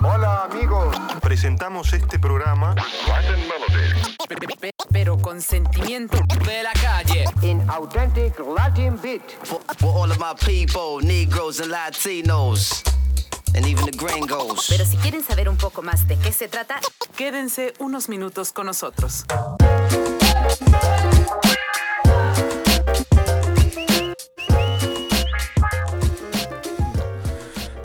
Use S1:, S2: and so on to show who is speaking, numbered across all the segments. S1: Hola amigos.
S2: Presentamos este programa
S3: pero con sentimiento de la calle.
S1: In authentic Latin beat.
S4: for, for all of my people, Negroes and Latinos, and even the gringos.
S5: Pero si quieren saber un poco más de qué se trata,
S3: Quédense unos minutos con nosotros.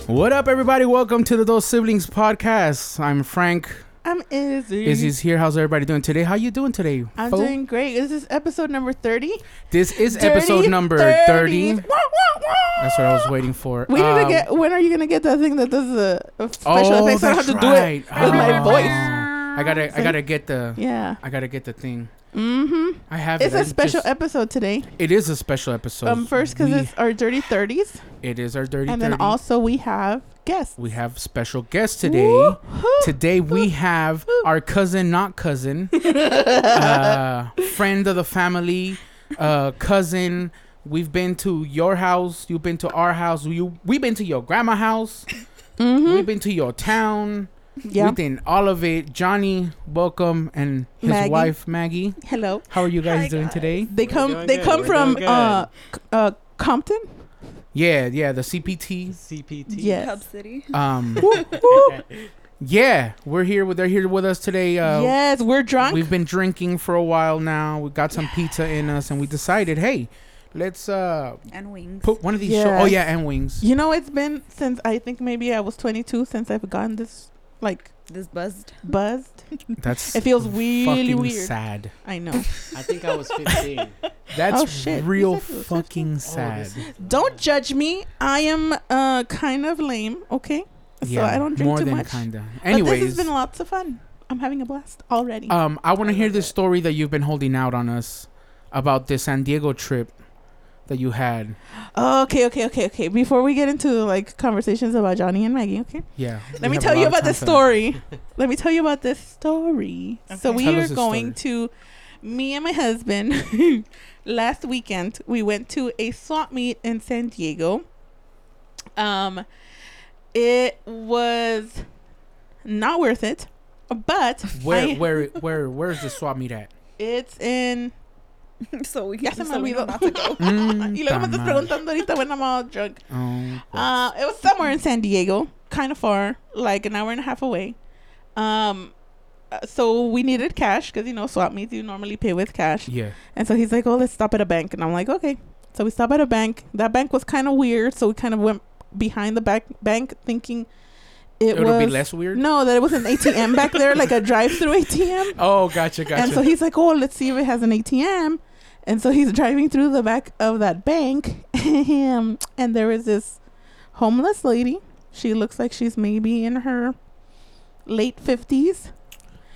S6: What up, everybody? Welcome to the Those Siblings podcast. I'm Frank.
S7: I'm Izzy.
S6: Izzy's here. How's everybody doing today? How you doing today?
S7: I'm
S6: fool?
S7: doing great. This is episode number 30.
S6: This is episode
S7: Dirty
S6: number 30.
S7: 30s. Wah, wah, wah.
S6: That's what I was waiting for.
S7: We need to
S6: Um,
S7: get. When are you gonna get that thing that does the uh, special
S6: Oh,
S7: effects? I don't
S6: that's
S7: have to
S6: right.
S7: do it with my
S6: Oh.
S7: voice.
S6: I gotta, I gotta get the,
S7: Yeah.
S6: I gotta get the thing.
S7: Mm-hmm.
S6: I have.
S7: It's
S6: it. I
S7: a special
S6: just-
S7: episode today.
S6: It is a special episode.
S7: Um, first because
S6: We-
S7: it's our dirty 30s,
S6: it is our dirty.
S7: and then
S6: 30.
S7: also we have guests.
S6: we have special guests today. Today we have our cousin, not cousin, uh, friend of the family, uh, cousin. We've been to your house. You've been to our house. You, we've been to your grandma house. We've been to your town.
S7: Mm-hmm. Yeah.
S6: We've been all of it. Johnny, welcome, and his
S7: Maggie.
S6: wife Maggie.
S7: Hello.
S6: How are you guys doing today?
S7: They come.
S8: doing
S7: They
S8: good.
S7: come
S8: We're
S7: from
S8: doing
S7: uh, c- uh, Compton.
S6: Yeah, yeah. The CPT.
S8: CPT.
S7: Yes.
S6: Um, yeah, we're here. with- They're here with us today. Uh,
S7: Yes. We're drunk.
S6: We've been drinking for a while now. We got some pizza in us, and we decided, hey, let's uh
S9: and wings.
S6: put one of these. Show- oh
S7: Yes.
S6: yeah, and wings.
S7: You know, it's been since I think maybe I was 22 since I've gotten this like
S9: This buzzed.
S7: buzzed.
S6: That's
S7: It feels really
S6: fucking
S7: weird.
S6: sad.
S7: I know.
S8: I think I was 15.
S6: That's
S7: Oh, shit.
S6: real
S7: You said it was
S6: fucking
S8: Oh,
S6: sad.
S8: this is-
S7: Don't judge me. I am uh kind of lame. Okay, so I don't drink
S6: more
S7: too
S6: than
S7: much.
S6: kinda.
S7: but this
S6: Anyways,
S7: has been lots of fun. I'm having a blast already.
S6: um, I want to hear this story that you've been holding out on us about this San Diego trip that you had.
S7: okay, okay, okay, okay. Before we get into like conversations about Johnny and Maggie, okay.
S6: Yeah. we
S7: Let me
S6: have a
S7: tell
S6: lot
S7: you
S6: of
S7: about
S6: time
S7: this
S6: for that.
S7: story. Let me tell you about this story. So we
S6: Tell us
S7: are
S6: the
S7: going to me and my husband last weekend we went to a swap meet in San Diego. Um it was not worth it, but
S6: Where,
S7: I-
S6: where, where, where's the swap meet at?
S7: it's in
S9: so we
S7: ya
S9: got
S7: se
S9: some
S7: me olvidó.
S6: Mm,
S7: Y luego
S6: ta
S7: me estás
S6: madre.
S7: preguntando ahorita when I'm all drunk.
S6: Oh, pues.
S7: Uh, it was somewhere in San Diego, kind of far, like an hour and a half away. Um, uh, so we needed cash because you know swap meets you normally pay with cash,
S6: yeah.
S7: and so he's like, "Oh, let's stop at a bank," and I'm like, "Okay." So we stop at a bank. That bank was kind of weird, so we kind of went behind the back bank, thinking it
S6: It'll
S7: was
S6: be less weird.
S7: no, that it was an ATM back there, like a drive-through ATM.
S6: Oh, gotcha, gotcha.
S7: And so he's like, "Oh, let's see if it has an ATM." And so he's driving through the back of that bank, and there is this homeless lady. She looks like she's maybe in her late fifties,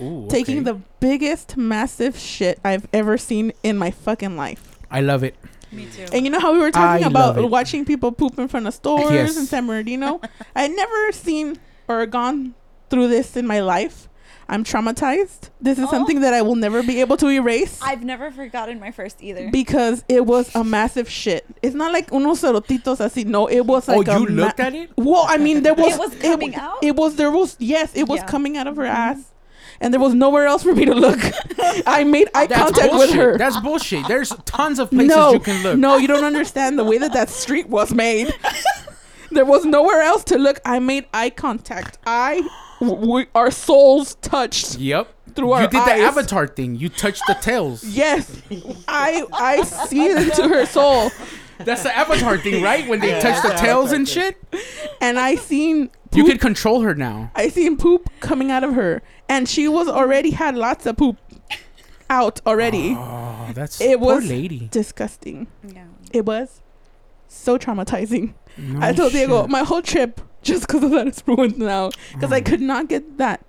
S6: Ooh,
S7: taking
S6: okay.
S7: the biggest, massive shit I've ever seen in my fucking life.
S6: I love it.
S9: Me too.
S7: And you know how we were talking
S6: I love it.
S7: about watching people poop in front of stores
S6: Yes.
S7: in San Bernardino? I had never seen or gone through this in my life. I'm traumatized. This is
S9: Oh.
S7: something that I will never be able to erase.
S9: I've never forgotten my first either.
S7: because it was a massive shit. It's not like unos cerotitos así. No, it was
S6: Oh,
S7: like a
S6: you looked at it?
S7: Well, I mean, there was
S9: was coming out?
S7: It was there was yes, it was
S9: Yeah. Mm-hmm.
S7: coming out of her ass, and there was nowhere else for me to look. I made eye contact
S6: bullshit.
S7: with her.
S6: That's bullshit. There's tons of places
S7: no,
S6: you can look.
S7: no, you don't understand the way that that street was made. there was nowhere else to look. I made eye contact. I, w- we, our souls touched.
S6: Yep.
S7: Through our
S6: you did
S7: eyes.
S6: the avatar thing. You touched the tails.
S7: Yes, I I see it into her soul.
S6: That's the avatar thing, right? When they
S8: Yeah,
S6: touch the
S8: that's the
S6: tails and
S8: Avatar
S6: shit.
S7: and I seen poop,
S6: You could control her now.
S7: I seen poop coming out of her, and she was already had lots of poop out already.
S6: Oh, that's
S7: It
S6: poor
S7: was-
S6: lady.
S7: Disgusting.
S9: yeah.
S7: It was so traumatizing.
S6: No
S7: I told Diego
S6: shit. Mm.
S7: my whole trip just because of that is ruined now because I could not get that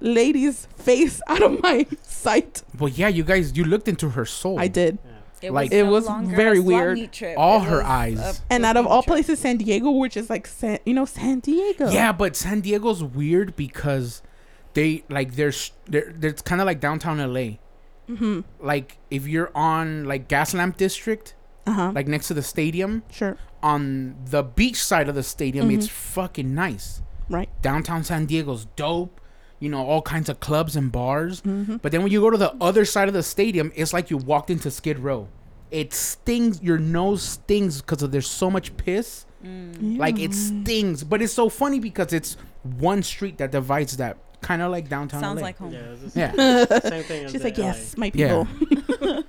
S7: lady's face out of my sight.
S6: Well, yeah, you guys, you looked into her soul.
S7: I did.
S9: It
S6: Like-
S9: was,
S7: It
S9: no
S7: was
S9: longer
S7: very
S9: a swap
S7: weird.
S9: meet trip.
S6: All
S9: It
S6: her
S9: was
S6: eyes.
S9: a
S7: And out of
S9: meet
S7: all
S9: trip.
S7: places, San Diego, which is like San, you know, San Diego.
S6: Yeah, but San Diego's weird because they like there's they're, they're it's kind of like downtown LA.
S7: Mm-hmm.
S6: Like if you're on like Gaslamp District,
S7: Uh huh.
S6: like next to the stadium,
S7: Sure. Mm-hmm.
S6: on the beach side of the stadium, it's fucking nice.
S7: Right.
S6: downtown San Diego's dope. You know, all kinds of clubs and bars.
S7: Mm-hmm.
S6: But then when you go to the other side of the stadium, it's like you walked into Skid Row. It stings. Your nose stings because there's so much piss.
S9: Mm.
S6: Like it stings. But it's so funny because it's one street that divides that. Kind of like downtown.
S9: Sounds
S6: LA.
S9: like home.
S8: Yeah, it's the
S6: Yeah,
S8: same thing. as
S7: She's
S8: the
S7: like, yes, my
S6: Yeah.
S7: people.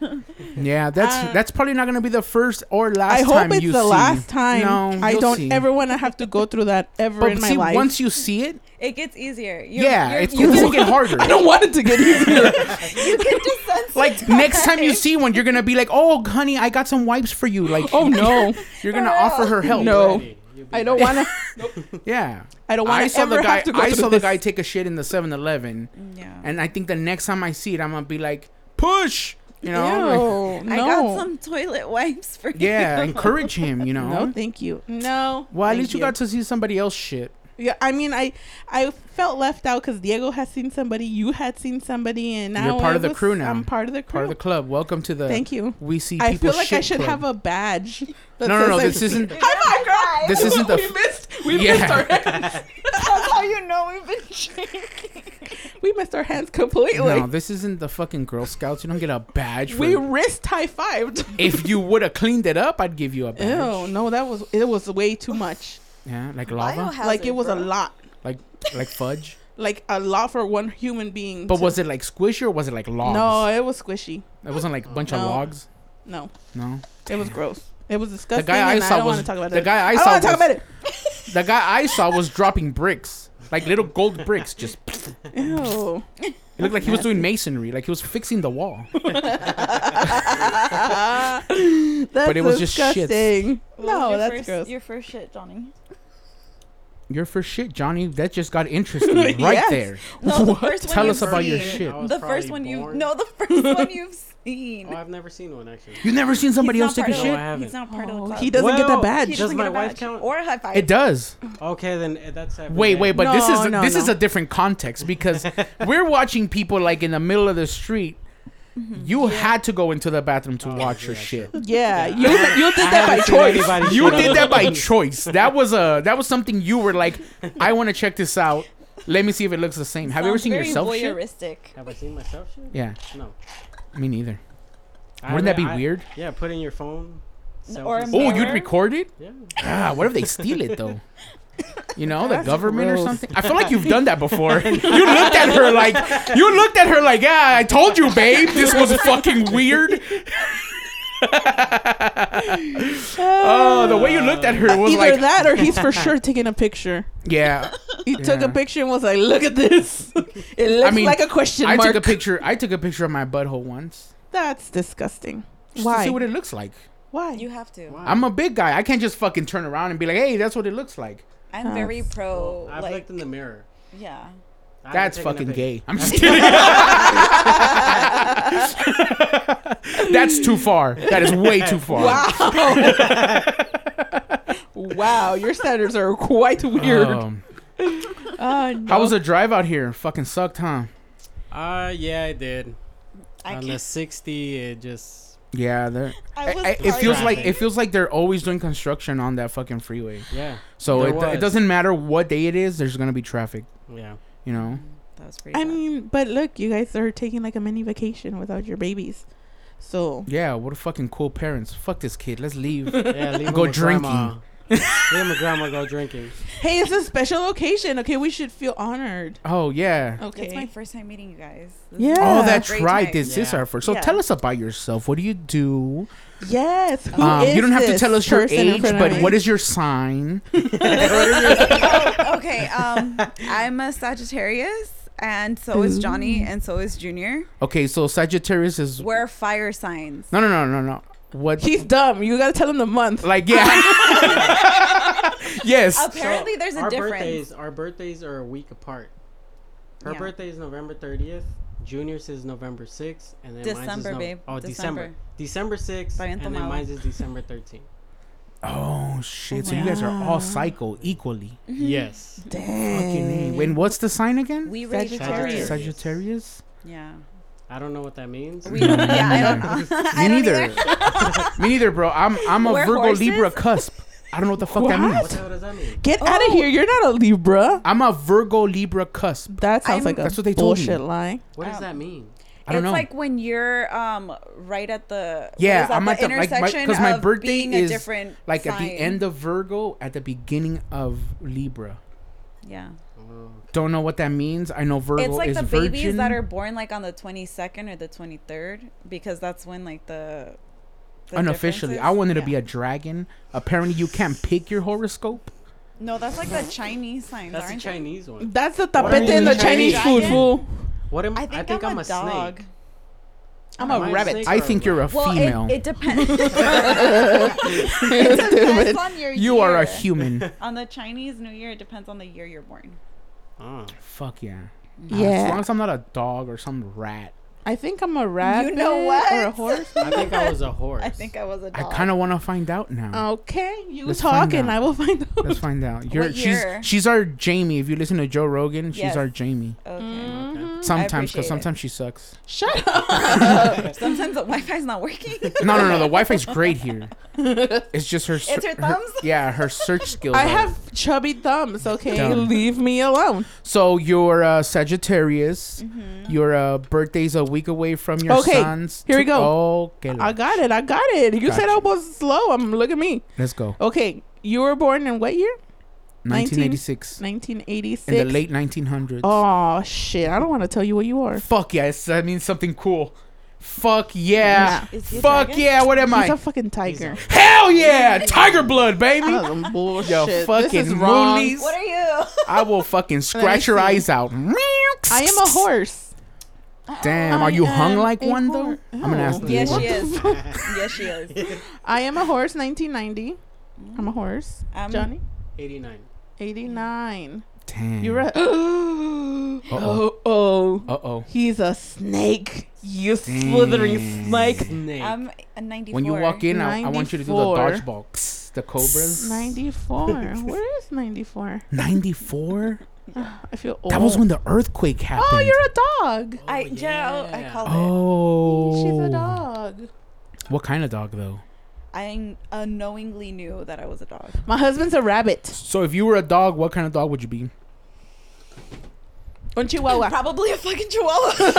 S6: yeah. That's
S7: Uh,
S6: that's probably not gonna be the first or last.
S7: I hope
S6: time
S7: it's
S6: you
S7: the
S6: see-
S7: last time.
S6: No,
S7: I
S6: you'll
S7: don't
S6: see.
S7: ever want to have to go through that ever
S6: But
S7: in my
S6: see,
S7: life.
S6: once you see it,
S9: It gets easier. You're,
S6: yeah,
S9: you're,
S6: it's
S9: you,
S6: going to get harder.
S7: I don't want it to get easier.
S9: you can just sense
S6: like next time you see one, you're gonna be like, "Oh, honey, I got some wipes for you." Like,
S7: oh no,
S6: you're gonna offer her help.
S7: no,
S8: You'll be
S7: I don't want to.
S6: Yeah.
S7: I don't want
S6: I
S7: to
S6: saw
S7: ever
S6: the guy.
S7: have to go
S6: I
S7: through
S6: saw
S7: this.
S6: the guy take a shit in the 7-Eleven,
S9: Yeah.
S6: and I think the next time I see it, I'm gonna be like, "Push," you know? Like,
S7: Ew, no,
S9: I got some toilet wipes for you.
S6: yeah, encourage him. You know.
S7: no, thank you. No.
S6: Well, at
S7: thank
S6: least you, got to see somebody else shit.
S7: Yeah, I mean, I I felt left out because Diego has seen somebody, you had seen somebody, and now
S6: You're part
S7: I
S6: of the
S7: was-
S6: crew now.
S7: I'm part of the crew.
S6: Part of the club. Welcome to the.
S7: Thank you.
S6: We see.
S7: I
S6: people
S7: feel like I
S6: shit
S7: should
S6: club.
S7: have a badge. that
S6: No, no, no.
S7: says I'm-
S6: This isn't.
S7: High five, girl.
S6: This isn't the.
S7: we
S6: f-
S7: missed. We
S6: Yeah.
S7: missed our hands.
S9: That's how you know we've been drinking.
S7: We missed our hands completely.
S6: No, this isn't the fucking Girl Scouts. You don't get a badge. For
S7: we wrist high fived.
S6: if you would have cleaned it up, I'd give you a badge.
S7: Ew, no, that was it was way too much.
S6: Yeah, like lava,
S7: like it was a lot.
S6: like like fudge.
S7: Like a lot for one human being.
S6: But
S7: to-
S6: was it like squishy or was it like logs?
S7: No, it was squishy.
S6: it wasn't like a bunch of
S7: No.
S6: logs.
S7: No.
S6: No,
S7: It was gross. It was
S6: the
S7: disgusting.
S6: guy I
S7: and
S6: saw
S7: don't
S6: was
S7: want to talk about
S6: the
S7: that.
S6: guy I
S7: I don't
S6: saw
S7: want
S6: was
S7: to talk about it.
S6: the guy I saw was dropping bricks, like little gold bricks. Just
S7: Ew.
S6: it looked like he was doing masonry, like he was fixing the wall.
S7: that's
S6: But it was just shits.
S7: disgusting. No,
S9: your
S7: that's
S9: first,
S7: gross.
S9: Your first shit, Johnny.
S6: You're for shit, Johnny. That just got interesting right
S7: Yes.
S6: there.
S9: No, the first one
S6: Tell
S9: you've
S6: us about your
S9: seen.
S6: shit.
S8: I was
S9: The
S8: Oh, probably
S9: first one you
S8: born.
S9: no, the first one you've seen.
S8: Oh, I've never seen one actually.
S6: You never seen somebody
S9: He's
S6: else
S9: not
S6: take a
S8: part
S6: shit?
S8: of the- I haven't.
S9: He's not part of
S7: Oh,
S9: the club.
S7: he doesn't get the
S8: Well,
S9: He
S7: badge.
S8: just-
S9: doesn't
S8: my
S9: get a
S8: wife
S9: badge.
S8: count?
S9: or a high five.
S6: It does.
S8: Okay, then uh, that's every
S6: Wait,
S8: day.
S6: wait, but this is
S7: No, no,
S6: this is
S7: no.
S6: a different context because we're watching people like in the middle of the street. You had to go into the bathroom to watch your shit.
S7: yeah, Oh, you you did that by
S8: haven't seen
S7: choice.
S8: anybody
S6: You
S8: shit on
S6: did that by
S8: the-
S6: choice. That was a that was something you were like, I want to check this out. Let me see if it looks the same. Have you ever
S9: Sounds
S6: seen
S9: very
S6: yourself shit?
S9: voyeuristic.
S8: Have I seen myself shit?
S6: Yeah,
S8: No.
S6: me neither.
S8: I
S6: Wouldn't that
S8: haven't-
S6: be
S8: I-
S6: weird?
S8: Yeah, put in your phone.
S9: or a
S8: selfies.
S6: Oh, you'd
S9: Mirror?
S6: record it?
S8: Yeah.
S6: Ah, what if they steal it though? You know, the
S7: That's
S6: government or
S7: gross.
S6: something. I feel like you've done that before. you looked at her like you looked at her like, yeah, I told you, babe, this was fucking weird. oh, the way you looked at her was
S7: Either
S6: like,
S7: that or he's for sure taking a picture.
S6: yeah.
S7: He took
S6: Yeah.
S7: a picture and was like, "Look at this. it looks
S6: mean,
S7: like a question
S6: I
S7: mark."
S6: took a picture. I took a picture of my butthole once.
S7: That's disgusting.
S6: Just To
S7: Why?
S6: see what it looks like.
S7: Why?
S9: You have to.
S8: Wow.
S6: I'm a big guy. I can't just fucking turn around and be like, hey, that's what it looks like.
S9: I'm
S7: Uh,
S9: very pro.
S8: Well, I've
S9: like,
S8: looked in the mirror.
S9: yeah.
S8: I haven't
S6: That's
S8: taken a
S6: fucking
S8: pic.
S6: gay. I'm just kidding. That's too far. That is way too far.
S7: wow. wow, your standards are quite weird.
S6: Um,
S7: Uh, no.
S6: how was the drive out here? Fucking sucked, huh?
S8: Uh, yeah, I did.
S9: I
S8: on
S9: can't.
S8: the 60, it just.
S6: Yeah, they're-
S9: I was
S6: I- it feels
S8: driving.
S6: like it feels like they're always doing construction on that fucking freeway.
S8: Yeah.
S6: So
S8: There
S6: it, it
S8: was.
S6: doesn't matter what day it is. There's gonna be traffic.
S8: Yeah.
S6: You know.
S9: That was pretty.
S7: I
S9: bad.
S7: mean, but look, you guys are taking like a mini vacation without your babies. So
S6: Yeah. What a fucking cool parents. Fuck this kid. Let's leave.
S8: Yeah, leave
S6: Go
S8: him with
S6: drinking.
S8: Grandma. leave him with grandma go drinking.
S7: hey, it's a special occasion. Okay, we should feel honored.
S6: oh yeah.
S7: Okay.
S9: it's my first time meeting you guys. This is-
S7: yeah.
S6: Oh, that's
S9: Great
S6: right.
S9: time.
S6: This is
S8: Yeah.
S6: our first. So
S9: Yeah.
S6: tell us about yourself. What do you do?
S7: yes. Who
S6: Um,
S7: is
S6: you don't have to
S7: this
S6: tell us your
S7: person in
S6: age,
S7: front of
S6: but
S7: me?
S6: what is your sign?
S9: Oh, okay. Um, I'm a Sagittarius, and so is Johnny, and so is Junior.
S6: Okay, so Sagittarius is
S9: We're fire signs.
S6: no, no, no, no, no. What?
S7: He's dumb. You gotta tell him the month.
S6: like yeah. yes.
S9: Apparently,
S8: So,
S9: there's a
S8: our
S9: difference.
S8: Birthdays, our birthdays are a week apart. Her
S9: Yeah.
S8: birthday is November 30th. Junior's is November 6th. And then mine's
S9: December,
S8: is Nov-
S9: babe.
S8: Oh, December. December 6th.
S9: Está bien
S8: And then
S9: tomado.
S8: mine's is December 13th.
S6: Oh shit! So you guys are all psycho equally.
S8: yes.
S6: Fucking A. And what's the sign again?
S9: We rated
S7: Sagittarius.
S9: Taurus.
S6: Sagittarius.
S9: Yeah.
S8: I don't know what that means.
S9: We don't, yeah, I don't know.
S6: Me neither. Me neither, bro. I'm I'm a
S9: We're
S6: Virgo
S9: horses?
S6: Libra cusp. I don't know what the fuck that
S7: What?
S6: means.
S8: What does that mean?
S7: Get out of here. You're not a Libra.
S6: I'm a Virgo Libra cusp.
S7: That sounds
S9: I'm-
S7: like a
S6: That's what they told me.
S7: bullshit lie.
S8: What
S9: Oh.
S8: does that mean?
S6: I don't
S9: it's
S6: know.
S9: like when you're um right at the what
S6: yeah,
S9: is that,
S6: I'm at the like my
S9: intersection
S6: because my
S9: of
S6: birthday
S9: being a
S6: is
S9: different
S6: like at
S9: sign.
S6: the end of Virgo, at the beginning of Libra.
S9: yeah
S6: Don't know what that means. I know Virgo
S9: it's like
S6: is
S9: the
S6: virgin.
S9: babies that are born like on the 22nd or the 23rd because that's when like the, the
S6: unofficially. I
S9: differences-
S6: wanted to
S9: yeah.
S6: be a dragon. Apparently, you can't pick your horoscope.
S9: no that's like the Chinese signs
S8: That's a
S9: aren't they?
S8: Chinese one.
S7: That's the
S8: What are
S7: tapete in
S8: you,
S7: the
S8: Chinese
S7: Chinese food,
S9: dragon?
S7: fool.
S8: What am
S9: I think, I am a, dog
S8: snake.
S7: I'm
S8: Am I
S7: a rabbit.
S8: snake
S6: I
S8: or
S6: think you're a
S9: well
S6: female.
S9: it, it depends it depends on your
S6: you are a
S9: year.
S6: human.
S9: on the Chinese New Year it depends on the year you're born
S8: Oh.
S6: Fuck yeah. As long
S7: Yeah.
S6: as I'm not a dog or some rat.
S7: I think I'm a rabbit.
S9: what?
S7: Or a horse.
S8: I think I was a horse.
S9: I think I was a
S6: I
S9: dog
S6: kind of want to find out
S9: Um,
S6: now.
S7: Okay. You
S6: Let's
S7: talk
S6: find
S7: and
S6: out.
S7: I will find out.
S6: Let's find out. You're
S9: What
S6: she's
S9: year?
S6: she's our Jamie. If you listen to Joe Rogan, she's
S9: Yes.
S6: our Jamie.
S9: okay
S8: Mm.
S9: Mm-hmm.
S6: Sometimes,
S9: appreciate
S6: because
S9: it.
S6: sometimes she sucks.
S7: Shut up.
S9: sometimes the Wi-Fi's not working
S6: No, no, no. The Wi-Fi's great here. It's just her. ser-
S9: it's her thumbs
S6: yeah, her search skills.
S7: I
S6: are-
S7: have chubby thumbs, okay?
S6: Dumb.
S7: Leave me alone.
S6: So you're uh, Sagittarius. Your uh, birthday's a week away from your
S7: Mm-hmm. Okay,
S6: son's.
S7: here we
S6: tw-
S7: go.
S6: Oh, okay,
S7: I got it. I got it. You said
S6: Gotcha.
S7: I was slow. I'm look at me.
S6: let's go.
S7: Okay. You were born in what year?
S6: 1986.
S7: 1986.
S6: In the late 1900s.
S7: Oh shit! I don't want to tell you what you are.
S6: Fuck yeah! it's- That means something cool. Fuck yeah!
S9: Is he a
S6: Fuck
S9: dragon?
S6: yeah! What am
S7: He's
S6: I?
S7: a fucking tiger.
S6: Hell yeah! Tiger blood, baby.
S7: Oh, some bullshit.
S6: Yo,
S7: this is
S6: fucking
S7: wrong.
S6: Moonies.
S9: what are you
S6: I will fucking scratch your
S7: see.
S6: eyes out.
S7: I am a horse.
S6: Damn, are you hung like one though? I'm gonna ask
S7: Oh.
S6: the
S9: yes
S6: other
S9: she
S6: one.
S9: is yes she is
S7: I am a horse. 1990. I'm a horse.
S9: I'm-
S7: Johnny.
S8: 89.
S7: 89.
S6: Damn.
S7: You're a. oh oh.
S6: Uh oh.
S7: He's a snake. You slithering snake.
S8: Snake.
S9: I'm a 94
S6: When you walk in, I, I want you to do the
S7: 94.
S6: dodgeball. Psst, The cobras.
S7: 94. Where is 94?
S6: 94?
S7: I feel old.
S6: That was when the earthquake happened.
S7: Oh, you're a dog.
S9: I yeah, I
S8: Oh, yeah.
S9: called it.
S6: Oh.
S7: She's a dog.
S6: What kind of dog though?
S9: I unknowingly knew that I was a dog.
S7: My husband's a rabbit.
S6: So if you were a dog, what kind of dog would you be?
S7: Un chihuahua.
S9: Probably a fucking chihuahua.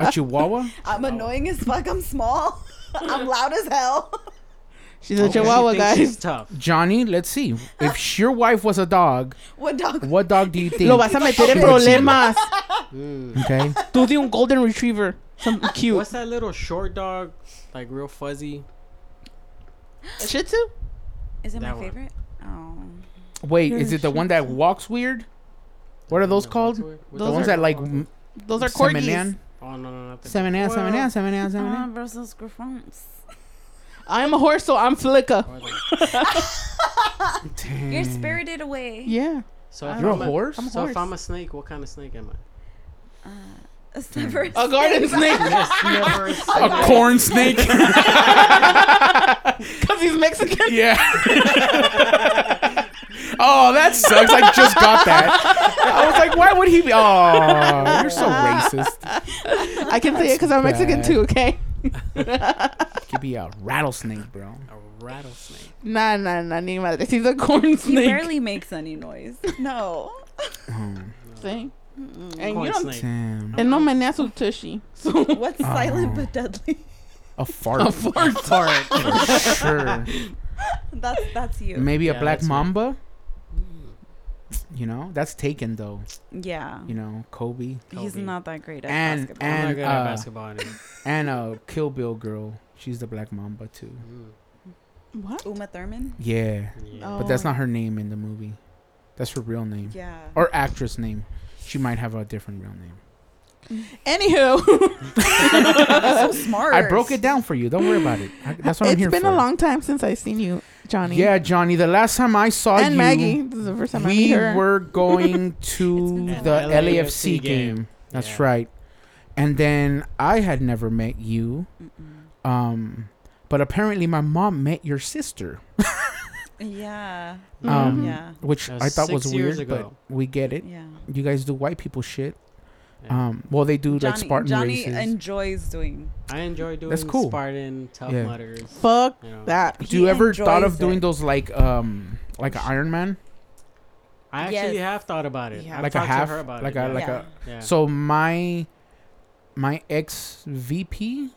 S6: A chihuahua?
S9: I'm annoying as fuck. I'm small. I'm loud as hell.
S7: She's a
S8: She
S7: chihuahua,
S8: thinks
S7: guys.
S8: she's tough.
S6: Johnny, let's see. If your wife was a dog,
S9: What dog?
S6: what dog do you think?
S7: Lo vas a meter en problemas.
S6: Okay.
S7: Tú de un golden retriever. Something
S8: What's
S7: cute.
S8: that little short dog? Like real fuzzy.
S7: Shih Tzu?
S9: Is it my
S8: That one.
S9: favorite? Oh.
S6: Wait, is it the one that walks weird? What are those
S8: What's
S6: called?
S8: the word? What's
S6: the
S7: Those
S6: ones
S7: are-
S6: that like
S7: Those are corgis.
S6: Semenan?
S8: Oh no no not the
S6: Semenan, Semenan, Semenan, Semenan.
S9: Uh, Brussels Griffons.
S7: I am a horse, so I'm flicka.
S8: Or the-
S9: You're spirited away.
S7: Yeah.
S8: So if
S6: You're a
S8: I'm
S6: horse?
S8: so
S7: horse.
S8: if I'm a snake, what kind of snake am I?
S9: It's never
S7: A garden snake.
S8: Yes, never a snake.
S6: A corn snake?
S7: Because he's Mexican.
S6: Yeah. oh, that sucks. I just got that. I was like, why would he be? Oh, you're so racist.
S7: I can say it because I'm Mexican
S6: bad.
S7: too, okay?
S6: Could be a rattlesnake, bro.
S8: A rattlesnake.
S7: Nah, nah, nah, ni madre. He's a corn
S9: He
S7: snake.
S9: barely makes any noise. No.
S7: Sí. And
S8: Corn
S7: you don't.
S8: snake.
S6: Oh, Damn.
S7: And no mané a su tushy. So
S9: What's
S6: Oh.
S9: silent but deadly?
S6: A fart. A fart. sure.
S9: That's that's you.
S6: Maybe a
S8: Yeah,
S6: black
S8: that's me.
S6: mamba. You know, that's taken though.
S9: yeah.
S6: You know, Kobe
S9: He's
S8: Kobe.
S9: not that great at
S6: and
S9: basketball.
S8: I'm not
S6: and
S8: good at
S6: uh,
S8: basketball anymore.
S6: and a Kill Bill girl. She's the black mamba too.
S7: what?
S9: Uma Thurman?
S6: Yeah,
S8: Mm, Yeah.
S6: but
S7: Oh.
S6: that's not her name in the movie. That's her real name.
S9: Yeah.
S6: Mm. or actress name. She might have a different real name.
S7: Anywho,
S9: so smart.
S6: I broke it down for you. Don't worry about it. I, that's what I'm
S7: it's
S6: here
S7: been
S6: for.
S7: a long time since I've seen you, Johnny.
S6: Yeah, Johnny. The last time I saw
S7: And
S6: you,
S7: Maggie. This is the first time I meet
S6: we
S7: her.
S6: were going to
S8: It's been so
S6: the
S8: long.
S6: LAFC
S8: LAFC
S6: game.
S8: game.
S6: That's
S8: Yeah.
S6: right. And then I had never met you, um, but apparently my mom met your sister,
S9: Yeah.
S6: um,
S7: Mm-hmm.
S9: Yeah.
S6: which
S8: That
S6: I
S8: was
S6: thought was
S8: six years
S6: weird.
S8: ago.
S6: But we get it.
S9: Yeah.
S6: You guys do white people shit. Um, well, they do like
S9: Johnny,
S6: Spartan
S9: Johnny
S6: races.
S9: enjoys doing.
S8: I enjoy doing
S6: That's cool.
S8: Spartan tough
S6: Yeah.
S8: mudders.
S7: Fuck
S8: You know,
S7: that.
S6: do you
S9: he
S6: ever thought
S9: enjoys
S6: of doing
S9: it.
S6: those like um like an Iron Man,
S8: I actually
S9: Yes.
S8: have thought about it.
S9: Yeah.
S8: I've
S6: like a
S8: talked
S6: half,
S8: to her about
S6: like
S8: it.
S6: a
S8: yeah.
S6: like
S9: Yeah.
S6: a.
S8: Yeah.
S6: So my my ex VP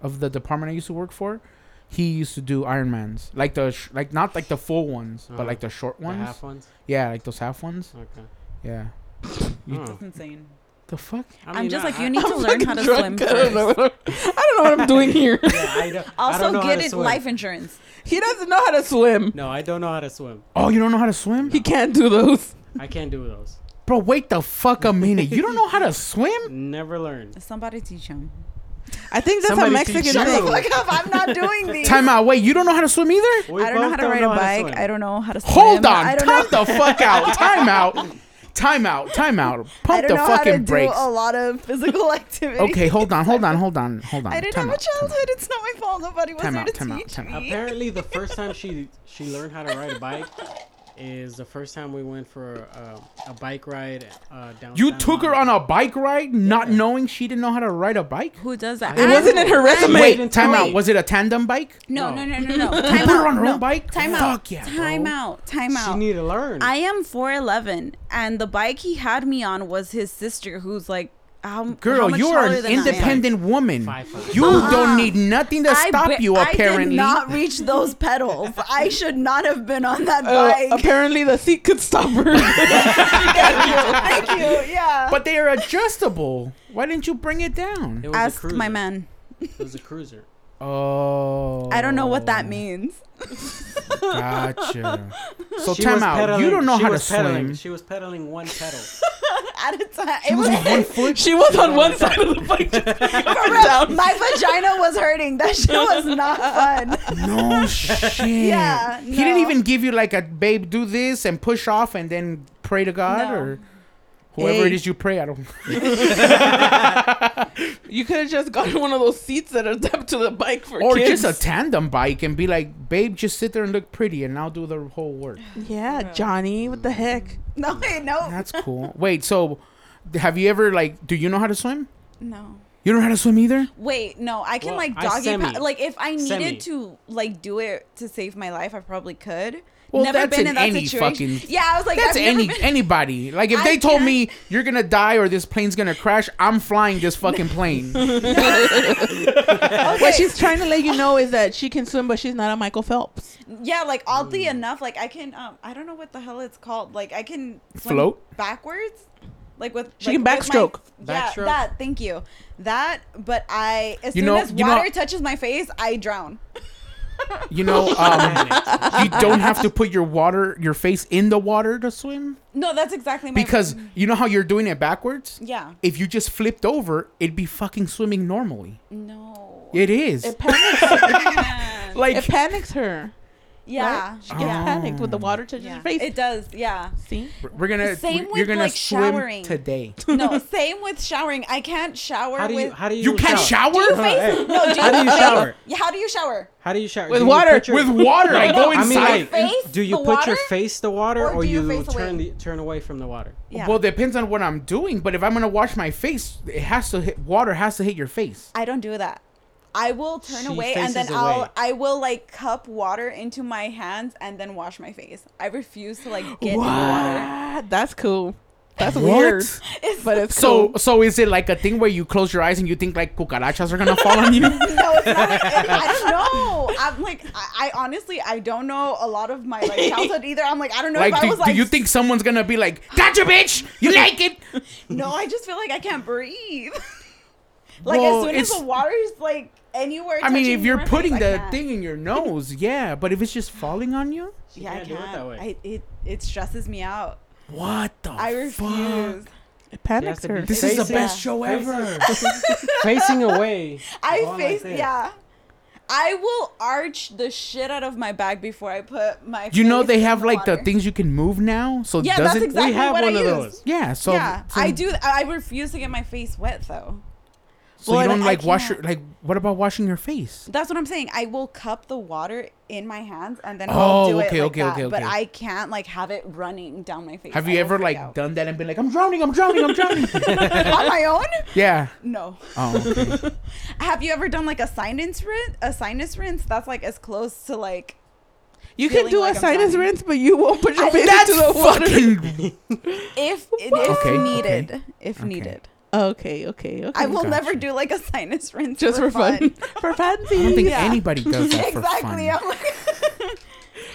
S6: of the department I used to work for, he used to do Iron Mans, like the sh- like not like the full ones,
S8: Uh-huh.
S6: but like the short
S8: The
S6: ones.
S8: half ones.
S6: Yeah, like those half ones.
S8: Okay.
S6: Yeah. You-
S8: Oh.
S9: That's insane.
S6: The fuck?
S8: I
S9: I'm
S8: mean,
S9: just
S8: I-
S9: like you
S8: I-
S9: need to learn how to swim.
S7: I don't,
S9: first.
S7: know what I'm, I don't know what I'm doing here.
S8: Yeah, I don't, I don't
S9: Also,
S8: know how
S9: get
S8: to
S9: it
S8: swim.
S9: life insurance.
S7: he doesn't know how to swim.
S8: No, I don't know how to swim.
S6: Oh, you don't know how to swim?
S7: He can't do those.
S8: I can't do those.
S6: Bro, wait the fuck a minute. You don't know how to swim?
S8: Never learned.
S9: Somebody teach him.
S7: I think that's
S8: Somebody
S7: a Mexican
S8: teach you.
S7: thing.
S9: Look up! I'm not doing these.
S6: Time out. Wait, you don't know how to swim either?
S8: We
S9: I don't know
S8: both
S9: how to ride a bike.
S8: swim.
S9: I don't know how to. Swim.
S6: Hold on.
S9: I
S6: Time
S9: don't know.
S6: the fuck out. Time out. Time out. Time out.
S9: I
S6: Pump
S9: don't
S6: the
S9: know how to
S6: fucking
S9: do
S6: brakes.
S9: a lot of physical activity.
S6: Okay, hold on, hold on, hold on, hold on.
S9: I didn't
S6: time
S9: have a
S6: out, time out.
S9: childhood. It's not my fault. Nobody was
S6: Time
S9: there
S6: out,
S9: to
S6: time out,
S9: teach
S6: time out.
S9: me.
S8: Apparently, the first time she she learned how to ride a bike is the first time we went for uh, a bike ride uh, down.
S6: You took her on a bike ride, not knowing she didn't know how to ride a bike?
S9: Who does that?
S7: It wasn't in her resume.
S6: Wait, time out. Was it a tandem bike?
S9: No, no,
S8: No.
S9: no, no, no. Time
S6: Put
S9: out.
S6: her on her
S9: no.
S6: own bike?
S9: Time
S6: Fuck
S9: out.
S6: yeah,
S9: Time
S6: bro.
S9: out. Time
S8: She
S9: out.
S8: need to learn.
S9: I am 4'11, and the bike he had me on was his sister, who's like, how, how
S6: Girl,
S9: much
S6: you are
S9: taller
S6: an
S9: than I am. Uh-huh.
S6: independent woman.
S8: Five five.
S6: You don't need nothing to
S9: I
S6: stop
S9: ba-
S6: you,
S9: I did
S6: apparently.
S9: not reach those pedals. I should not have been on that
S6: Oh,
S7: Uh,
S9: bike.
S7: apparently, the seat could stop her.
S9: Thank you. Yeah.
S6: But they are adjustable. Why didn't you bring it down?
S8: It was a
S9: Ask my
S8: cruiser.
S9: man.
S8: It was a cruiser.
S6: Oh.
S9: I don't know what that means.
S6: Gotcha. So
S8: She
S6: time
S8: was
S6: out.
S8: pedaling-
S6: You don't know
S8: she
S6: how to
S8: was pedaling.
S6: swim.
S8: She was pedaling one pedal.
S9: At a time, it was,
S6: One foot.
S7: she was on one side of the bike. just
S9: for real. My vagina was hurting. That shit was not fun.
S6: No shit.
S9: Yeah,
S6: He didn't
S9: no.
S6: even give you like a babe. Do this and push off and then pray to God
S9: No.
S6: or whoever it
S7: Hey.
S6: is you pray. I don't.
S7: You could have just gotten one of those seats that are up to the bike for
S6: Or
S7: kids.
S6: just a tandem bike and be like, babe, just sit there and look pretty, and I'll do the whole work.
S7: yeah, Johnny. What the heck?
S9: No, wait, no,
S6: That's cool. Wait, so have you ever like? Do you know how to swim?
S9: no.
S6: You don't know how to swim either.
S9: Wait, no. I can
S8: Well,
S9: like
S8: I
S9: doggy.
S8: semi.
S9: Pa- like if I needed
S8: Semi.
S9: to like do it to save my life, I probably could.
S6: Well, that's in any fucking-
S9: Yeah, I was like,
S6: That's
S9: I've never
S6: any
S9: been-
S6: anybody. Like if
S9: I
S6: they told
S9: can't-
S6: me you're gonna die or this plane's gonna crash, I'm flying this fucking plane.
S9: Okay.
S7: What she's trying to let you know is that she can swim, but she's not a Michael Phelps.
S9: Yeah, like oddly enough, like I can. Um, I don't know what the hell it's called. Like I can swim
S6: Float?
S9: backwards. Like with
S7: She can
S9: like, with my-
S7: backstroke.
S9: yeah,
S8: Backstroke.
S9: that. Thank you. That. But I, as
S6: You
S9: soon
S6: know-
S9: as
S6: you know-
S9: water touches my face, I drown.
S6: You know, um, you don't have to put your water, your face in the water to swim
S9: No, that's exactly Oh my
S6: because you know how you're doing it backwards.
S9: Yeah.
S6: If you just flipped over, it'd be fucking swimming normally.
S9: No.
S6: It is.
S7: It panics.
S9: Man.
S6: like
S7: it panics her.
S9: yeah.
S7: She gets panicked with the water touching
S9: yeah.
S7: her
S6: Oh.
S7: face.
S9: It does. Yeah.
S7: See,
S6: we're gonna
S9: Same
S6: we're-
S9: with,
S6: you're gonna
S9: like,
S6: swim
S9: showering.
S6: today.
S9: No, same with showering. I can't shower
S8: How do you?
S9: with.
S8: How do you?
S6: You can't shower
S9: do you face?
S8: hey.
S9: No, do you,
S8: How do you shower?
S9: Yeah, how do you shower?
S8: How do you shower?
S7: With
S8: Do you
S7: water.
S8: put your-
S6: with water. I go
S8: I
S6: inside.
S8: mean, like,
S9: Face
S8: do you
S9: the
S8: put
S9: water?
S8: your face the water,
S9: Or
S8: or,
S9: do you
S8: you,
S9: face away?
S8: turn The, turn away from the water?
S9: Yeah.
S6: Well, depends on what I'm doing, but if I'm gonna wash my face, it has to hit water has to hit your face.
S9: I don't do that. I will turn
S8: She
S9: away and then
S8: faces away.
S9: I'll I will like cup water into my hands and then wash my face. I refuse to like get in the water.
S7: what? Ah, That's cool. That's
S6: What?
S7: weird, but it's
S6: So uh,
S7: cool.
S6: so is it like a thing where you close your eyes and you think like cucarachas are gonna fall on you?
S9: No, it's not like I don't know. I'm like I, I honestly I don't know a lot of my like childhood either. I'm like I don't know
S6: like,
S9: if
S6: do,
S9: I was
S6: do
S9: like
S6: you think someone's gonna be like, "Gotcha, bitch! You like it?"
S9: No, I just feel like I can't breathe. like
S6: Well,
S9: as soon as
S6: it's-
S9: the water's like anywhere.
S6: I mean,
S9: touching
S6: if you're
S9: my
S6: putting
S9: face, I
S6: the
S9: can't.
S6: thing in your nose, yeah. But if it's just falling on you,
S9: yeah, I
S8: can't do it
S9: can't.
S8: that way.
S9: I, it it stresses me out.
S6: what the?
S9: I
S6: Fuck?
S9: refuse.
S7: it
S8: It has
S7: panics
S8: to be
S7: her.
S6: This is the
S8: facing-
S6: best show ever.
S8: Facing away.
S9: I
S8: going like
S9: face
S8: this.
S9: yeah. I will arch the shit out of my bag before I put my.
S6: you know
S9: face
S6: they
S9: in
S6: have like the
S9: water.
S6: things you can move now, so
S9: Yeah, that's
S6: doesn't.
S9: exactly
S8: have
S9: what I
S8: one of
S9: use.
S8: those.
S6: Yeah, so
S9: yeah,
S6: so-
S9: I do. I refuse to get my face wet though.
S6: So
S9: Well,
S6: you
S9: and
S6: don't
S9: I
S6: like wash your
S9: can't-
S6: like. What about washing your face?
S9: That's what I'm saying. I will cup the water in my hands and then
S6: Oh,
S9: I'll do
S6: okay,
S9: it like
S6: okay,
S9: that.
S6: okay,
S9: But
S6: okay.
S9: I can't like have it running down my face.
S6: Have
S9: I
S6: you
S9: will
S6: ever
S9: freak
S6: like
S9: out.
S6: done that and been like, I'm drowning, I'm drowning, I'm drowning?
S9: on my own?
S6: yeah.
S9: No.
S6: Oh, okay.
S9: Have you ever done like a sinus rinse? A sinus rinse? That's like as close to like.
S7: You can
S9: Feeling
S7: do
S9: like
S7: a
S9: I'm
S7: sinus
S9: dying.
S7: rinse, but you won't put your face
S6: That's
S7: into the water.
S6: fucking.
S9: If, if
S6: Okay,
S9: needed.
S6: okay,
S9: If needed.
S7: Okay, okay, okay.
S9: I will
S6: Gotcha.
S9: never do like a sinus rinse
S7: just for fun, for
S6: I don't
S7: fancy,
S6: think
S9: Yeah.
S6: anybody does that for
S9: exactly.
S6: fun.
S9: I'm like,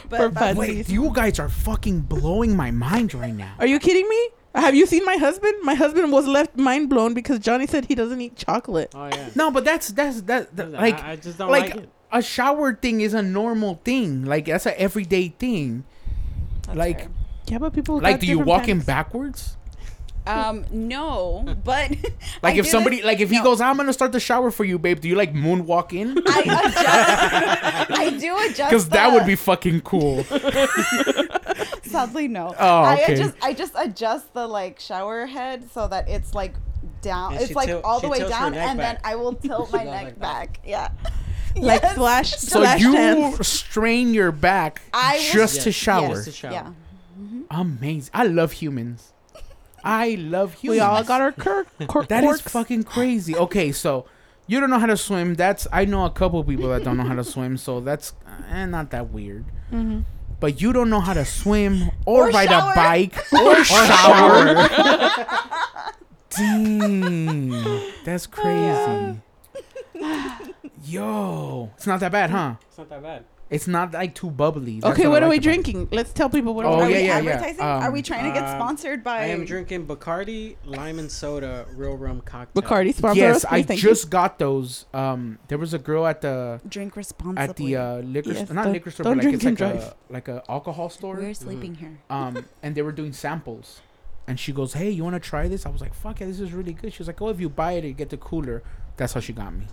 S9: but
S7: for
S9: that's-
S6: Wait,
S7: fancy.
S6: you guys are fucking blowing my mind right now.
S7: Are you kidding me? Have you seen my husband? My husband was left mind blown because Johnny said he doesn't eat chocolate.
S8: Oh yeah.
S6: No, but that's that's that, that-
S8: I-
S6: like
S8: I just don't
S6: like,
S8: like it.
S6: a shower thing is a normal thing. Like that's a everyday thing. like
S9: fair.
S7: Yeah, but people
S6: like
S7: got
S6: do you
S7: different
S6: walk in
S7: panics.
S6: backwards?
S9: um, no, but I
S6: Like
S9: do
S6: if
S9: this-
S6: somebody like if he
S9: no.
S6: goes, I'm gonna start the shower for you, babe. Do you like moonwalk in?
S9: I adjust. I do adjust.
S6: Because that
S9: the-
S6: would be fucking cool.
S9: Sadly, no.
S6: Oh,
S9: I
S6: okay.
S9: adjust, I just adjust the like shower head so that it's like down.
S8: Yeah,
S9: it's
S8: she
S9: like
S8: tilt-
S9: all the
S8: she
S9: way
S8: tilts her
S9: down,
S8: neck
S9: and then
S8: back.
S9: I will tilt my
S8: goes
S9: neck
S8: like that.
S9: back. Yeah.
S7: like
S9: Yes.
S7: slash
S6: so
S7: slash
S6: you
S7: dance.
S6: strain your back
S9: I was-
S6: just to
S8: Yes.
S6: shower.
S8: Just to shower.
S9: Yeah.
S6: Amazing. I love humans. I love humans.
S7: We all got our cur- cor-
S6: That is
S7: quirks.
S6: fucking crazy. Okay, so you don't know how to swim. That's I know a couple people that don't know how to swim, so that's eh, not that weird.
S7: Mm-hmm.
S6: But you don't know how to swim or,
S9: Or
S6: ride
S9: shower.
S6: a bike or shower. Dang,
S7: Uh.
S6: that's crazy. Yo, it's not that bad, huh?
S8: It's not that bad.
S6: It's not like too bubbly. That's
S7: Okay,
S6: I
S7: what are
S6: like
S7: we
S6: about it.
S7: drinking? Let's tell people what
S6: Oh,
S7: we're
S9: Are
S6: yeah,
S9: we
S6: yeah, yeah.
S9: advertising? Are
S6: Um,
S9: we trying to get
S8: Um,
S9: sponsored by?
S8: I am drinking Bacardi lime and soda real rum cocktail.
S7: Bacardi sponsor
S6: Yes,
S7: us,
S6: I
S7: please, thank
S6: just got those. Um, there was a girl at the
S9: Drink responsibly.
S6: at the uh, liquor
S7: Yes,
S6: st- not
S7: don't-
S6: liquor store, but
S7: don't
S6: like
S7: drink
S6: it's
S7: and
S6: like a
S7: drive.
S6: like a alcohol store.
S9: We're sleeping here.
S6: Um, and they were doing samples, and she goes, "Hey, you want to try this?" I was like, "Fuck yeah, this is really good." She was like, "Oh, if you buy it, you get the cooler." That's how she got me,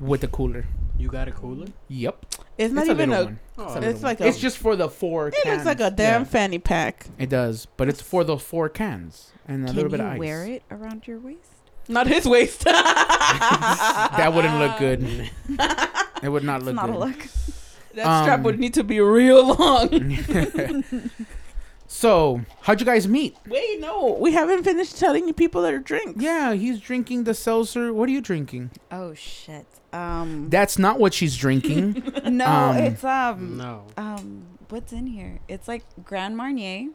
S6: with the cooler.
S8: You got a cooler?
S6: Yep,
S7: you. It's not
S6: It's a
S7: even
S6: little
S7: a.
S6: one.
S8: Oh,
S7: It's like a.
S6: it's just for the four.
S7: it looks like a
S6: cans.
S7: damn
S6: Yeah,
S7: fanny pack.
S6: it does, but it's for the four cans and a
S9: Can
S6: little bit
S9: you
S6: of ice.
S9: wear it around your waist?
S7: Not his waist.
S6: That wouldn't look good. it would not look
S9: Not
S6: good.
S9: a look.
S7: That strap would
S6: Um,
S7: need to be real long.
S6: so, how'd you guys meet?
S7: Wait, no, we haven't finished telling you people their drinks.
S6: Yeah, he's drinking the seltzer. What are you drinking?
S9: Oh shit. Um.
S6: That's not what she's drinking.
S9: No,
S6: um, mm.
S9: it's um.
S8: no.
S9: Um. What's in here? It's like Grand Marnier,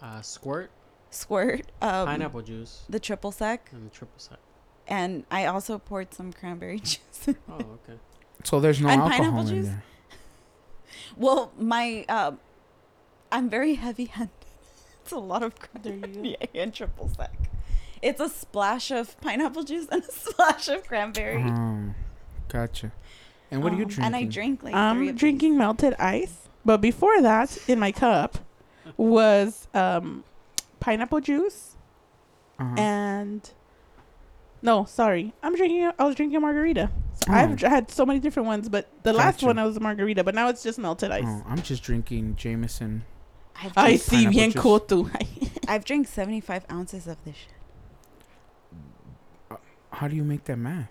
S8: Uh, squirt,
S9: squirt, um,
S8: pineapple juice,
S9: the triple sec,
S8: and triple sec.
S9: and I also poured some cranberry juice.
S8: Oh, okay.
S6: So there's no
S9: And
S6: alcohol
S9: pineapple
S6: in
S9: juice?
S6: there.
S9: well, my um, I'm very heavy-handed. It's a lot of cranberry Marnier and triple sec. It's a splash of pineapple juice and a splash of cranberry.
S6: Oh, gotcha. And what are you
S9: Um,
S6: drinking?
S9: And I drink like three
S7: I'm
S9: of
S7: drinking melted ice, but before that, in my cup was um, pineapple juice
S6: Uh-huh.
S7: and no, sorry, I'm drinking. I was drinking a margarita. So I've
S6: Oh.
S7: dr- had so many different ones, but the last
S6: Gotcha.
S7: one I was a margarita, but now it's just melted ice.
S6: Oh, I'm just drinking Jameson.
S9: these. I've
S7: I
S9: drank,
S7: see, bien
S6: pineapple
S7: cool too.
S9: I've drank 75 ounces of this. shit.
S6: How do you make that math?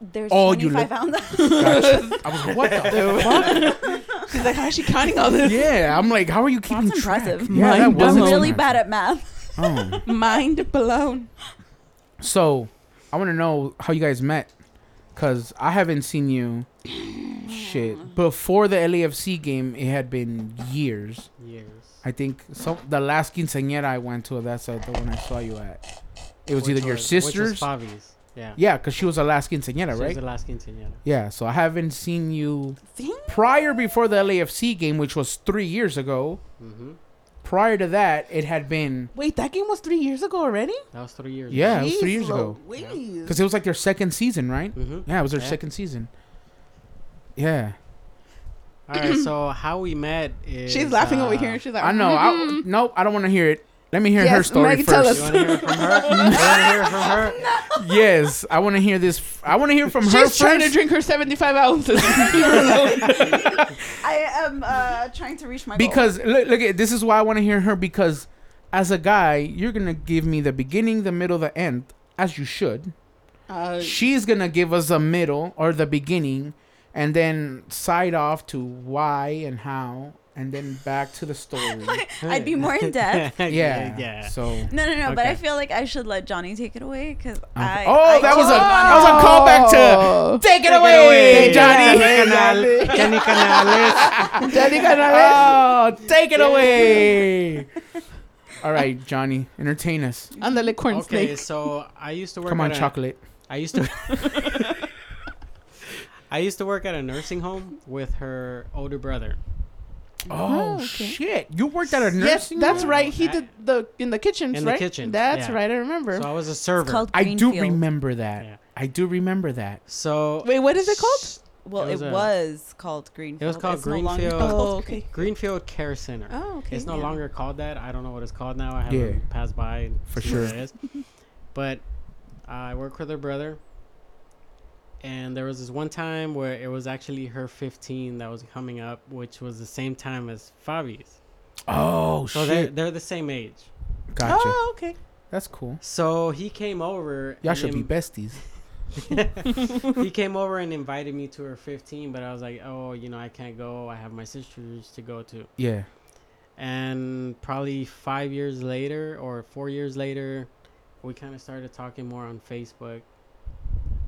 S9: There's
S6: Oh, you
S9: 25 ounces.
S6: Gotcha. I was like, what the fuck?
S7: She's like, how is she counting all this?
S6: Yeah, I'm like, how are you keeping
S9: That's
S6: track?
S9: impressive.
S6: Yeah, that
S7: Mind
S6: was
S9: I'm
S7: blown.
S9: really bad at math.
S6: Oh.
S7: Mind blown.
S6: So, I want to know how you guys met, cause I haven't seen you. Shit. Before the LAFC game, it had been years.
S8: Years.
S6: I think so. The last quinceañera I went to, that's uh, the one I saw you at. It was
S8: Which
S6: either your
S8: was-
S6: sister's.
S8: Which was Fabi's. Yeah.
S6: Yeah, because she was the last quinceañera,
S8: She was
S6: right?
S8: the last quinceañera.
S6: yeah, so I haven't seen you prior before the LAFC game, which was three years ago.
S8: Mm-hmm.
S6: Prior to that, it had been
S7: Wait, that game was three years ago already? Oh,
S8: That was three years.
S6: Oh, yeah, it was three years ago
S7: Louise.
S6: because it was like their second season, right?
S8: Mm-hmm.
S6: Yeah, it was their
S8: Yeah.
S6: second season. Yeah,
S8: All right. So how we met is.
S7: She's laughing over
S8: uh,
S7: here. She's like,
S6: I know. I,
S8: Mm-hmm.
S6: nope, I don't want to hear it. Let me hear her
S7: Yes,
S6: story
S7: Maggie,
S6: first.
S7: tell
S8: You want to hear it from her? you want to hear it from her?
S6: yes, I want to hear this. f- I want to hear from her
S7: She's trying to
S6: first
S7: drink her 75 ounces.
S9: I am uh, trying to reach my goal.
S6: because look, look at this is why I want to hear her because as a guy, you're gonna give me the beginning, the middle, the end, as you should.
S7: Uh,
S6: She's gonna give us a middle or the beginning, and then side off to why and how, and then back to the story.
S9: I'd be more in depth.
S8: yeah,
S6: yeah,
S8: yeah.
S6: So.
S9: No, no, no. But I
S8: Okay.
S9: feel like I should let Johnny take it away because I.
S6: oh,
S9: I
S6: that was a
S9: don't
S6: that was
S9: wanna-
S6: a callback to take it away, Johnny.
S8: Johnny Canal- Johnny Canales.
S6: Oh, take it away. All right, Johnny, entertain us.
S7: Andale corn
S8: Okay,
S7: snake.
S8: so I used to work.
S6: Come on,
S8: at a-
S6: chocolate.
S8: I used to. I used to work at a nursing home with her older brother.
S6: Oh
S7: okay.
S6: shit! You worked at a
S7: Yes,
S6: nursing.
S7: that's
S6: home?
S7: right. He
S8: I-
S7: did the in the kitchens,
S8: In the
S7: right?
S8: kitchens,
S7: That's
S8: yeah.
S7: right. I remember.
S8: So I was a server.
S9: It's called
S6: I do
S9: Greenfield.
S6: remember that.
S8: Yeah.
S6: I do remember that.
S8: so
S7: Wait, what is it called?
S8: Sh-
S9: Well,
S8: it
S9: it
S8: was
S9: was,
S8: a-
S9: called Greenfield.
S8: called
S9: It's no longer
S8: Greenfield.
S7: oh,
S9: called
S7: okay.
S8: Greenfield Care Center.
S7: Oh, okay,
S8: It's no
S7: yeah.
S8: longer called that. I don't know what it's called now. I
S6: Yeah.
S8: haven't passed by and
S6: For
S8: seen what
S6: sure.
S8: it is. But I work with her brother, and there was this one time where it was actually her 15 that was coming up, which was the same time as Fabi's.
S6: Oh
S8: So they're,
S6: shit!
S8: they're the same age.
S6: Gotcha.
S7: Oh, okay.
S6: That's cool.
S8: So he came over.
S6: Y'all
S8: and
S6: should be
S8: im-
S6: besties.
S8: he came over and invited me to her 15, but I was like, oh, you know, I can't go. I have my sisters to go to.
S6: Yeah.
S8: and probably five years later or four years later we kind of started talking more on facebook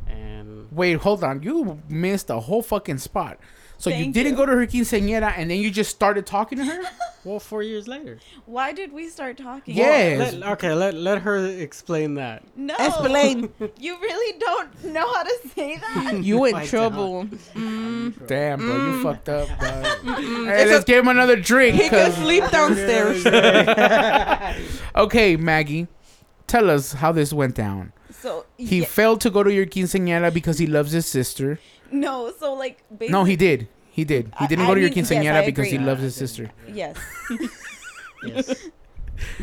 S8: and
S6: Wait, hold on. You missed a whole fucking spot. So you
S9: Thank
S6: didn't
S9: you.
S6: go to her quinceañera, and then you just started talking to her.
S8: well four years later
S9: Why did we start talking?
S6: yes.
S8: let, okay let, let her explain that
S9: No.
S7: Explain.
S9: You really don't know how to say that.
S7: you in
S8: Fight
S7: trouble.
S6: Damn, bro,
S9: Mm.
S6: you fucked up. Bro. hey, let's give him another drink.
S7: He can
S6: 'cause-
S7: sleep downstairs.
S6: Okay, Maggie, tell us how this went down.
S9: so
S6: He
S9: yeah,
S6: failed to go to your quinceañera because he loves his sister.
S9: no. So like basically,
S6: No, he did. He did. He
S9: I-
S6: didn't
S9: I
S6: go to your
S9: mean, yes,
S6: quinceañera
S9: I
S6: because he
S9: agree.
S6: loves his sister.
S9: Yes,
S8: yes.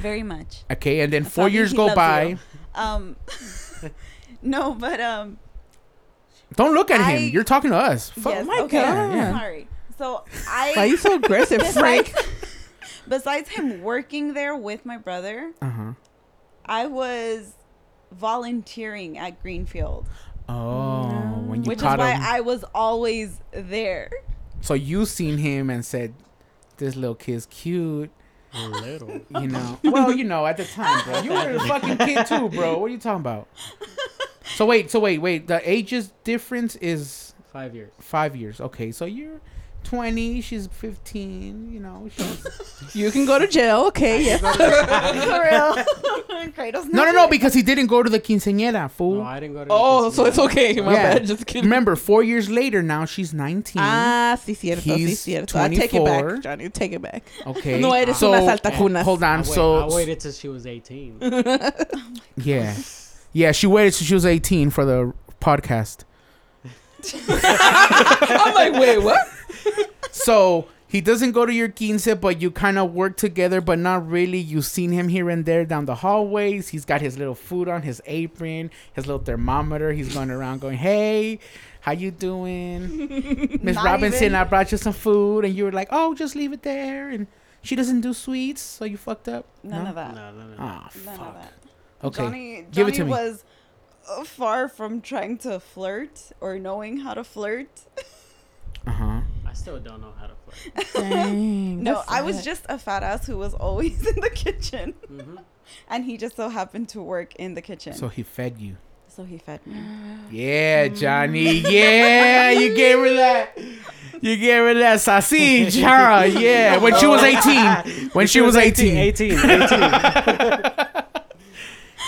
S9: very much.
S6: Okay, and then
S9: That's
S6: four
S9: how he
S6: years go
S9: loves
S6: by.
S9: you. Um, no, but um,
S6: Don't look at him.
S9: I-
S6: You're talking to us. Fuck.
S9: yes.
S7: my
S9: okay,
S7: God.
S6: Yeah.
S9: Sorry. So
S7: Why are
S9: I
S7: you so aggressive, Frank?
S9: besides him working there with my brother,
S6: Uh-huh.
S9: I was volunteering at Greenfield,
S6: Oh, when you
S9: which is
S6: caught
S9: why
S6: him.
S9: I was always there.
S6: so you seen him and said, "This little kid's cute."
S8: a little
S6: You know. well, you know, at the time, bro. You were a fucking kid too, bro. What are you talking about? So wait, so wait, wait. The ages difference is
S8: five years
S6: five years. Okay, so you're twenty. She's fifteen. You know. She's, you can go to.
S7: Jail. Okay. Yeah.
S9: For real. Kratos
S6: No, no, no, because he didn't go to the quinceañera, fool.
S8: no i didn't go to the
S7: Oh,
S8: quinceañera.
S7: so it's okay. My
S6: Yeah.
S7: bad. Just kidding.
S6: Remember, four years later, now she's nineteen.
S7: Ah, sí, cierto, sí,
S6: He's
S7: cierto. I take it
S6: 24.
S7: back, Johnny. Take it back.
S6: Okay.
S7: No eres
S6: so,
S7: unas altacunas.
S6: Hold on.
S8: I, wait,
S6: so
S8: I waited till she was 18
S6: Yeah. Yeah, she waited till she was 18 for the podcast.
S7: I'm like, wait, what?
S6: So he doesn't go to your quince, but you kind of work together, but not really. You've seen him here and there down the hallways. He's got his little food on his apron, his little thermometer. He's going around going, hey, how you doing? Miss
S9: Not
S6: Robinson,
S9: even.
S6: I brought you some food. And you were like, oh, just leave it there. And she doesn't do sweets, so you fucked up.
S9: None of that.
S8: no, no, no.
S6: Ah,
S9: None
S6: fuck.
S9: of that.
S6: Okay.
S9: Johnny, Johnny
S6: Give it to me.
S9: was uh, far from trying to flirt or knowing how to flirt.
S6: Uh-huh.
S8: i still don't know how to play
S7: Dang,
S9: No,
S7: that's
S9: I was
S7: sad.
S9: just a fat ass who was always in the kitchen.
S8: Mhm.
S9: And he just so happened to work in the kitchen.
S6: So
S9: So,
S6: he fed you.
S9: he fed me.
S6: Yeah,
S9: Mm.
S6: Johnny. Yeah, you gave her that. You gave her that sausage, huh? Yeah, when she was 18. When she was 18,
S8: 18 18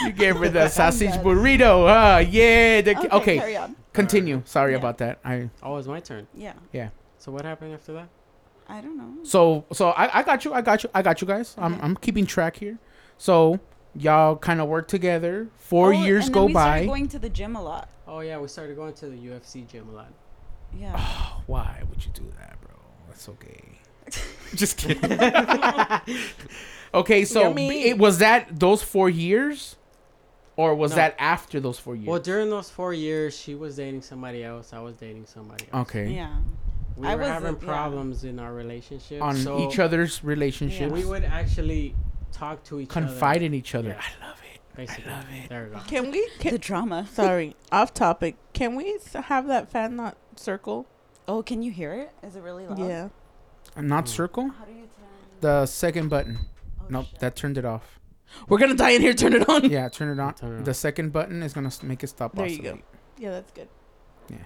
S6: you gave her the sausage burrito, huh? Yeah. The,
S9: Okay,
S6: okay,
S9: carry on.
S6: continue. Sorry
S9: Yeah.
S6: about that. I
S8: oh it's my turn
S9: Yeah,
S6: yeah.
S8: so what happened after that
S9: I don't know.
S6: So so I, I got you. I got you. I got you guys. I'm I'm keeping track here. So y'all kind of work together. Four
S9: Four
S6: years go
S9: Oh, we started
S6: by.
S9: going to the gym a lot.
S8: oh yeah we started going to the ufc gym a lot
S6: Oh,
S9: Yeah.
S6: Why would you do that, bro? That's okay. Just kidding. okay, so
S7: Yummy.
S6: it was that those four years, or was
S8: No.
S6: that after those four years?
S8: Well, during those four years, she was dating somebody else. I was dating somebody else.
S6: okay,
S9: yeah.
S8: We
S9: I
S8: were
S9: wasn't-
S8: having
S9: yeah.
S8: problems in our relationship.
S6: on
S8: so
S6: each other's relationships,
S8: We would actually talk to each
S6: confide
S8: other.
S6: in each other.
S8: Yeah.
S6: I love it.
S8: Basically. There we go.
S7: Can we? Can,
S9: The drama.
S7: sorry, off topic. Can we s- have that fan not circle?
S9: Oh, can you hear it? Is it really loud?
S7: Yeah.
S6: Not circle.
S9: How do you turn? Oh,
S6: The second button. nope, that turned it off.
S7: We're gonna die in here. Turn it on.
S6: Yeah, turn it on.
S8: Turn it
S6: The
S8: on.
S6: second button is gonna s- make it stop.
S7: There you go.
S6: oscillating.
S7: Yeah, that's good.
S6: Yeah.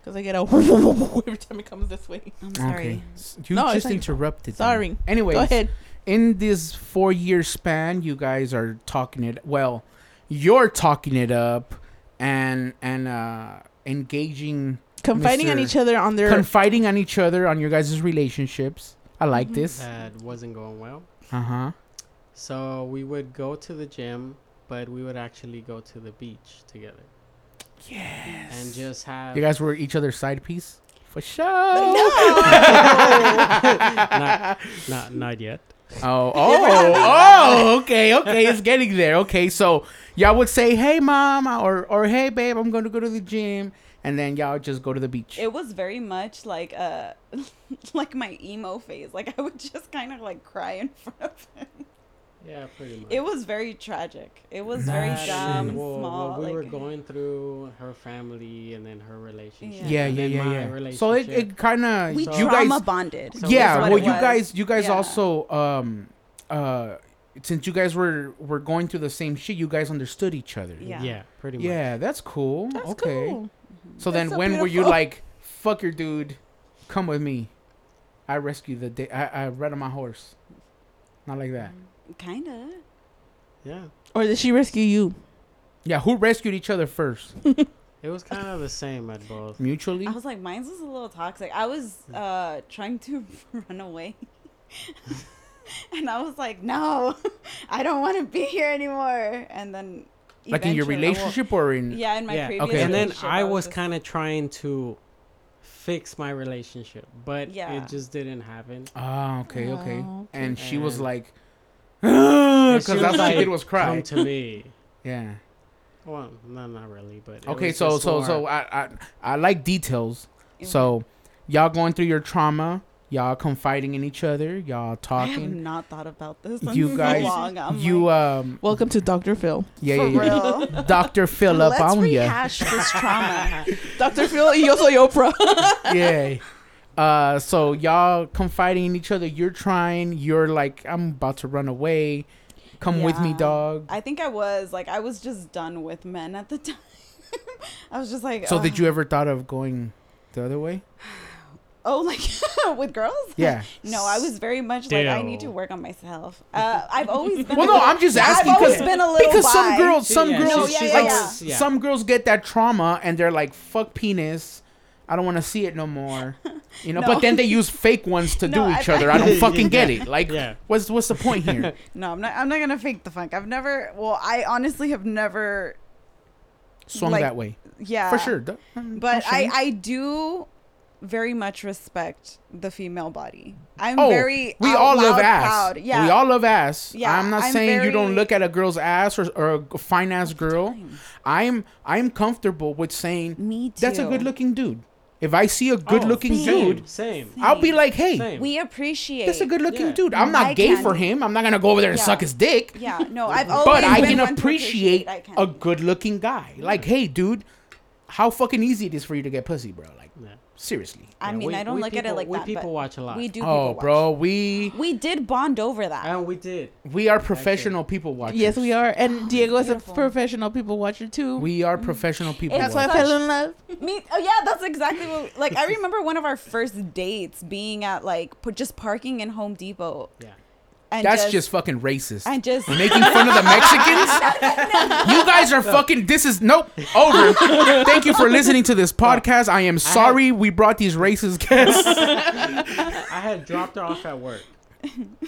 S7: Because I get a every time it comes this way.
S9: I'm sorry.
S6: Okay. S- You
S7: No, it's
S6: just
S7: not your fault.
S6: interrupted. me.
S7: Sorry.
S6: Anyways,
S7: Go ahead.
S6: in this four year span you guys are talking it well you're talking it up and and uh engaging
S7: Confiding on
S6: Mr.
S7: each other on their.
S6: confiding on each other on your guys' relationships i like this
S8: Mm-hmm. That wasn't going well.
S6: uh-huh
S8: So we would go to the gym, but we would actually go to the beach together. Yes. And just have
S6: you guys were each other's side piece for sure oh
S8: not, not not yet.
S6: oh oh okay okay it's getting there okay so y'all would say hey mom or or hey babe i'm gonna go to the gym and then y'all just go to the beach
S9: It was very much like uh like my emo phase. Like I would just kind of like cry in front of him.
S8: Yeah, pretty much.
S9: It was very tragic. It was very
S6: Nice.
S9: dumb,
S8: Well, well,
S9: um, small.
S8: we
S9: like,
S8: were going through her family and then her relationship.
S6: yeah
S8: and
S6: yeah
S8: then my
S6: yeah, yeah. so it,
S8: relationship.
S6: it kind of
S9: we
S6: you
S9: trauma
S6: guys
S9: bonded.
S8: So
S6: yeah
S8: is
S9: what
S6: well
S9: it
S6: you
S9: was.
S6: guys you guys
S9: Yeah.
S6: also um uh since you guys were were going through the same shit you guys understood each other
S9: Yeah.
S8: yeah. pretty much.
S6: yeah that's cool
S7: That's
S6: okay
S7: cool.
S6: so
S7: That's
S6: then
S7: so
S6: when were you
S7: beautiful.
S6: like fuck your dude come with me i rescued the day i, I ride on my horse not like that
S9: Kind of.
S8: Yeah.
S7: Or did she rescue you?
S6: yeah who rescued each other first
S8: It was kind of the same at both.
S6: mutually
S9: I was like, mine's was a little toxic. I was
S6: Mm.
S9: uh trying to run away. and I was like, no, I don't want to be here anymore. And then
S6: like in your
S9: eventually-
S6: relationship or in
S9: Yeah, in my
S8: yeah.
S9: previous
S6: okay.
S8: And then
S9: relationship,
S8: I was
S9: just-
S8: kind of trying to fix my relationship, but
S9: Yeah.
S8: it just didn't happen.
S6: ah okay okay
S7: Oh, okay.
S6: and she was
S8: And-
S6: like
S8: And
S6: because
S8: she was
S6: Uh, that's what she
S8: like,
S6: did was cry
S8: Come to me.
S6: yeah
S8: Well, no, not really, but it
S6: Okay,
S8: was
S6: so
S8: just
S6: so
S8: more-
S6: so I, I I like details. So y'all going through your trauma, y'all confiding in each other, y'all
S9: I have
S6: talking.
S9: not thought about this. in
S6: You
S9: so
S6: guys,
S9: long. I'm
S6: you
S9: like,
S6: um,
S7: Welcome to Dr. Phil.
S6: yeah,
S9: for
S6: yeah,
S9: real.
S6: yeah. Doctor Phil up
S9: Let's
S6: on ya.
S9: rehash this trauma.
S7: Dr. Phil, yo soy Oprah.
S6: yeah. Uh, so y'all confiding in each other. You're trying. You're like, I'm about to run away. Come with me,
S9: Yeah.
S6: dog.
S9: I think I was like, I was just done with men at the time. I was just like,
S6: So
S9: "Ugh."
S6: did you ever thought of going the other way?
S9: Oh, like with girls?
S6: Yeah.
S9: No, I was very much like I need to
S8: Still.
S9: work on myself. Uh, I've always been.
S6: Well,
S9: a
S6: no,
S9: little-
S6: I'm just
S9: Yeah,
S6: asking
S9: I've always
S6: 'cause-
S9: been a little
S6: because some
S9: bi.
S6: girls, some
S8: Yeah,
S6: girls,
S9: she's- No, yeah,
S6: like
S9: yeah,
S6: s-
S8: yeah.
S6: some girls get that trauma and they're like, "Fuck penis, I don't want to see it no more," you know.
S9: No.
S6: But then they use fake ones to
S9: No,
S6: do
S9: I-
S6: each other. I don't fucking get it. Like,
S8: Yeah.
S6: what's what's the point here?
S9: No, I'm not. I'm not gonna fake the funk. I've never. Well, I honestly have never.
S6: Swung
S9: Like,
S6: that way
S9: Yeah.
S6: for sure. Duh. Mm,
S9: But
S6: no
S9: I,
S6: shame.
S9: I do very much respect the female body. I'm
S6: Oh,
S9: very.
S6: we
S9: out
S6: all love
S9: loud
S6: ass.
S9: proud. Yeah.
S6: We all love ass.
S9: Yeah,
S6: I'm not
S9: I'm
S6: saying you don't
S9: very-
S6: look at a girl's ass or, or a fine ass girl. I'm I'm comfortable with saying
S9: Me
S6: that's a
S9: too.
S6: good looking dude. If I see a
S8: Oh,
S6: good looking
S8: same,
S6: dude,
S8: Same.
S6: I'll be like, hey,
S8: Same.
S9: We appreciate.
S6: That's a good looking
S8: Yeah.
S6: dude. I'm not
S9: I
S6: gay
S9: can-
S6: for him. I'm not gonna go over there and
S9: Yeah.
S6: suck his dick.
S9: Yeah. No, I've always.
S6: But I
S9: been
S6: can
S9: one to
S6: appreciate
S9: I can.
S6: a good looking guy. Like, hey, dude, how fucking easy it is for you to get pussy, bro. Like,
S8: Yeah.
S6: seriously.
S9: I
S8: Yeah,
S9: mean,
S8: we-
S9: I don't
S8: we
S9: look at it
S8: people-
S9: like
S8: we
S9: that.
S8: people
S9: but
S8: watch a lot.
S9: We do.
S6: Oh,
S9: people
S6: bro,
S9: watch.
S6: we
S9: We did bond over that.
S8: And we did.
S6: we are professional people watchers.
S7: yes, we are. And Diego is
S9: Beautiful.
S7: a professional people watcher too.
S6: We are professional people.
S9: That's
S7: That's
S9: why
S7: why I
S6: watchers.
S7: fell in love.
S9: Me, oh yeah, that's exactly what. we- Like I remember one of our first dates being at like pu- just parking in Home Depot.
S8: Yeah.
S9: And
S6: That's just, fucking racist.
S9: And just oh
S6: Making fun of the Mexicans? you guys are fucking. This is nope. Over. Thank you for listening to this podcast. I am sorry we brought these racist guests.
S8: I had dropped her off at work.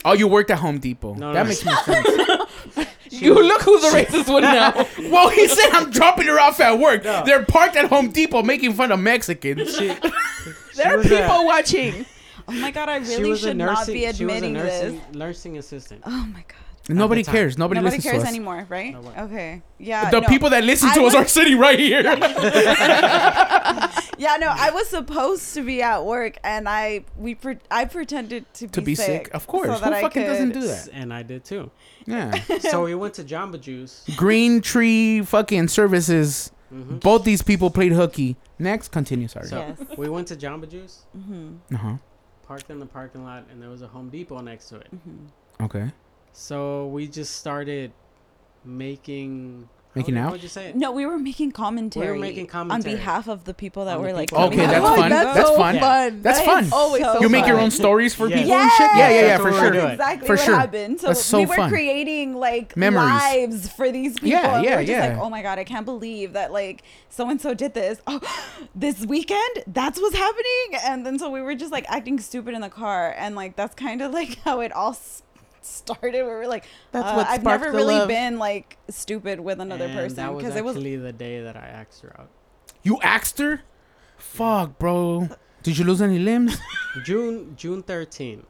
S6: Oh, you worked at Home Depot.
S8: No, no,
S6: that
S8: no.
S6: makes no sense.
S7: You look who the racist one now.
S6: well, he said I'm dropping her off at work. They're parked at Home Depot making fun of Mexicans.
S8: She,
S7: There are
S8: was a-
S7: people watching.
S9: oh my god, I
S8: she
S9: really
S8: was a
S9: should
S8: nursing.
S9: not be
S8: she was a
S9: admitting
S8: nursing,
S9: this.
S8: nursing assistant.
S9: Oh my god,
S6: Nobody
S8: At the time.
S6: cares. Nobody,
S9: nobody
S6: listens
S9: cares
S6: to us.
S9: anymore, right?
S8: Nobody.
S9: okay, yeah.
S6: The
S9: no.
S6: people that listen
S9: I
S6: to us
S9: was-
S6: are sitting right here.
S9: yeah, Yeah, no, I was supposed to be at work, and I we pre- I pretended to be
S6: to be sick. Of course.
S9: so
S6: Who
S9: that I
S6: fucking doesn't
S9: could-
S6: do that?
S8: and I did too.
S6: Yeah.
S8: So we went to Jamba Juice. Mm-hmm.
S6: Green Tree fucking services. Both these people played hooky. Next, continue. Sorry.
S8: So
S9: Yes.
S8: we went to Jamba Juice,
S6: uh huh.
S8: parked in the parking lot, and there was a Home Depot next to it.
S9: Mm-hmm.
S6: Okay.
S8: So we just started making how
S6: Making
S8: would- how
S6: out?
S8: Would you say it?
S9: No, we were making commentary.
S8: making
S9: on
S8: commentary.
S9: behalf of the people that
S8: On
S9: were
S8: the
S9: like.
S8: people.
S6: Okay,
S9: coming
S6: that's
S9: out.
S6: fun.
S7: that's
S6: That's
S7: so
S6: fun.
S7: fun.
S6: That's
S7: That
S6: fun.
S7: is always
S9: So
S7: so
S6: you make your
S7: fun.
S6: own stories for
S8: Yes.
S6: people and shit. Yeah, yeah,
S8: Yes,
S6: yeah,
S8: that's
S6: for
S8: what
S6: sure.
S8: we're doing.
S9: Exactly
S6: For
S9: what
S6: sure.
S9: happened. So,
S6: That's so
S9: we were
S6: fun.
S9: creating like
S6: Memories.
S9: lives for these people.
S6: Yeah,
S9: and we
S6: yeah,
S9: were just
S6: yeah.
S9: like, oh my god, I can't believe that like so and so did this. Oh, this weekend, that's what's happening. And then so we were just like acting stupid in the car, and like that's kind of like how it all s- started. We were like,
S7: That's
S9: uh,
S7: what
S9: I've
S7: sparked
S9: never
S7: the
S9: really
S7: love.
S9: been like stupid with another
S8: And
S9: person
S8: that was
S9: because it was
S8: actually the day that I asked her out.
S6: You axed her? Fuck, bro. Did you lose any limbs?
S8: June June 13.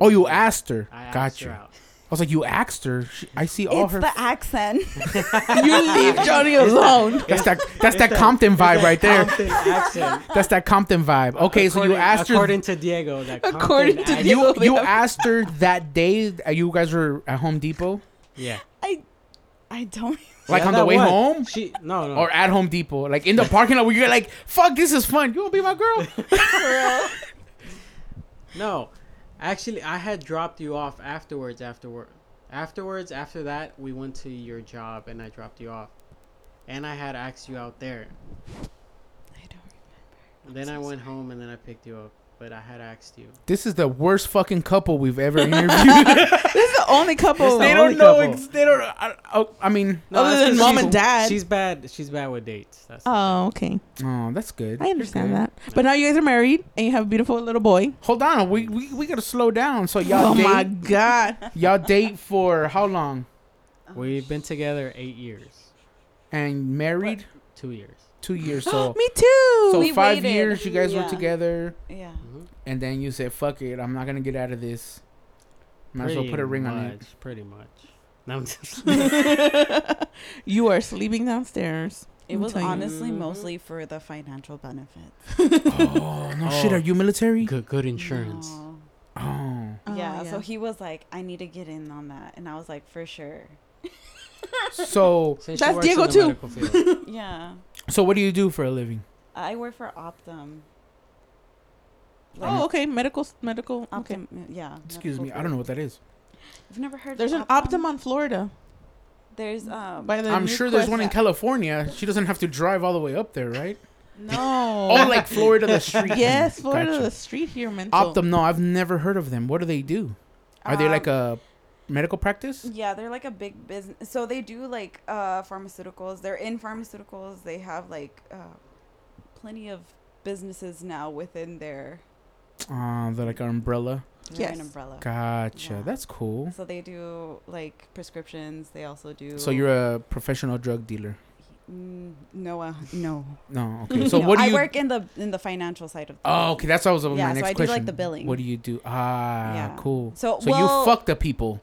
S6: Oh, you asked her.
S8: I asked
S6: Got you.
S8: her
S6: I
S8: out.
S6: was like, you axed her. She, I see all
S9: it's
S6: her.
S9: the accent.
S7: You leave Johnny alone.
S6: that's that. That's that Compton vibe right there.
S8: Compton accent.
S6: That's that Compton vibe. Okay, so you
S8: According-
S6: asked her.
S8: According to Diego, that Compton
S7: According to
S8: accent-
S6: You
S7: Diego, they
S6: you
S7: have-
S6: asked her that day. uh, You guys were at Home Depot,
S8: yeah.
S9: I I don't.
S6: like
S8: Yeah,
S6: on the
S8: that
S6: way
S8: was. Oh.
S6: home.
S8: She no no.
S6: or at Home Depot, like in the parking lot where you're like, "Fuck, this is fun. You wanna be my girl?"
S8: No, actually, I had dropped you off afterwards. Afterward, afterwards, after that, we went to your job, and I dropped you off, and I had asked you out there.
S9: I don't.
S8: And then I went home, and then I picked you up, but I had asked you.
S6: this is the worst fucking couple we've ever interviewed.
S7: This is the only couple.
S8: It's
S6: they
S8: the
S6: don't
S8: only
S6: know.
S8: couple.
S6: Ex- they don't. I, oh, I mean,
S7: Other
S8: that's
S7: than
S8: 'cause
S7: mom
S8: she's-
S7: and dad.
S8: she's bad. She's bad with dates. That's the
S7: Oh, okay.
S6: oh, that's good.
S7: I understand that. But now you guys are married and you have a beautiful little boy.
S6: Hold on, we, we we gotta slow down. So y'all
S7: oh
S6: date,
S7: my god.
S6: y'all date for how long?
S8: thing. We've been together eight years,
S6: And married
S8: two years.
S6: two years. So
S7: Me too.
S6: so
S9: We
S6: five
S9: waited.
S6: years you guys were
S9: Yeah.
S6: together,
S9: Yeah.
S6: and then you said, "Fuck it, I'm not gonna get out of this." Might as well put a ring on it.
S8: much, Pretty much. No, I'm just-
S7: you are sleeping downstairs.
S9: It
S7: Let me
S9: was
S7: tell you.
S9: honestly mostly for the financial benefits.
S6: Oh no, shit! Are you military?
S8: good, good insurance.
S9: No.
S6: Oh,
S7: Oh,
S9: yeah, so he was like, I need to get in on that. And I was like, for sure.
S6: so
S8: Since she
S7: That's
S8: works in
S7: Diego
S8: the
S7: too.
S8: medical field.
S9: yeah.
S6: so what do you do for a living?
S9: I work for Optum.
S7: Oh, okay. Medical, medical. Okay.
S9: Optum. Yeah.
S6: Excuse
S9: medical
S6: me, I don't know
S9: group.
S6: what that is.
S9: You've never heard
S7: There's
S9: of
S7: an Optum on Florida.
S9: There's, um,
S7: By the
S6: I'm
S7: new
S6: sure there's
S7: Quest
S6: one in
S7: app.
S6: California. She doesn't have to drive all the way up there, right?
S7: No.
S6: Oh, like Florida the street.
S7: yes, Florida
S6: Gotcha.
S7: the street here, mental.
S6: Optum. No, I've never heard of them. What do they do? Are they like a medical practice?
S9: Um, yeah, they're like a big business. So they do like uh, pharmaceuticals. They're in pharmaceuticals. They have like uh, plenty of businesses now within their,
S6: Uh, they're like an umbrella.
S9: their
S7: Yes.
S9: umbrella.
S6: Gotcha.
S9: Yeah.
S6: That's cool.
S9: So they do like prescriptions. They also do.
S6: So you're a professional drug dealer.
S9: Mm, no, uh, no.
S6: No. Okay. So
S9: No,
S6: what do you?
S9: I work in the in the financial side of. things.
S6: Oh, okay. That's what was my
S9: Yeah, so
S6: next
S9: I do, like,
S6: question.
S9: the billing.
S6: What do you do? Ah,
S9: Yeah.
S6: cool. So,
S9: So,
S6: you
S9: well-
S6: fuck the people.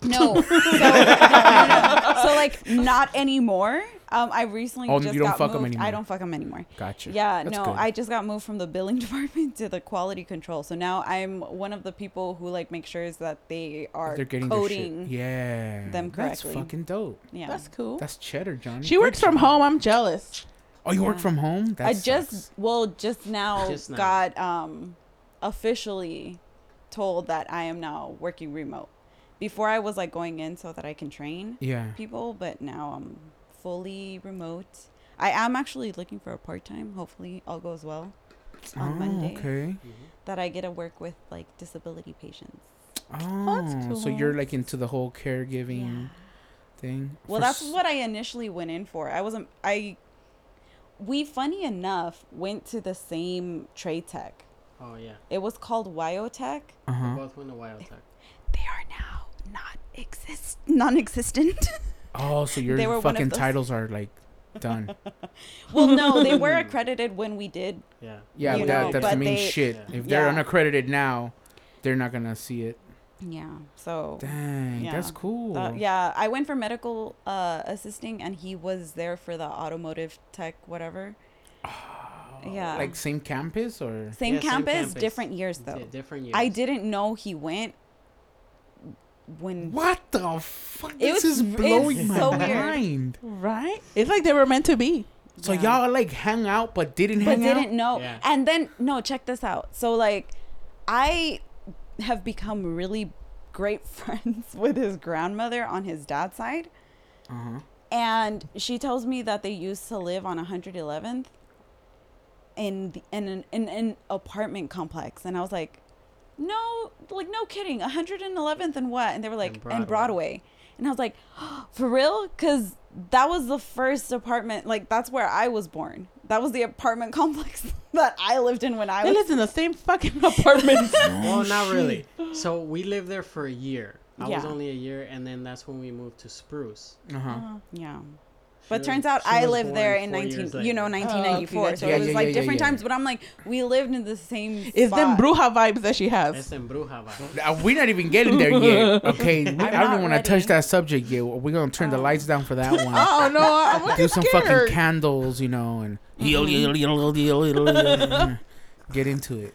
S9: No. So, no, no, no. so like not anymore. Um, I recently
S6: Oh,
S9: just
S6: you don't
S9: got
S6: fuck 'em
S9: moved.
S6: anymore.
S9: I don't fuck them anymore.
S6: Gotcha.
S9: Yeah,
S6: That's
S9: no,
S6: good.
S9: I just got moved from the billing department to the quality control. So now I'm one of the people who like make sure that they are
S6: They're getting
S9: coding.
S6: their shit. Yeah.
S9: them
S6: That's
S9: correctly.
S6: fucking dope.
S9: yeah.
S7: That's cool.
S6: That's cheddar, Johnny.
S7: she works from home. I'm jealous.
S6: Oh, you work
S9: Yeah.
S6: from home? That
S9: I just
S6: sucks.
S9: well just now,
S8: Just now.
S9: got um officially told that I am now working remote. Before I was like going in so that I can train
S6: yeah.
S9: people, but now I'm fully remote. I am actually looking for a part time. Hopefully all goes well on
S6: oh,
S9: Monday
S6: okay.
S9: that I get to work with like disability patients.
S6: Oh, so you're
S7: cool.
S6: like into the whole caregiving
S9: Yeah.
S6: thing.
S9: Well,
S6: For
S9: that's
S6: s-
S9: what I initially went in for. I wasn't. I. We funny enough went to the same trade tech.
S8: Oh yeah.
S9: It was called Wyotech.
S8: We both went to Wild Tech.
S9: They are now not exist non-existent.
S6: Oh, so your
S9: They were one of
S6: fucking
S9: those.
S6: titles are like done.
S9: well, no, they were accredited when we did.
S8: Yeah.
S6: Yeah,
S9: You
S6: that that's
S9: know,
S6: the
S9: but
S6: main
S9: they-
S6: shit.
S8: Yeah.
S6: If they're
S9: Yeah.
S6: unaccredited now, they're not gonna see it.
S9: Yeah. So.
S6: Dang,
S9: Yeah.
S6: that's cool.
S9: uh, yeah, I went for medical uh, assisting, and he was there for the automotive tech, whatever. yeah.
S6: Like same campus or
S9: same,
S8: Oh. Yeah, same
S9: campus,
S8: campus.
S9: different years though.
S8: Yeah, different years.
S9: I didn't know he went when
S6: what the fuck?
S9: It
S6: this
S9: was-
S6: is
S9: it's
S6: blowing my
S9: so weird.
S6: mind.
S7: Right? It's like they were meant to be.
S6: So
S9: Yeah.
S6: y'all like hang out but didn't
S9: but
S6: hang
S9: didn't
S6: out.
S9: know.
S8: Yeah.
S9: And then no, check this out. So like I have become really great friends with his grandmother on his dad's side. And she tells me that they used to live on 111th in the, in, an, in an apartment complex and I was like no like no kidding 111th and what and they were like and
S8: And
S9: Broadway,
S8: Broadway.
S9: and I was like for real cuz that was the first apartment like that's where I was born that was the apartment complex that I lived in when I
S7: They
S9: was
S7: lived in the same fucking apartment.
S8: Well, not really. So we lived there for a year. I was
S9: Yeah.
S8: only a year, and then that's when we moved to Spruce.
S9: yeah
S8: She
S9: but
S8: was-
S9: turns out
S8: she
S9: I
S8: was
S9: lived
S8: born
S9: there in
S8: four years
S9: 19
S8: later.
S9: you know
S6: Oh,
S9: 1994 so
S6: Yeah,
S9: it was
S6: yeah,
S9: like
S6: yeah, yeah,
S9: different
S6: yeah.
S9: times but I'm like we lived in the same
S7: it's them
S9: spot.
S7: bruja vibes that she has.
S8: Es en Bruja, va.
S6: Uh, We're not even getting there yet. Okay, we, I
S9: not
S6: don't want to
S9: ready.
S6: touch that subject yet. We're gonna turn the lights down for that one.
S7: Oh no, I'm
S6: do
S7: looking
S6: some
S7: scared.
S6: fucking candles, you know, and get into it.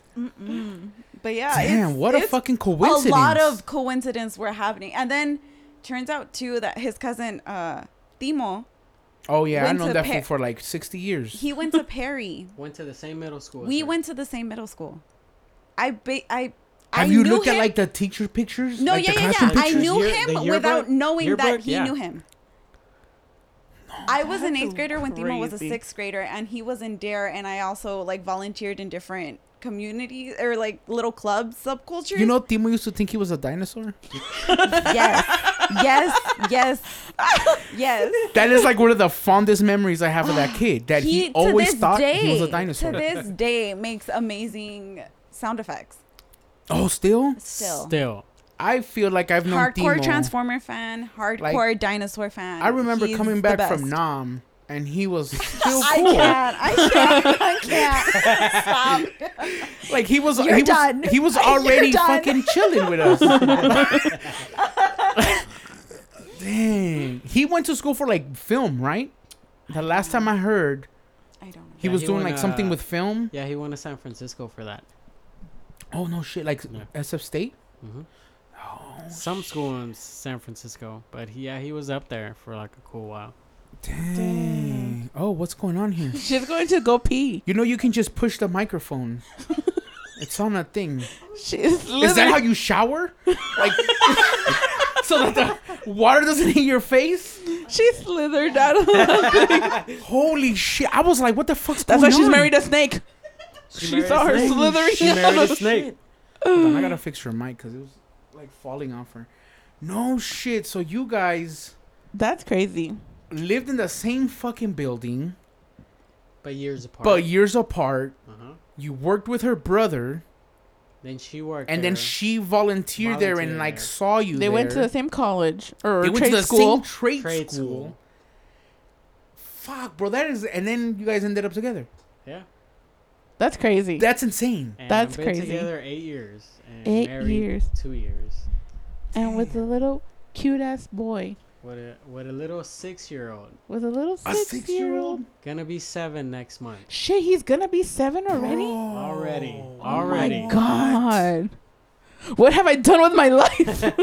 S9: But yeah,
S6: Damn,
S9: Uh, it's-
S6: what a
S9: it's
S6: fucking coincidence.
S9: A lot of coincidence were happening, and then turns out too that his cousin uh Timo
S6: Oh yeah,
S9: Went
S6: I
S9: to
S6: know that
S9: Pe-
S6: fool for like sixty years.
S9: he went to Perry.
S8: Went to the same middle school. as
S9: we
S8: her.
S9: went to the same middle school. I ba- I
S6: Have
S9: I
S6: you
S9: knew
S6: looked
S9: him.
S6: at like the teacher pictures?
S9: no
S6: Like,
S9: yeah
S6: the
S9: yeah yeah
S6: classroom
S9: I
S6: pictures?
S9: knew
S8: Year-
S9: him
S8: the yearbook-
S9: without knowing that
S8: yearbook,
S9: he
S8: yeah.
S9: knew him. I was an
S7: That's
S9: eighth grader when Timo was a
S7: crazy.
S9: sixth grader, and he was in Dare, and I also like volunteered in different communities or like little clubs subcultures.
S6: You know, Timo used to think he was a dinosaur.
S9: yes, yes, yes, yes.
S6: That is like one of the fondest memories I have of that kid. That he,
S9: to
S6: always
S9: this
S6: thought he was
S9: day-
S6: a dinosaur.
S9: To this day, makes amazing sound effects.
S6: Oh, still?
S9: Still,
S8: Still.
S6: I feel like I've known
S9: hardcore
S6: Timo.
S9: Transformer fan, hardcore dinosaur fan.
S6: I remember
S9: He's
S6: coming
S9: the
S6: back
S9: best.
S6: from Nam, and he was still
S9: I
S6: cool.
S9: can't. I can't. I can't. Stop.
S6: Like he was,
S9: You're
S6: he
S9: done.
S6: was, he was
S9: You're
S6: already
S9: done.
S6: fucking chilling with us. Dang, he went to school for like film, right? The last time I heard,
S9: I don't know.
S6: he
S8: Yeah,
S6: was
S8: he
S6: doing
S8: went,
S6: like something
S8: uh,
S6: with film.
S8: Yeah, he went to San Francisco for that.
S6: Oh no, shit! Like SF State.
S8: Some school in San Francisco, but he, yeah, he was up there for like a cool while.
S6: Dang. Oh, what's going on here?
S7: She's going to go pee.
S6: You know, you can just push the microphone. it's on a thing.
S7: She's literally.
S6: Is that how you shower? Like, so that the water doesn't hit your face?
S7: she slithered out of the
S6: Holy shit! I was like, what the fuck's
S7: That's why
S6: going
S7: she's
S6: on?
S7: married a snake. She, saw her slithering
S8: She
S7: out
S8: married
S7: of
S8: a snake.
S6: Hold on, I gotta fix her mic because it was like falling off her. No shit. So you guys
S7: That's crazy.
S6: lived in the same fucking building,
S8: But years apart.
S6: but years apart.
S8: uh-huh.
S6: You worked with her brother,
S8: Then she worked.
S6: and then
S8: there.
S6: she volunteered there and
S8: Volunteered
S6: like
S8: there.
S6: saw you.
S7: They went to
S6: there.
S7: the same college or
S6: They went
S7: trade
S6: to the
S7: school.
S6: same trade,
S8: Trade
S6: school.
S8: school.
S6: Fuck, bro. That is, and then you guys ended up together.
S8: Yeah.
S7: That's crazy.
S6: That's insane.
S8: And
S7: That's
S8: been
S7: crazy.
S8: Together eight years. And
S7: Eight
S8: married
S7: years.
S8: Two years.
S7: and with a little cute ass boy,
S8: What a what a little six year old.
S7: with a little
S6: A
S7: six, year old.
S8: Gonna be seven next month.
S7: Shit, he's gonna be seven already.
S6: Oh,
S7: Oh
S8: Already.
S7: my
S8: Already.
S7: god. What have I done with my life?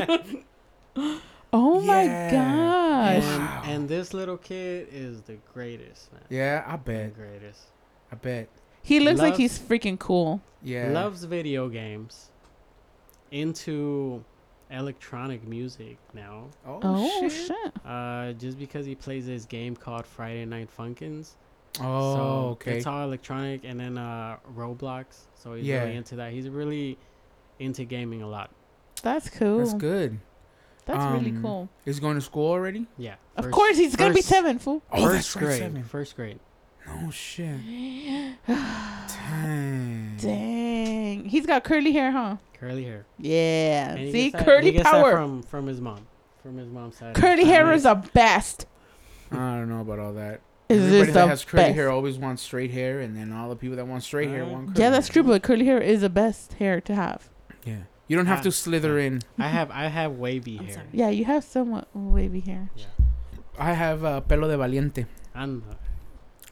S7: oh
S6: Yeah.
S7: my gosh.
S8: And, and this little kid is the greatest, man.
S6: Yeah, I
S8: The
S6: bet.
S8: greatest.
S6: I bet.
S7: He looks like
S8: Love-
S7: he's freaking cool.
S6: Yeah.
S8: Loves video games. Into electronic music now.
S6: Oh,
S7: Oh,
S6: shit.
S7: shit.
S8: Uh, just because he plays this game called Friday Night Funkins.
S6: Oh,
S8: so
S6: okay.
S8: It's all electronic and then uh, Roblox. So he's
S6: Yeah.
S8: really into that. He's really into gaming a lot.
S7: That's cool.
S6: That's
S7: That's,
S6: good.
S7: really
S6: Um,
S7: cool.
S6: He's going to school already?
S8: Yeah.
S7: Of
S8: first-
S7: course, he's gonna be
S8: first-
S7: seven, fool.
S6: Oh,
S8: first grade. First grade.
S6: Oh, shit. Dang.
S7: Dang. He's got curly hair, huh?
S8: Curly hair.
S7: Yeah.
S8: And he
S7: See,
S8: gets that- he
S7: curly
S8: gets that
S7: power.
S8: from from his mom, from his mom's side.
S7: curly hair is the best.
S6: I don't know about all that.
S7: Is
S6: Everybody
S7: this
S6: that
S7: the
S6: has curly
S7: best?
S6: hair always wants straight hair, and then all the people that want straight hair
S8: Right.
S6: want curly
S7: Yeah, that's
S6: hair.
S7: true, but curly hair is the best hair to have.
S6: Yeah. You don't have
S8: Ah.
S6: to slither in.
S8: I have I have wavy hair.
S9: sorry.
S7: Yeah, you have somewhat wavy hair.
S6: I have uh, pelo de valiente.
S8: And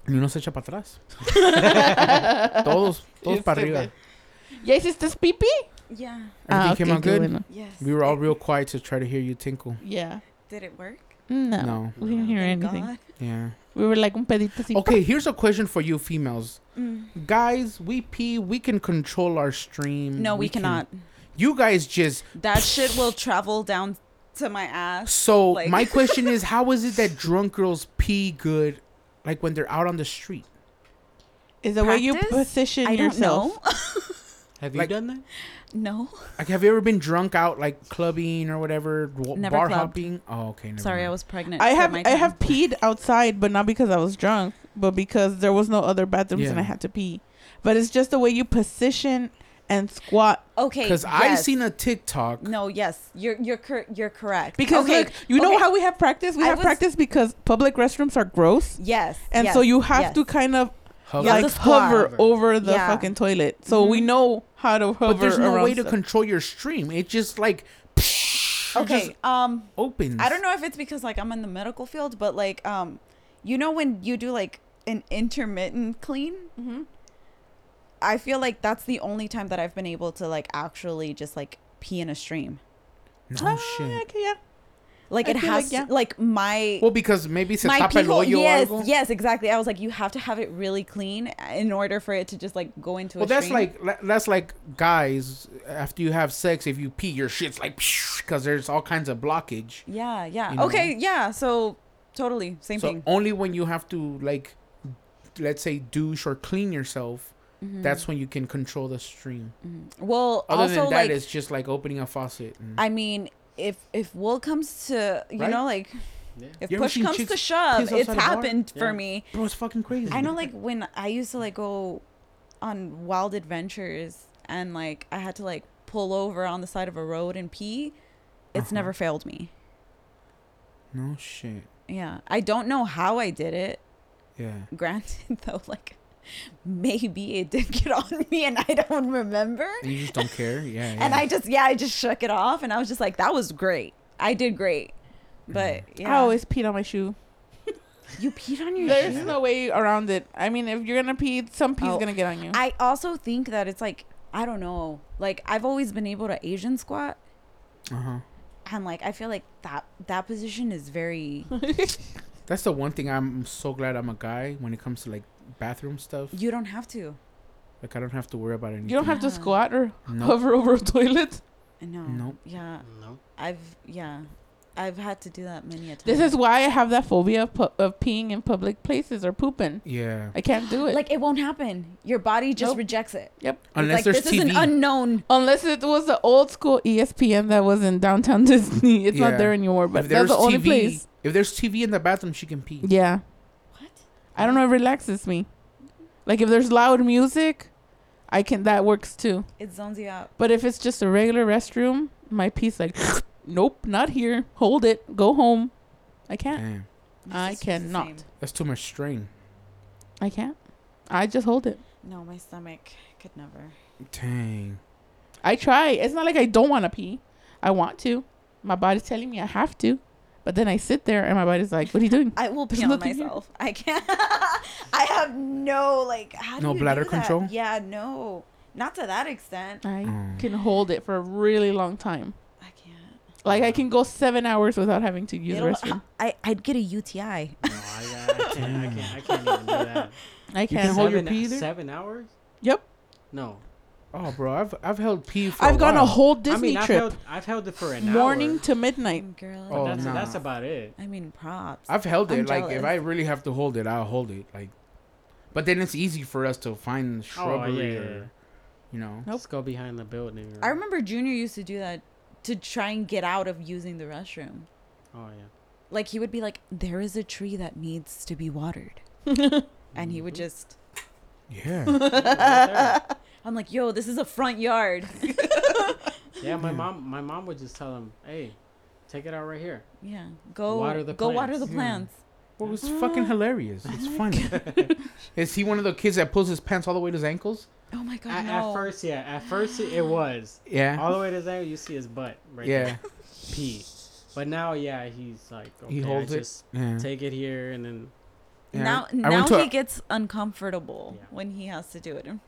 S6: Y uno se echa para atrás. todos, todos para arriba.
S7: ¿Ya hiciste pipí?
S9: Yeah.
S7: Ah,
S6: Everything came out Ah, good.
S9: Yes.
S6: We were all real quiet to try to hear you tinkle.
S7: Yeah.
S9: Did it work?
S7: No.
S6: No.
S7: We didn't hear
S9: Thank
S7: anything.
S9: God.
S6: Yeah.
S7: We were like un pedito así.
S6: Okay, here's a question for you females.
S9: Mm.
S6: Guys, we pee. We can control our stream.
S9: No, we,
S6: can-
S9: cannot.
S6: You guys just
S9: That shit will travel down to my ass.
S6: So
S9: Like-
S6: my question is, how is it that drunk girls pee good, like when they're out on the street?
S7: Is the way you
S9: Practice?
S7: position
S9: I don't
S7: yourself.
S9: know.
S8: Have you
S6: Like-
S8: done that?
S9: no.
S6: Like, have you ever been drunk out, like clubbing or whatever, w-
S9: Never
S6: bar
S9: clubbed.
S6: hopping? Oh, okay. Never
S9: Sorry, I
S6: mind.
S9: was pregnant.
S7: I
S9: so
S7: have
S9: my
S7: I have
S9: time-
S7: peed outside, but not because I was drunk, but because there was no other bathrooms and
S6: Yeah.
S7: I had to pee. But it's just the way you position and squat.
S9: Okay.
S6: Because I
S9: yes.
S6: seen a TikTok.
S9: No, yes, you're you're cor- you're correct.
S7: Because
S9: okay.
S7: look, you know
S9: okay.
S7: how we have practice. We
S9: I
S7: have
S9: was-
S7: practice because public restrooms are gross,
S9: Yes.
S7: and
S9: yes,
S7: so you have
S9: yes.
S7: to kind of
S6: Hover.
S9: Yeah,
S7: like
S9: the squat.
S7: hover over the
S9: Yeah. Mm-hmm.
S7: fucking toilet. So we know how to hover.
S6: but there's no
S7: around
S6: way to
S7: stuff.
S6: control your stream. It just like
S9: Okay.
S6: just-
S9: um.
S6: opens.
S9: I don't know if it's because like I'm in the medical field, but like um, you know when you do like an intermittent clean,
S7: Mm-hmm.
S9: I feel like that's the only time that I've been able to like actually just like pee in a stream.
S6: No
S7: Ah,
S6: shit.
S7: okay, yeah.
S9: Like
S7: I
S9: it
S7: feel
S9: has
S7: like, yeah.
S9: to, like my
S6: Well, because maybe se
S9: my
S6: tapa
S9: pee
S6: el
S9: hole.
S6: hoyo o
S9: Yes,
S6: algo.
S9: yes, exactly. I was like, you have to have it really clean in order for it to just like go into.
S6: Well,
S9: a
S6: that's
S9: stream.
S6: like la- that's like guys. After you have sex, if you pee, your shit's like because there's all kinds of blockage.
S9: yeah, yeah.
S6: you know.
S9: Okay, yeah. So totally same
S6: So
S9: thing.
S6: only when you have to like, let's say douche or clean yourself, that's when you can control the stream.
S9: Well,
S6: Other
S9: Mm-hmm. also
S6: than that,
S9: like
S6: it's just like opening a faucet. And
S9: I mean, if if Will comes to you
S6: Right?
S9: know like
S8: Yeah.
S9: if
S6: You ever
S9: push
S6: seen
S9: comes
S6: chicks
S9: to
S6: piss
S9: shove,
S6: outside
S9: it's
S6: a bar?
S9: happened for
S8: Yeah.
S9: me.
S6: bro, it's fucking crazy.
S9: I know like when I used to like go on wild adventures and like I had to like pull over on the side of a road and pee, it's
S6: Uh-huh.
S9: never failed me.
S6: No shit.
S9: Yeah. I don't know how I did it.
S6: Yeah.
S9: Granted though, like maybe it did get on me and I don't remember.
S6: And you just don't care. Yeah.
S9: And
S6: yeah.
S9: I just yeah, I just shook it off and I was just like, that was great. I did great. But
S6: Mm-hmm.
S9: yeah.
S7: I always peed on my shoe.
S9: you peed on your
S7: There's no way around it. I mean, if you're gonna pee, some pee's
S9: Oh,
S7: gonna get on you.
S9: I also think that it's like I don't know. Like I've always been able to Asian squat,
S6: Uh-huh.
S9: and like I feel like that that position is very
S6: That's the one thing I'm so glad I'm a guy when it comes to like bathroom stuff.
S9: you don't have to.
S6: Like I don't have to worry about anything.
S7: you don't have to
S9: Yeah.
S7: squat or
S6: Nope.
S7: hover over a toilet.
S9: No.
S6: Nope.
S9: Yeah,
S8: No.
S9: I've yeah, I've had to do that many a time.
S7: This is why I have that phobia of, pu- of peeing in public places or pooping.
S6: Yeah.
S7: I can't do it.
S9: like it won't happen. Your body just
S7: Nope.
S9: rejects it.
S7: yep.
S9: It's
S6: Unless
S9: like,
S6: there's
S9: this
S6: TV.
S9: is an unknown.
S7: Unless it was the old school E ESPN that was in downtown Disney. It's
S6: Yeah.
S7: not there anymore, but
S6: if there's
S7: that's the only
S6: TV,
S7: place.
S6: if there's TV in the bathroom, she can pee.
S7: Yeah.
S9: What?
S7: I don't know. It relaxes me. Like if there's loud music, I can. That works too.
S9: It zones you out.
S7: But if it's just a regular restroom, my pee's like, nope, not here. Hold it. Go home. I can't.
S6: Damn.
S7: I
S9: It's just the
S7: cannot.
S9: same.
S6: That's too much strain.
S7: I can't. I just hold it.
S9: No, my stomach could never.
S6: Dang.
S7: I try. It's not like I don't want to pee. I want to. My body's telling me I have to. But then I sit there and my body's like, what are you doing?
S9: I will
S7: There's
S9: pee on
S7: nothing here.
S9: myself. I can't. I have no like. How do
S6: No
S9: you
S6: bladder
S9: do that?
S6: control?
S9: Yeah, no, not to that extent.
S7: I
S6: Mm.
S7: can hold it for a really long time.
S9: I can't.
S7: Like I can go seven hours without having to use the
S9: It'll,
S7: restroom.
S9: I I'd get a UTI.
S8: No, I, I, can't, I, can't, I can't even do that.
S7: I
S6: can
S7: can.
S6: hold- your
S8: Seven,
S6: pee there?
S8: seven hours?
S7: Yep.
S8: No.
S6: Oh, bro, I've I've held pee for.
S7: I've gone
S6: while.
S7: a whole
S8: I
S7: Disney
S8: mean, I've
S7: trip,
S8: held, I've held it for an
S7: morning
S8: hour.
S7: to midnight.
S9: Girl.
S6: Oh,
S8: That's,
S6: nah.
S8: that's about it.
S9: I mean, props.
S6: I've held it.
S9: I'm
S6: like if
S9: jealous.
S6: I really have to hold it, I'll hold it. Like, but then it's easy for us to find shrubbery
S8: Oh, yeah, yeah, yeah.
S6: or, you know.
S8: Let's go behind the building. or-
S9: I remember Junior used to do that to try and get out of using the restroom.
S8: Oh yeah.
S9: Like he would be like, "There is a tree that needs to be watered," and he would just.
S6: Yeah.
S8: Right there.
S9: I'm like, yo, this is a front yard.
S8: yeah, my mom. My mom would just tell him, "Hey, take it out right here."
S9: yeah, go
S8: Water the
S9: go water the
S8: plants.
S9: plants.
S6: well, it's fucking hilarious. It's funny. Is he one of the kids that pulls his pants all the way to his ankles?
S9: Oh my god,
S8: At,
S9: no.
S8: at first, yeah. At first, it, it was
S6: Yeah.
S8: all the way to there. You see his butt, right?
S6: yeah.
S8: there. pee. But now, yeah, he's like, okay,
S6: He holds
S8: I
S6: it.
S8: just
S6: Yeah.
S8: Take it here, and then
S6: Yeah,
S9: Now,
S6: I
S9: now
S6: went to
S9: he
S6: a-
S9: gets uncomfortable
S8: Yeah.
S9: when he has to do it. in-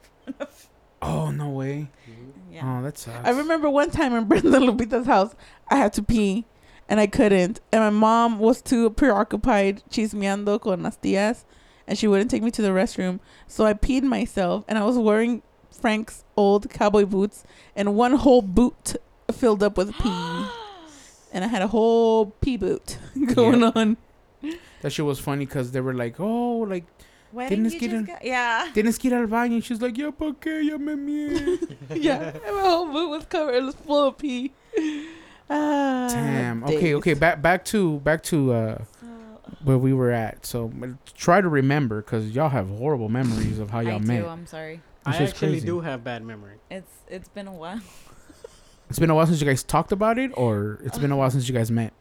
S6: Oh no way!
S9: Yeah.
S6: Oh, that sucks.
S7: I remember one time in Brenda Lupita's house, I had to pee and I couldn't. And my mom was too preoccupied chismeando con las tías and she wouldn't take me to the restroom. So I peed myself and I was wearing Frank's old cowboy boots and one whole boot filled up with pee. and I had a whole pee boot going on.
S6: that shit was funny because they were like, "Oh, like
S9: Why
S6: Didn't
S9: didn't
S6: this
S9: you
S6: get
S9: just
S6: in-
S9: go- Yeah.
S6: tienes que ir al baño," and she's like, "Yeah, ¿por qué? Ya me mié."
S7: yeah. And my whole boot was covered. It was full of pee. Ah,
S6: Damn. Okay, okay.
S7: days.
S6: Back back to back to uh, where we were at. So uh, try to remember because y'all have horrible memories of
S8: Oh,
S6: how
S9: I
S6: y'all met.
S9: do. I'm sorry.
S6: It's
S8: I
S6: just
S8: actually
S6: crazy.
S8: do have bad memory.
S9: It's it's been a while.
S6: It's been a while since you guys talked about it, or it's been a while since you guys met.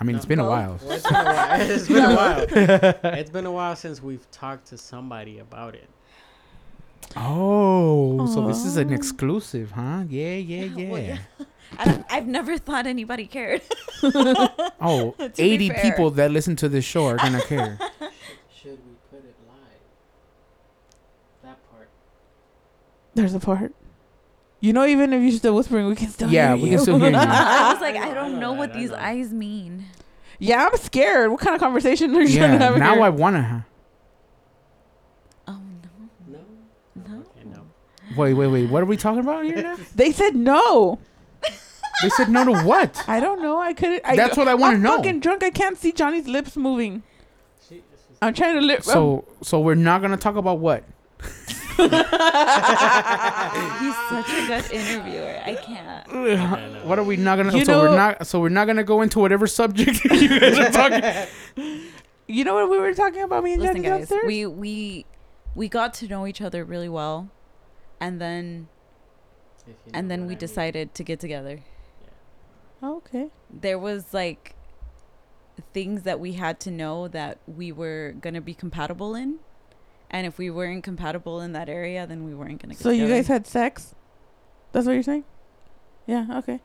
S6: I mean,
S8: No.
S6: it's been a
S8: Both.
S6: while.
S8: Well, it's been a while. It's been a while. It's been a while since we've talked to somebody about it.
S6: Oh, so this is an exclusive, huh? Yeah, yeah, yeah.
S9: Well, yeah. I've, I've never thought anybody cared.
S6: Oh,
S9: To be
S6: 80
S9: fair.
S6: people that listen to this show are gonna care.
S8: Should we put it live? That part.
S7: There's a part. You know, even if you still whispering, we can still
S6: Yeah,
S7: hear
S6: we can still hear you.
S9: I was like,
S8: I know,
S9: I
S8: I
S9: don't
S8: know
S9: know
S8: that,
S9: what
S8: I
S9: these
S8: know.
S9: eyes mean.
S7: Yeah, I'm scared. What kind of conversation are you trying to
S6: Yeah,
S7: have
S6: now
S7: here?
S6: I wanna. ha-
S9: Oh no.
S8: No.
S9: No.
S8: Okay, no.
S6: Wait, wait, wait. What are we talking about here? now?
S7: they said no.
S6: They said no to what?
S7: I don't know. I couldn't. I,
S6: That's what I wanna
S7: I'm
S6: know.
S7: Fucking drunk. I can't see Johnny's lips moving.
S8: She, she's-
S7: I'm trying to um, lip.
S6: So, so we're not gonna talk about what?
S9: He's such a good interviewer. I can't.
S6: What are we not gonna?
S7: You
S6: so we're
S7: know-
S6: not. So we're not gonna go into whatever subject you guys are talking.
S7: you know what we were talking about? Me and
S9: Listen,
S7: Johnny
S9: guys,
S7: downstairs.
S9: we we we got to know each other really well, and then
S8: if you know
S9: and then
S8: what I
S9: we
S8: mean.
S9: decided to get together.
S7: Oh, okay.
S9: There was like things that we had to know that we were gonna be compatible in, and if we weren't compatible in that area, then we weren't gonna. Get
S7: So you
S9: together.
S7: guys had sex? That's what you're saying? Yeah. Okay.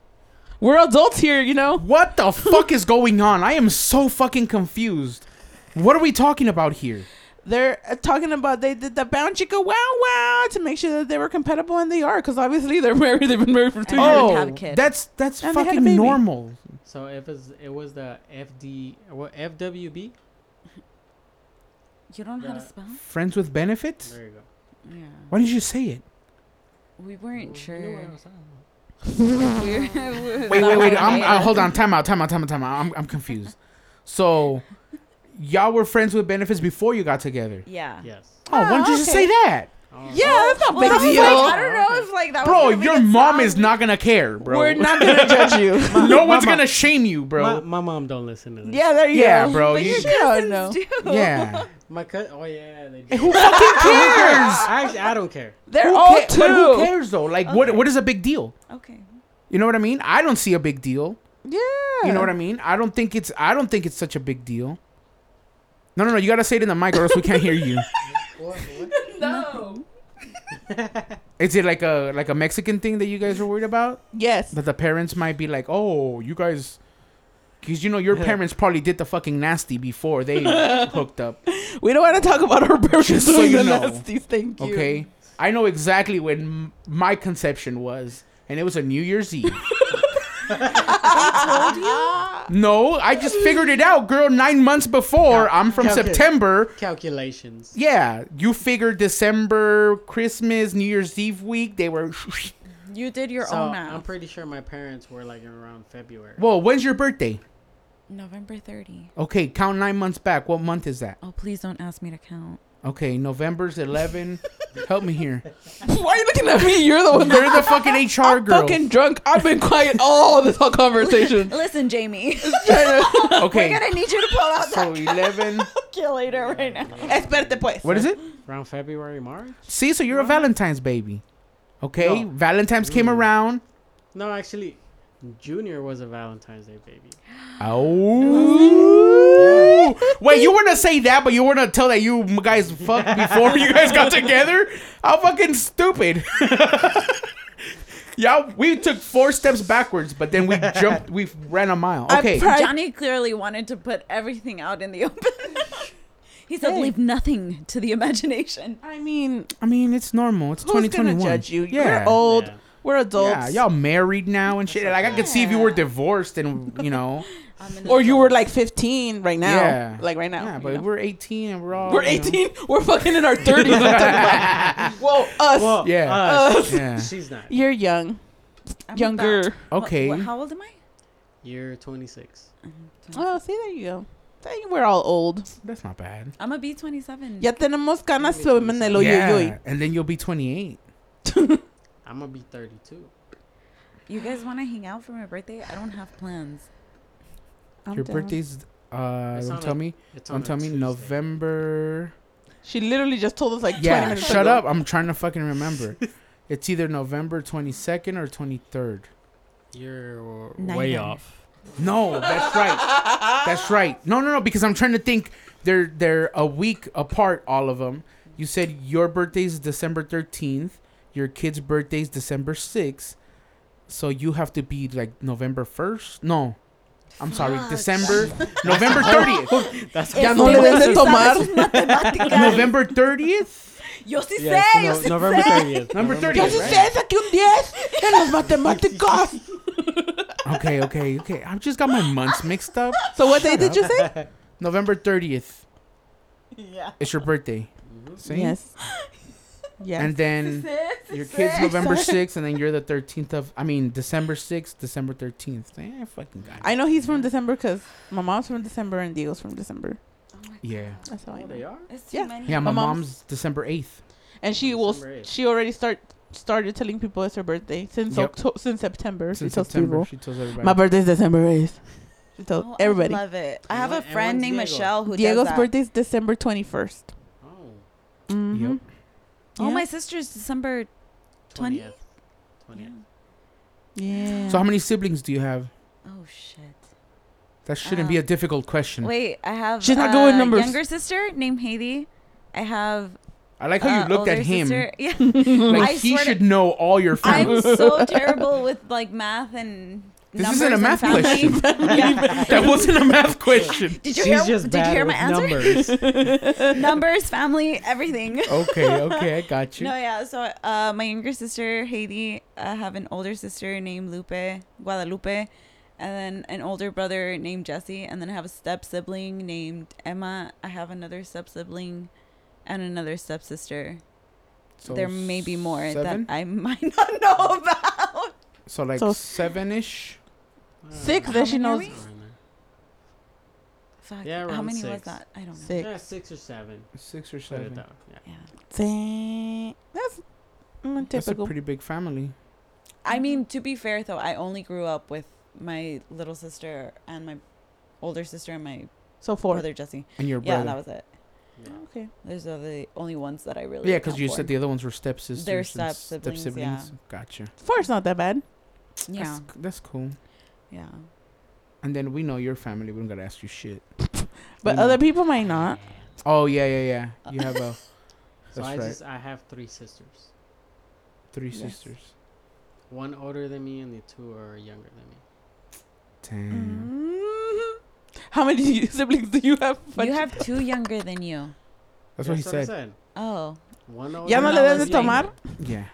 S7: We're adults here, you know.
S6: What the fuck is going on? I am so fucking confused. What are we talking about here?
S7: They're uh, talking about they did the bound chicka wow wow to make sure that they were compatible, and they are because obviously they're married. They've been married for two
S9: And
S7: years.
S9: had a
S6: Oh,
S9: tab kid.
S6: that's that's
S7: And they had a
S6: fucking
S7: baby.
S6: normal.
S8: So if it's, it was the FD, what FWB?
S9: You don't know how to
S8: that-
S9: spell.
S6: Friends with benefits.
S8: There you go.
S9: Yeah,
S6: Why did you say it?
S9: we weren't sure.
S8: You know what I'm saying?
S9: We were-
S6: Wait, wait, wait. I'm, uh, hold on. Time out. Time out. Time out. Time out. I'm I'm confused. So, y'all were friends with benefits before you got together.
S9: Yeah.
S8: Yes.
S6: Oh, why don't you just
S7: okay.
S6: say that?
S8: Oh,
S7: Yeah, that's not big deal.
S9: I don't know if like that.
S6: bro,
S9: was gonna
S6: your
S9: make it
S6: mom
S9: sound-
S6: is not gonna care, bro.
S7: We're not gonna judge you.
S6: no one's
S8: Mama.
S6: gonna shame you,
S8: My,
S6: bro.
S8: my mom don't listen to this.
S7: yeah, there you
S6: Yeah,
S7: go.
S6: bro,
S7: But
S6: you-
S7: you don't know.
S6: Yeah.
S8: My cut. Oh yeah, they do.
S6: who fucking cares?
S8: I actually, I don't care.
S7: They're
S6: who,
S7: all
S6: ca-
S7: two.
S6: but who cares though? Like, what what is a big deal?
S9: Okay.
S6: You know what I mean? I don't see a big deal.
S7: Yeah.
S6: You know what I mean? I don't think it's I don't think it's such a big deal. No, no, no. You gotta say it in the mic, or else we can't hear you.
S9: No.
S6: Is it like a like a Mexican thing that you guys are worried about?
S7: Yes.
S6: That the parents might be like, "Oh, you guys," because you know your parents probably did the fucking nasty before they hooked up.
S7: We don't want to talk about our purposes
S6: so you
S7: and
S6: know.
S7: nasties. Thank you.
S6: Okay, I know exactly when m- my conception was, and it was a New Year's Eve. No, I just figured it out, girl. Nine months before,
S8: Cal-
S6: I'm from
S8: calculate.
S6: September.
S8: Calculations.
S6: Yeah, you figured December, Christmas, New Year's Eve week. They were.
S9: You did your
S8: So
S9: own
S8: Oh, I'm
S9: math.
S8: pretty sure my parents were like around February.
S6: Well, when's your birthday?
S9: November 30.
S6: Okay, count nine months back. What month is that?
S9: Oh, please don't ask me to count.
S6: Okay, November's 11. Help me here.
S7: Why are you looking at me? You're the one
S6: You're the fucking HR girl.
S7: fucking drunk. I've been quiet all this whole conversation.
S9: Listen, Jamie.
S6: okay,
S9: I need you to pull out
S6: so 11.
S9: calculator right now.
S7: Espérate pues.
S6: What is it?
S8: Around February, March?
S6: See, so you're a Valentine's baby. Okay,
S8: No.
S6: Valentine's came around.
S8: No, actually, Junior was a Valentine's Day baby.
S6: Oh. Wait, you were gonna say that, but you were gonna tell that you m- guys fucked before you guys got together? How fucking stupid. yeah, we took four steps backwards, but then we jumped, we ran a mile.
S7: I
S6: Okay.
S7: pri-
S9: Johnny clearly wanted to put everything out in the open. He said,
S7: Hey.
S9: leave nothing to the imagination.
S7: I mean,
S6: I mean, it's normal. It's
S7: who's gonna
S6: 2021.
S7: judge you?
S6: Yeah.
S7: You're old.
S8: Yeah.
S7: We're
S6: Yeah,
S7: adults.
S6: y'all married now and shit. Like I could see if you were divorced and you know.
S7: or you were like 15 right now.
S6: Yeah.
S7: Like right now.
S6: yeah,
S7: you
S6: but
S7: know?
S6: we're 18 and we're all.
S7: We're
S6: you know.
S7: 18. We're fucking in our 30s. I'm talking about- Whoa, us.
S8: Well,
S6: Yeah. Uh,
S8: us.
S6: Yeah.
S8: she's not.
S7: You're young.
S9: I'm
S7: Younger.
S9: about- what-
S6: Okay.
S9: what- how old am I?
S8: You're 26.
S7: Oh, see, there you go. Dang, We're all old.
S6: That's not bad.
S9: I'm a B27.
S7: Ya tenemos ganas de en el oyoyoy.
S6: And then you'll be 28.
S8: I'm gonna be 32.
S9: You guys want to hang out for my birthday? I don't have plans.
S7: I'm
S6: Your
S7: down.
S6: birthday's. Uh,
S8: It's
S6: don't
S8: on
S6: tell
S8: a-
S6: me.
S8: It's on
S6: Don't
S8: a
S6: tell me.
S8: Tuesday.
S6: November.
S7: She literally just told us like 20
S6: Yeah.
S7: minutes
S6: Shut
S7: ago.
S6: up. I'm trying to fucking remember. it's either November 22nd or 23rd.
S8: You're way
S9: Neither.
S8: off.
S6: No, that's right. That's right. No, no, no. Because I'm trying to think. They're they're a week apart, all of them. You said your birthday's December 13th. Your kid's birthday's December 6th. So you have to be like November 1st. No, I'm sorry, December, November 30th,
S8: That's
S9: Ya
S7: no le den de tomar.
S6: November 30th,
S9: Yo sí
S8: Yeah,
S9: sé, yo
S8: it's
S9: sí
S8: no, November
S9: sé.
S8: 30th.
S6: November
S7: Yo sí
S6: 30th. right?
S7: sé, saqué un 10 en las matemáticas.
S6: Okay, okay, okay. I've just got my months mixed up.
S7: So what day did you say?
S6: November 30th.
S9: Yeah.
S6: It's your birthday. See?
S7: Yes.
S6: And then your kid's November 6th, and then you're the 13th of, I mean, December 6th, December 13th. Eh, I fucking got it.
S7: I know he's from December because my mom's from December and Diego's from December.
S6: Yeah.
S7: That's how I know.
S8: Oh, are?
S9: It's too
S7: Yeah.
S9: many.
S6: Yeah, my,
S7: My
S6: mom's,
S7: mom's-
S6: December 8th.
S7: And she will.
S8: December eighth.
S7: She already start started telling people it's her birthday since
S6: Yep.
S7: Octo- since September.
S6: Since
S7: she tells
S6: September,
S7: people
S6: she tells everybody.
S7: my birthday's December eighth. She tells
S9: Oh,
S7: everybody.
S9: I love it. I
S8: And
S9: have a
S8: when- and
S9: friend
S8: when's
S9: named
S8: Diego?
S9: Michelle who does
S7: Diego's
S9: that.
S7: birthday's December Mm-hmm. twenty first.
S8: Oh,
S6: Yep.
S9: Oh,
S7: Yeah.
S9: my sister's December
S8: 20th.
S9: 20th.
S8: 20th.
S7: Yeah.
S6: So, how many siblings do you have?
S9: Oh shit.
S6: That shouldn't be a
S9: Um,
S6: difficult question.
S9: Wait, I have
S7: She's not
S9: a
S7: good with numbers.
S9: younger sister named Haiti. I have
S6: I like how
S9: uh,
S6: you looked at
S9: older
S6: him.
S9: sister- Yeah.
S6: Like,
S9: I
S6: he
S9: swear to-
S6: should know all your family.
S9: I'm so terrible with like math and
S6: This
S9: numbers
S6: isn't a
S9: and
S6: math
S9: family.
S6: question.
S9: Yeah.
S6: that wasn't a math question.
S9: Did you
S8: She's
S9: hear?
S8: just
S9: Did you
S8: bad
S9: hear my
S8: with
S9: answer?
S8: numbers.
S9: numbers, family, everything.
S6: okay, okay, I got you.
S9: No, yeah. So, uh, my younger sister Haiti. I have an older sister named Lupe Guadalupe, and then an older brother named Jesse, and then I have a step sibling named Emma. I have another step sibling, and another stepsister.
S6: So
S9: there may be more
S6: seven?
S9: that I might not know about.
S6: So like
S7: So-
S6: seven ish.
S8: Uh,
S7: six
S9: How
S7: that she
S9: many are
S7: knows.
S9: we? Fuck.
S8: Yeah,
S9: how
S8: around
S9: many was
S8: six.
S9: that? I don't know.
S7: Six.
S8: Yeah, six or seven.
S6: Six or
S8: Put it
S6: seven.
S8: that way, yeah.
S9: Yeah.
S7: Dang. That's mm,
S6: That's a
S7: typical.
S6: pretty big family.
S9: I mean, to be fair though, I only grew up with my little sister and my older sister and my
S7: so four.
S9: brother Jesse.
S6: And your
S9: Yeah,
S6: brother.
S9: that was it.
S7: Okay.
S9: Those are the only ones that I really.
S6: Yeah, because
S9: account
S6: you
S9: for.
S6: said the other ones were stepsisters.
S9: They're
S6: and
S9: step-siblings, yeah.
S6: Gotcha.
S7: Four's not that bad.
S9: Yeah,
S6: That's, that's cool.
S9: yeah.
S6: And then we know your family. We don't gotta ask you shit.
S7: But
S6: Mm.
S7: other people might not.
S6: Oh yeah, yeah, yeah. You have uh, a
S8: So
S6: That's
S8: I
S6: right.
S8: just I have three sisters.
S6: three
S9: Yes.
S6: sisters.
S8: One older than me, and the two are younger than me.
S7: Mm-hmm.
S6: Damn.
S7: Mhm. How many you- siblings do you have?
S9: you have two younger than you.
S6: That's what he
S8: I
S6: said.
S9: Oh,
S8: One older.
S7: Ya no
S8: than
S7: le
S8: me,
S7: des de
S8: one younger.
S7: tomar.
S6: Yeah.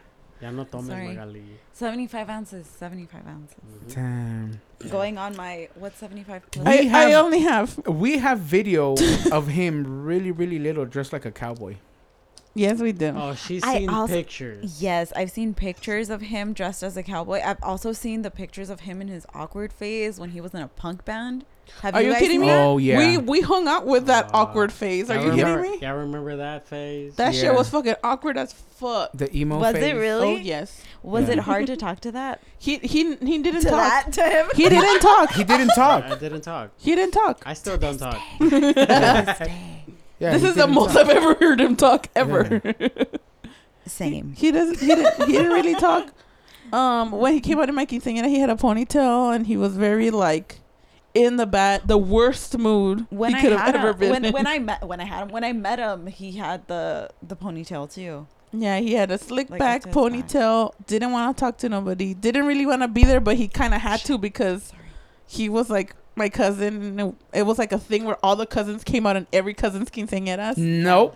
S8: Ya no tomes,
S9: Sorry.
S8: Magali.
S9: 75 ounces. 75 ounces.
S8: Mhm.
S6: Damn.
S9: Going on my what's 75 plus?
S7: I,
S6: We
S7: I
S6: have-
S7: only have.
S6: We have video of him really, really little, dressed like a cowboy.
S7: Yes, we do.
S8: Oh, she's
S9: I
S8: seen
S9: also-
S8: pictures.
S9: Yes, I've seen pictures of him dressed as a cowboy. I've also seen the pictures of him in his awkward phase when he was in a punk band. Have
S7: Are you
S9: guys
S7: kidding
S9: seen
S7: me?
S9: that?
S6: Oh yeah.
S7: We we hung out with that
S8: Wow.
S7: awkward phase. Are
S8: Y'all
S7: you kidding
S8: remember-
S7: me?
S8: Y'all remember that phase?
S7: That
S6: Yeah.
S7: shit was fucking awkward as fuck.
S6: the emo.
S9: Was
S6: phase.
S9: it really?
S7: Oh yes.
S9: Was
S6: Yeah.
S9: it hard to talk to that?
S7: He he he didn't
S9: to
S7: Oh. talk.
S9: that to him?
S7: He didn't talk.
S6: He didn't
S8: I
S6: talk.
S8: didn't talk.
S7: He didn't talk.
S8: I still don't talk.
S6: Yeah,
S7: this
S6: he
S7: is the
S6: didn't
S7: most
S6: talk.
S7: I've ever heard him talk ever.
S9: Same.
S7: he doesn't. He didn't. He didn't really talk. Um, when he came out of my quinceañera, he had a ponytail and he was very like in the bad, the worst mood
S9: When
S7: he
S9: I
S7: could have
S9: had
S7: ever
S9: him,
S7: been.
S9: when,
S7: in.
S9: when I met when I had him when I met him, he had the the ponytail too.
S7: Yeah, he had a slick
S9: Like,
S7: back
S9: it's his vibe.
S7: ponytail. Didn't want to talk to nobody. Didn't really want to be there, but he kind of had to because he was like my cousin. And it, it was like a thing where all the cousins came out and every cousin's quinceañeras.
S6: Nope.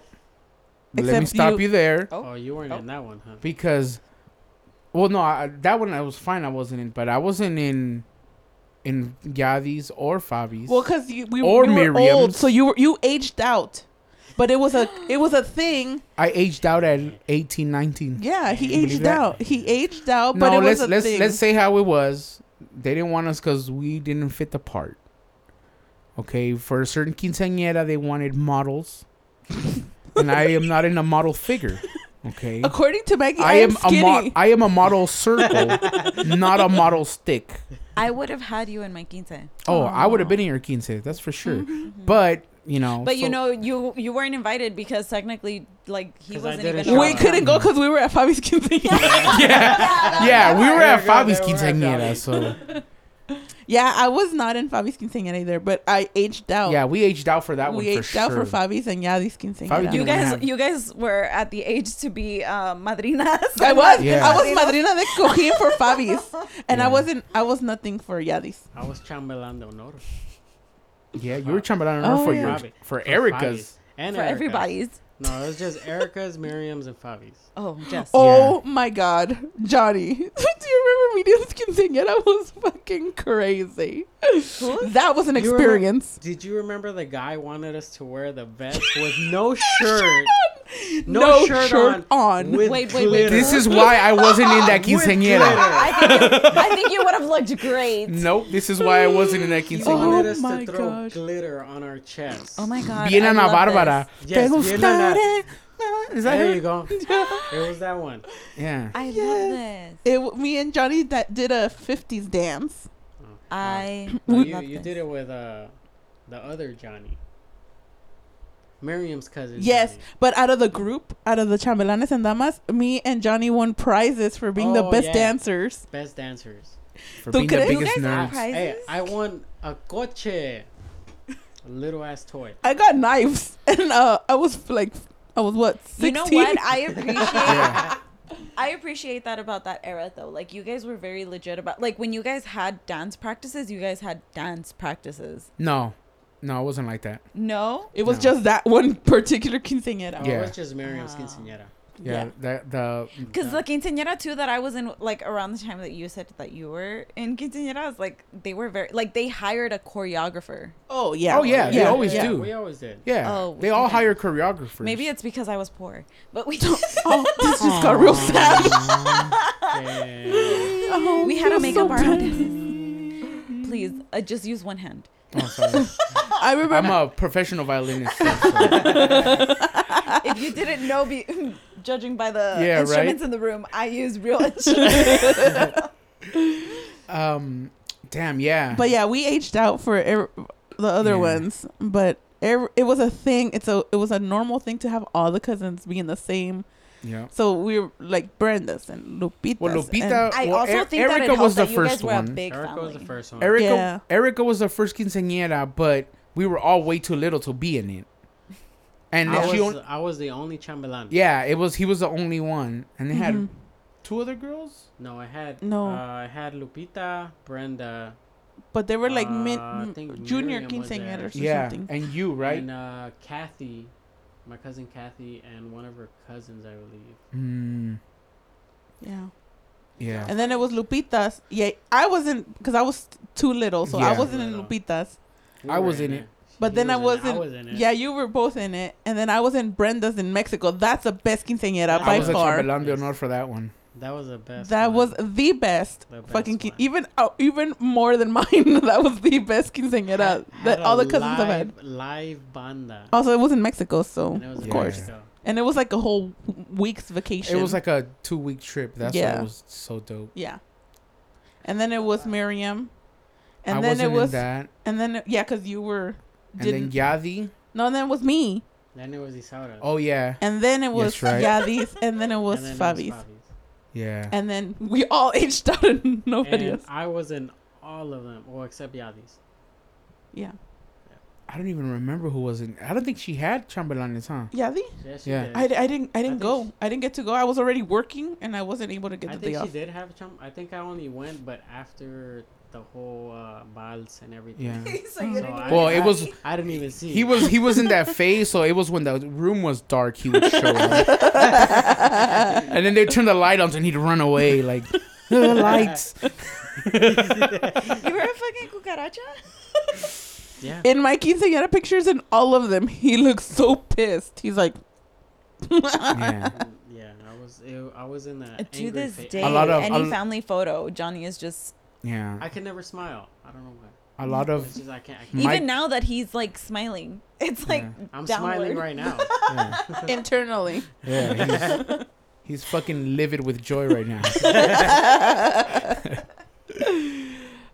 S6: Let me
S7: Except
S6: stop you,
S7: you-
S6: there
S8: Oh, you weren't in that one, huh?
S6: because, well, no, I, that one I was fine. I wasn't in, but I wasn't in, in Yadi's or Fabi's.
S7: Well, because you we,
S6: Or
S7: you were old,
S6: Miriam's.
S7: so you were you aged out. But it was a it was a thing.
S6: I aged out at 18, 19.
S7: Yeah, he
S6: believe
S7: aged
S6: that?
S7: out. He aged out.
S6: no,
S7: But it
S6: let's
S7: was a
S6: let's
S7: thing.
S6: let's say how it was. They didn't want us because we didn't fit the part. Okay, for a certain quinceañera, they wanted models, and I am not in a model figure. Okay,
S7: According to Maggie, I,
S6: I am a
S7: skinny.
S6: mo- I am a model circle, not a model stick.
S9: I would have had you in my quince.
S6: Oh, I would have been in your quince, that's for sure. But you
S7: Oh,
S6: know,
S9: But you
S6: so-
S9: know, you you weren't invited because technically, like he
S8: 'Cause I
S9: wasn't
S8: didn't
S9: even.
S8: show
S7: we
S8: up.
S7: couldn't go because we were at Fabi's quinceañera.
S6: yeah, yeah, we were
S8: There
S6: at
S8: you go,
S6: Fabi's
S8: there we are,
S6: quinceañera,
S8: Fabi.
S6: so
S7: yeah, I was not in Fabi's quinceañera either, but I aged out.
S6: yeah, we aged out for that one.
S7: Oh. we aged
S6: for
S7: out
S6: sure.
S7: for Fabi's and Yadi's quinceañera.
S6: Fabi
S9: You
S6: didn't
S9: guys,
S6: have-
S9: you guys were at the age to be uh, madrinas.
S7: I was.
S6: Yeah.
S7: I was madrina de cojín for Fabi's, and I
S6: Yeah.
S7: wasn't. I was nothing for Yadi's.
S8: I was chambelando honor.
S6: Yeah, you were trying to
S7: Oh,
S6: for
S7: yeah.
S6: your
S8: Fabi.
S6: for
S8: Fabi's
S6: Erica's.
S8: and
S9: for
S8: Erica's.
S9: everybody's.
S8: No, it was just Erica's, Miriam's, and Fabi's.
S9: Oh, just
S7: Oh my God, Johnny! Do you remember me doing quinceañera? I was fucking crazy. That was an
S8: You remember-
S7: experience.
S8: did you remember the guy wanted us to wear the vest with no shirt? No,
S7: No
S8: shirt,
S7: shirt
S8: on.
S7: on.
S8: With
S9: Wait, wait, wait.
S8: glitter.
S6: This is why I wasn't in that
S8: With
S6: quinceañera.
S8: glitter.
S9: I think you would have looked great.
S6: Nope, this is why I wasn't in that
S8: He
S6: quinceañera.
S8: wanted
S7: Oh
S8: us
S7: my
S8: to throw
S7: gosh.
S8: glitter on our chests.
S9: Oh my god.
S6: Bien
S9: I
S6: Ana
S9: love
S6: Bárbara.
S9: this.
S6: Te
S8: Yes, bien Ana.
S6: gustaré. Is that
S8: There
S6: her?
S8: you go. It was that one.
S6: Yeah.
S9: I
S7: Yes.
S9: love this.
S7: It, w- me and Johnny that did a '50s dance.
S9: I
S8: No,
S9: love
S8: you you
S9: this.
S8: did it with uh, the other Johnny. Miriam's cousin.
S7: Yes,
S8: Johnny.
S7: but out of the group, out of the chambelanes and damas, me and Johnny won prizes for being the
S8: Oh,
S7: best
S8: yeah.
S7: dancers.
S8: Best dancers.
S6: For
S7: ¿Tú
S6: being the
S7: crees? You
S6: biggest
S9: guys are
S6: nerd.
S9: pri-
S8: Hey,
S9: Prizes?
S8: I won a coche. A little ass toy.
S7: I got knives, and uh, I was like, I was what? 16?
S9: You know what? I appreciate.
S6: Yeah.
S9: I appreciate that about that era though. Like you guys were very legit about like when you guys had dance practices, you guys had dance practices.
S6: No. No, it wasn't like that.
S9: No?
S7: It was
S6: No.
S7: just that one particular quinceañera.
S8: Oh,
S6: Yeah.
S8: It was just Miriam's quinceañera.
S6: Yeah,
S7: Yeah.
S6: that the
S9: Because the quinceañera too that I was in, like around the time that you said that you were in quinceañera, I was like they were very like they hired a choreographer.
S7: Oh yeah.
S6: Oh, yeah, they
S7: Yeah.
S6: always
S7: yeah.
S6: do.
S8: We always did.
S6: yeah,
S9: Oh,
S6: they all
S9: okay.
S6: hire choreographers. Oh,
S9: Maybe it's because I was poor, but we don't.
S7: Oh, this just got real sad.
S8: Yeah.
S7: Oh,
S9: we had to
S7: you're
S9: make
S7: so
S9: up our
S7: bad.
S9: own dances. Please, uh, just use one hand.
S6: Oh, sorry.
S7: I remember.
S6: I'm a professional violinist. so-
S9: If you didn't know, be, judging by the
S6: Yeah,
S9: instruments
S6: right?
S9: in the room, I use real instruments.
S6: um, damn, yeah.
S7: but yeah, we aged out for er- the other
S6: Yeah.
S7: ones, but er- it was a thing. It's a it was a normal thing to have all the cousins be in the same.
S6: yeah.
S7: So we were like Brenda's and Lupita's.
S6: Well,
S7: and-
S6: Lupita.
S9: I
S6: well,
S9: also
S6: Er-
S9: think that it
S6: Erica
S9: helped
S6: was the
S9: that you guys
S6: first
S9: were a
S6: one.
S9: big
S8: Erica
S9: family.
S8: was the first one.
S6: Erica,
S7: Yeah.
S6: Erica was the first quinceañera, but we were all way too little to be in it. And
S8: I
S6: she
S8: was,
S6: on-
S8: I was the only chambelan.
S6: yeah, it was he was the only one, and they had two other girls.
S8: No, I had
S7: No.
S8: Uh, I had Lupita, Brenda,
S7: but they were like
S8: Uh,
S7: mid
S8: I think
S7: junior
S8: Miriam was there.
S7: quinceañeras or
S6: Yeah,
S7: something.
S6: and you right?
S8: and uh, Kathy, my cousin Kathy, and one of her cousins, I believe.
S6: mm,
S7: yeah.
S6: yeah,
S7: And then it was Lupita's. Yeah, I wasn't because I was too little, so I
S6: Yeah.
S7: wasn't in Lupita's.
S8: We
S6: I
S8: were
S6: was in it.
S7: But
S8: He
S7: then I
S8: was in it.
S7: wasn't.
S8: I was in it.
S7: Yeah, you were both in it, and then I was in Brenda's in Mexico. That's the best quinceañera
S8: I
S6: I
S7: by
S6: was a
S7: far.
S6: chambelán de honor for that one.
S8: That was the best.
S7: That
S8: one.
S7: was the best,
S8: The best
S7: fucking quin-
S8: one.
S7: even oh, even more than mine. that was the best quinceañera
S8: Had-
S7: that
S8: had
S7: all
S8: a
S7: the cousins have had. Oh,
S8: live- Live banda.
S7: Also, it was in Mexico, so
S8: And it was
S7: of
S8: in
S7: course,
S8: Mexico.
S7: and it was like a whole w- week's vacation.
S6: It was like a two week trip. That's
S7: Yeah.
S6: what was so dope.
S7: yeah, and then it was Miriam, and
S6: I
S7: then
S6: wasn't
S7: it was
S6: in that.
S7: and then it- yeah, because you were
S6: And
S7: didn't
S6: then Yadi.
S7: no, and then it was me,
S8: Then it was Isaura.
S6: Oh yeah,
S7: and then it was
S6: Yes, right.
S7: Yadi's, and then it was
S8: And then it
S7: Fabi's,
S6: yeah.
S7: and then we all aged out and nobody
S8: And
S7: else.
S8: I was in all of them, well, except Yadi's.
S7: Yeah,
S6: I don't even remember who was in. I don't think she had chambelanes, huh?
S7: Yadi.
S8: Yes, she
S6: Yeah.
S8: did.
S7: I, I didn't I didn't
S8: think
S7: go.
S8: she-
S7: I didn't get to go. I was already working and I wasn't able to get
S8: I
S7: the day
S8: think she
S7: off.
S8: did have a chum. I think I only went, but after the whole uh, vals and everything.
S6: Yeah.
S9: so you didn't
S8: I-
S9: even
S6: Well, it was
S8: I didn't even see.
S6: he was he was in that phase, so it was when the room was dark. He would show up, and then they turn the light on, and he'd run away like the lights.
S9: You were a fucking cucaracha?
S8: Yeah.
S7: In my quinceañera pictures, in all of them, he looks so pissed. He's like,
S6: Yeah.
S8: yeah. I was. It, I was in that.
S9: to
S8: angry
S9: this
S8: phase.
S9: day,
S6: A lot of-
S9: any
S6: a-
S9: family photo, Johnny is just.
S6: Yeah,
S8: I can never smile. I don't know why.
S6: a lot of
S8: It's just I can't. I can't.
S9: Even
S6: My-
S9: now that he's like smiling, it's like
S8: I'm
S9: downward.
S8: smiling right now.
S7: internally.
S6: yeah. He's, he's fucking livid with joy right now.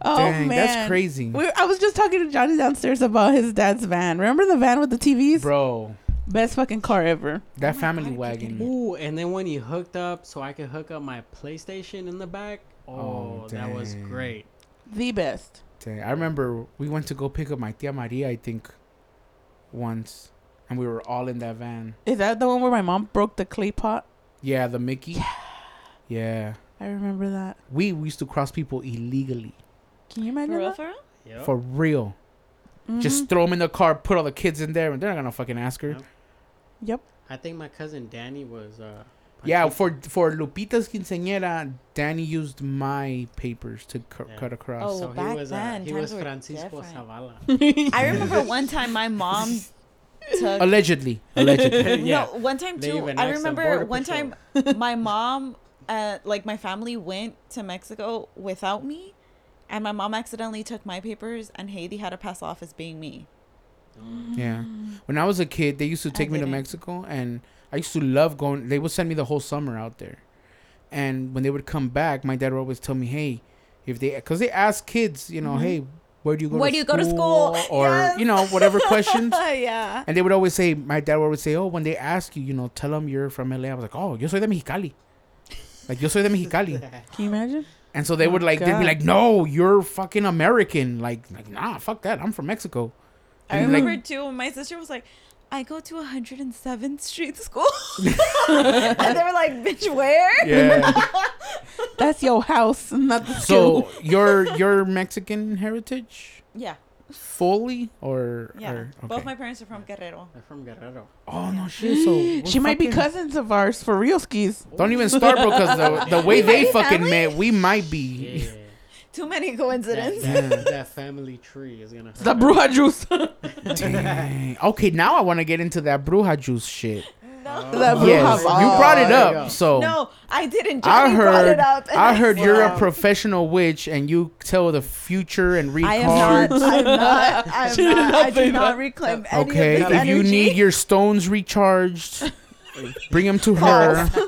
S7: Oh
S6: Dang,
S7: man,
S6: that's crazy,
S7: We, I was just talking to Johnny downstairs about his dad's van. Remember the van with the TVs?
S6: bro.
S7: Best fucking car ever.
S6: That family wagon.
S8: Ooh, and then when you hooked up, so I could hook up my PlayStation in the back. Oh,
S6: Oh,
S8: that was
S6: dang.
S8: great.
S7: The best.
S6: Dang, I remember we went to go pick up my tia Maria, I think, once, and we were all in that van.
S7: Is that the one where my mom broke the clay pot?
S6: Yeah, the Mickey. Yeah. yeah.
S7: I remember that.
S6: We, we used to cross people illegally.
S7: Can you
S9: For
S7: imagine
S9: real,
S7: that?
S9: for real?
S8: Yep.
S6: For real. Just throw them in the car, put all the kids in there, and they're not gonna fucking ask her.
S8: Yep.
S7: Yep.
S8: I think my cousin Danny was. uh
S6: Yeah,
S8: Panchito.
S6: for for Lupita's quinceañera, Danny used my papers to cu-
S8: Yeah.
S6: cut across.
S9: Oh,
S8: he
S9: back
S8: was, uh,
S9: then,
S8: he
S9: times
S8: was
S9: were
S8: Francisco
S9: different.
S8: Zavala.
S9: I remember one time my mom
S5: Oh.
S9: took
S6: Allegedly, allegedly.
S8: yeah.
S9: No, one time
S8: They
S9: too.
S8: even
S9: I
S8: asked on
S9: remember
S8: Border
S9: one
S8: Patrol.
S9: time my mom, uh, like my family went to Mexico without me, and my mom accidentally took my papers, and Haiti had to pass off as being me.
S6: yeah.
S9: Mm.
S6: When I was a kid, they used to take me to
S9: didn't.
S6: Mexico, and I used to love going. They would send me the whole summer out there, and when they would come back, my dad would always tell me, "Hey, if they, because they ask kids, you know, hey, where do you go?
S9: Mm-hmm. Where
S6: to
S9: do you go to school?
S6: Or
S9: Yes.
S6: you know, whatever questions."
S9: Oh, yeah.
S6: And they would always say, my dad would always say, oh, when they ask you, you know, tell them you're from LA. I was like, oh, yo soy de Mexicali. Like, yo soy de Mexicali.
S7: Can you imagine?
S6: And so
S9: Oh
S6: they would like, they'd
S7: God.
S6: be like, no, you're fucking American. Like, like nah, fuck that. I'm from Mexico.
S9: I
S6: And, like-
S9: remember too. when My sister was like. I go to 107th Street School. and they were like, bitch, where?
S6: Yeah.
S7: That's your house, not the
S6: so
S7: school.
S6: your your Mexican heritage
S9: Yeah.
S6: fully or
S9: Yeah.
S6: or-
S9: Both
S6: okay.
S9: my parents are from Guerrero.
S8: They're from Guerrero.
S6: oh no shit. So we're
S7: She might be
S6: fucking-
S7: cousins of ours for real skis.
S6: Don't even start, bro, because the, the way they
S9: might be
S6: fucking
S9: family.
S6: met, we might
S8: Yeah.
S6: be.
S9: Too many
S8: that,
S9: coincidences.
S8: that, that family tree is gonna. Hurt.
S7: The Bruja juice. the
S6: Dang. Okay, now I want to get into that bruja juice shit.
S7: Bruja
S6: Yes,
S7: ball.
S6: you brought it
S8: There you
S6: up.
S8: go.
S6: So
S9: No, I didn't.
S6: Oh. I
S9: Johnny brought
S6: heard,
S9: it up. and
S6: I heard you're a
S9: said-
S6: professional witch and you tell the future and read
S9: I am
S6: cards.
S9: not. I'm not. I'm not. I do not reclaim any
S6: Okay,
S9: of this
S6: if you
S9: energy.
S6: need your stones recharged, bring them to her.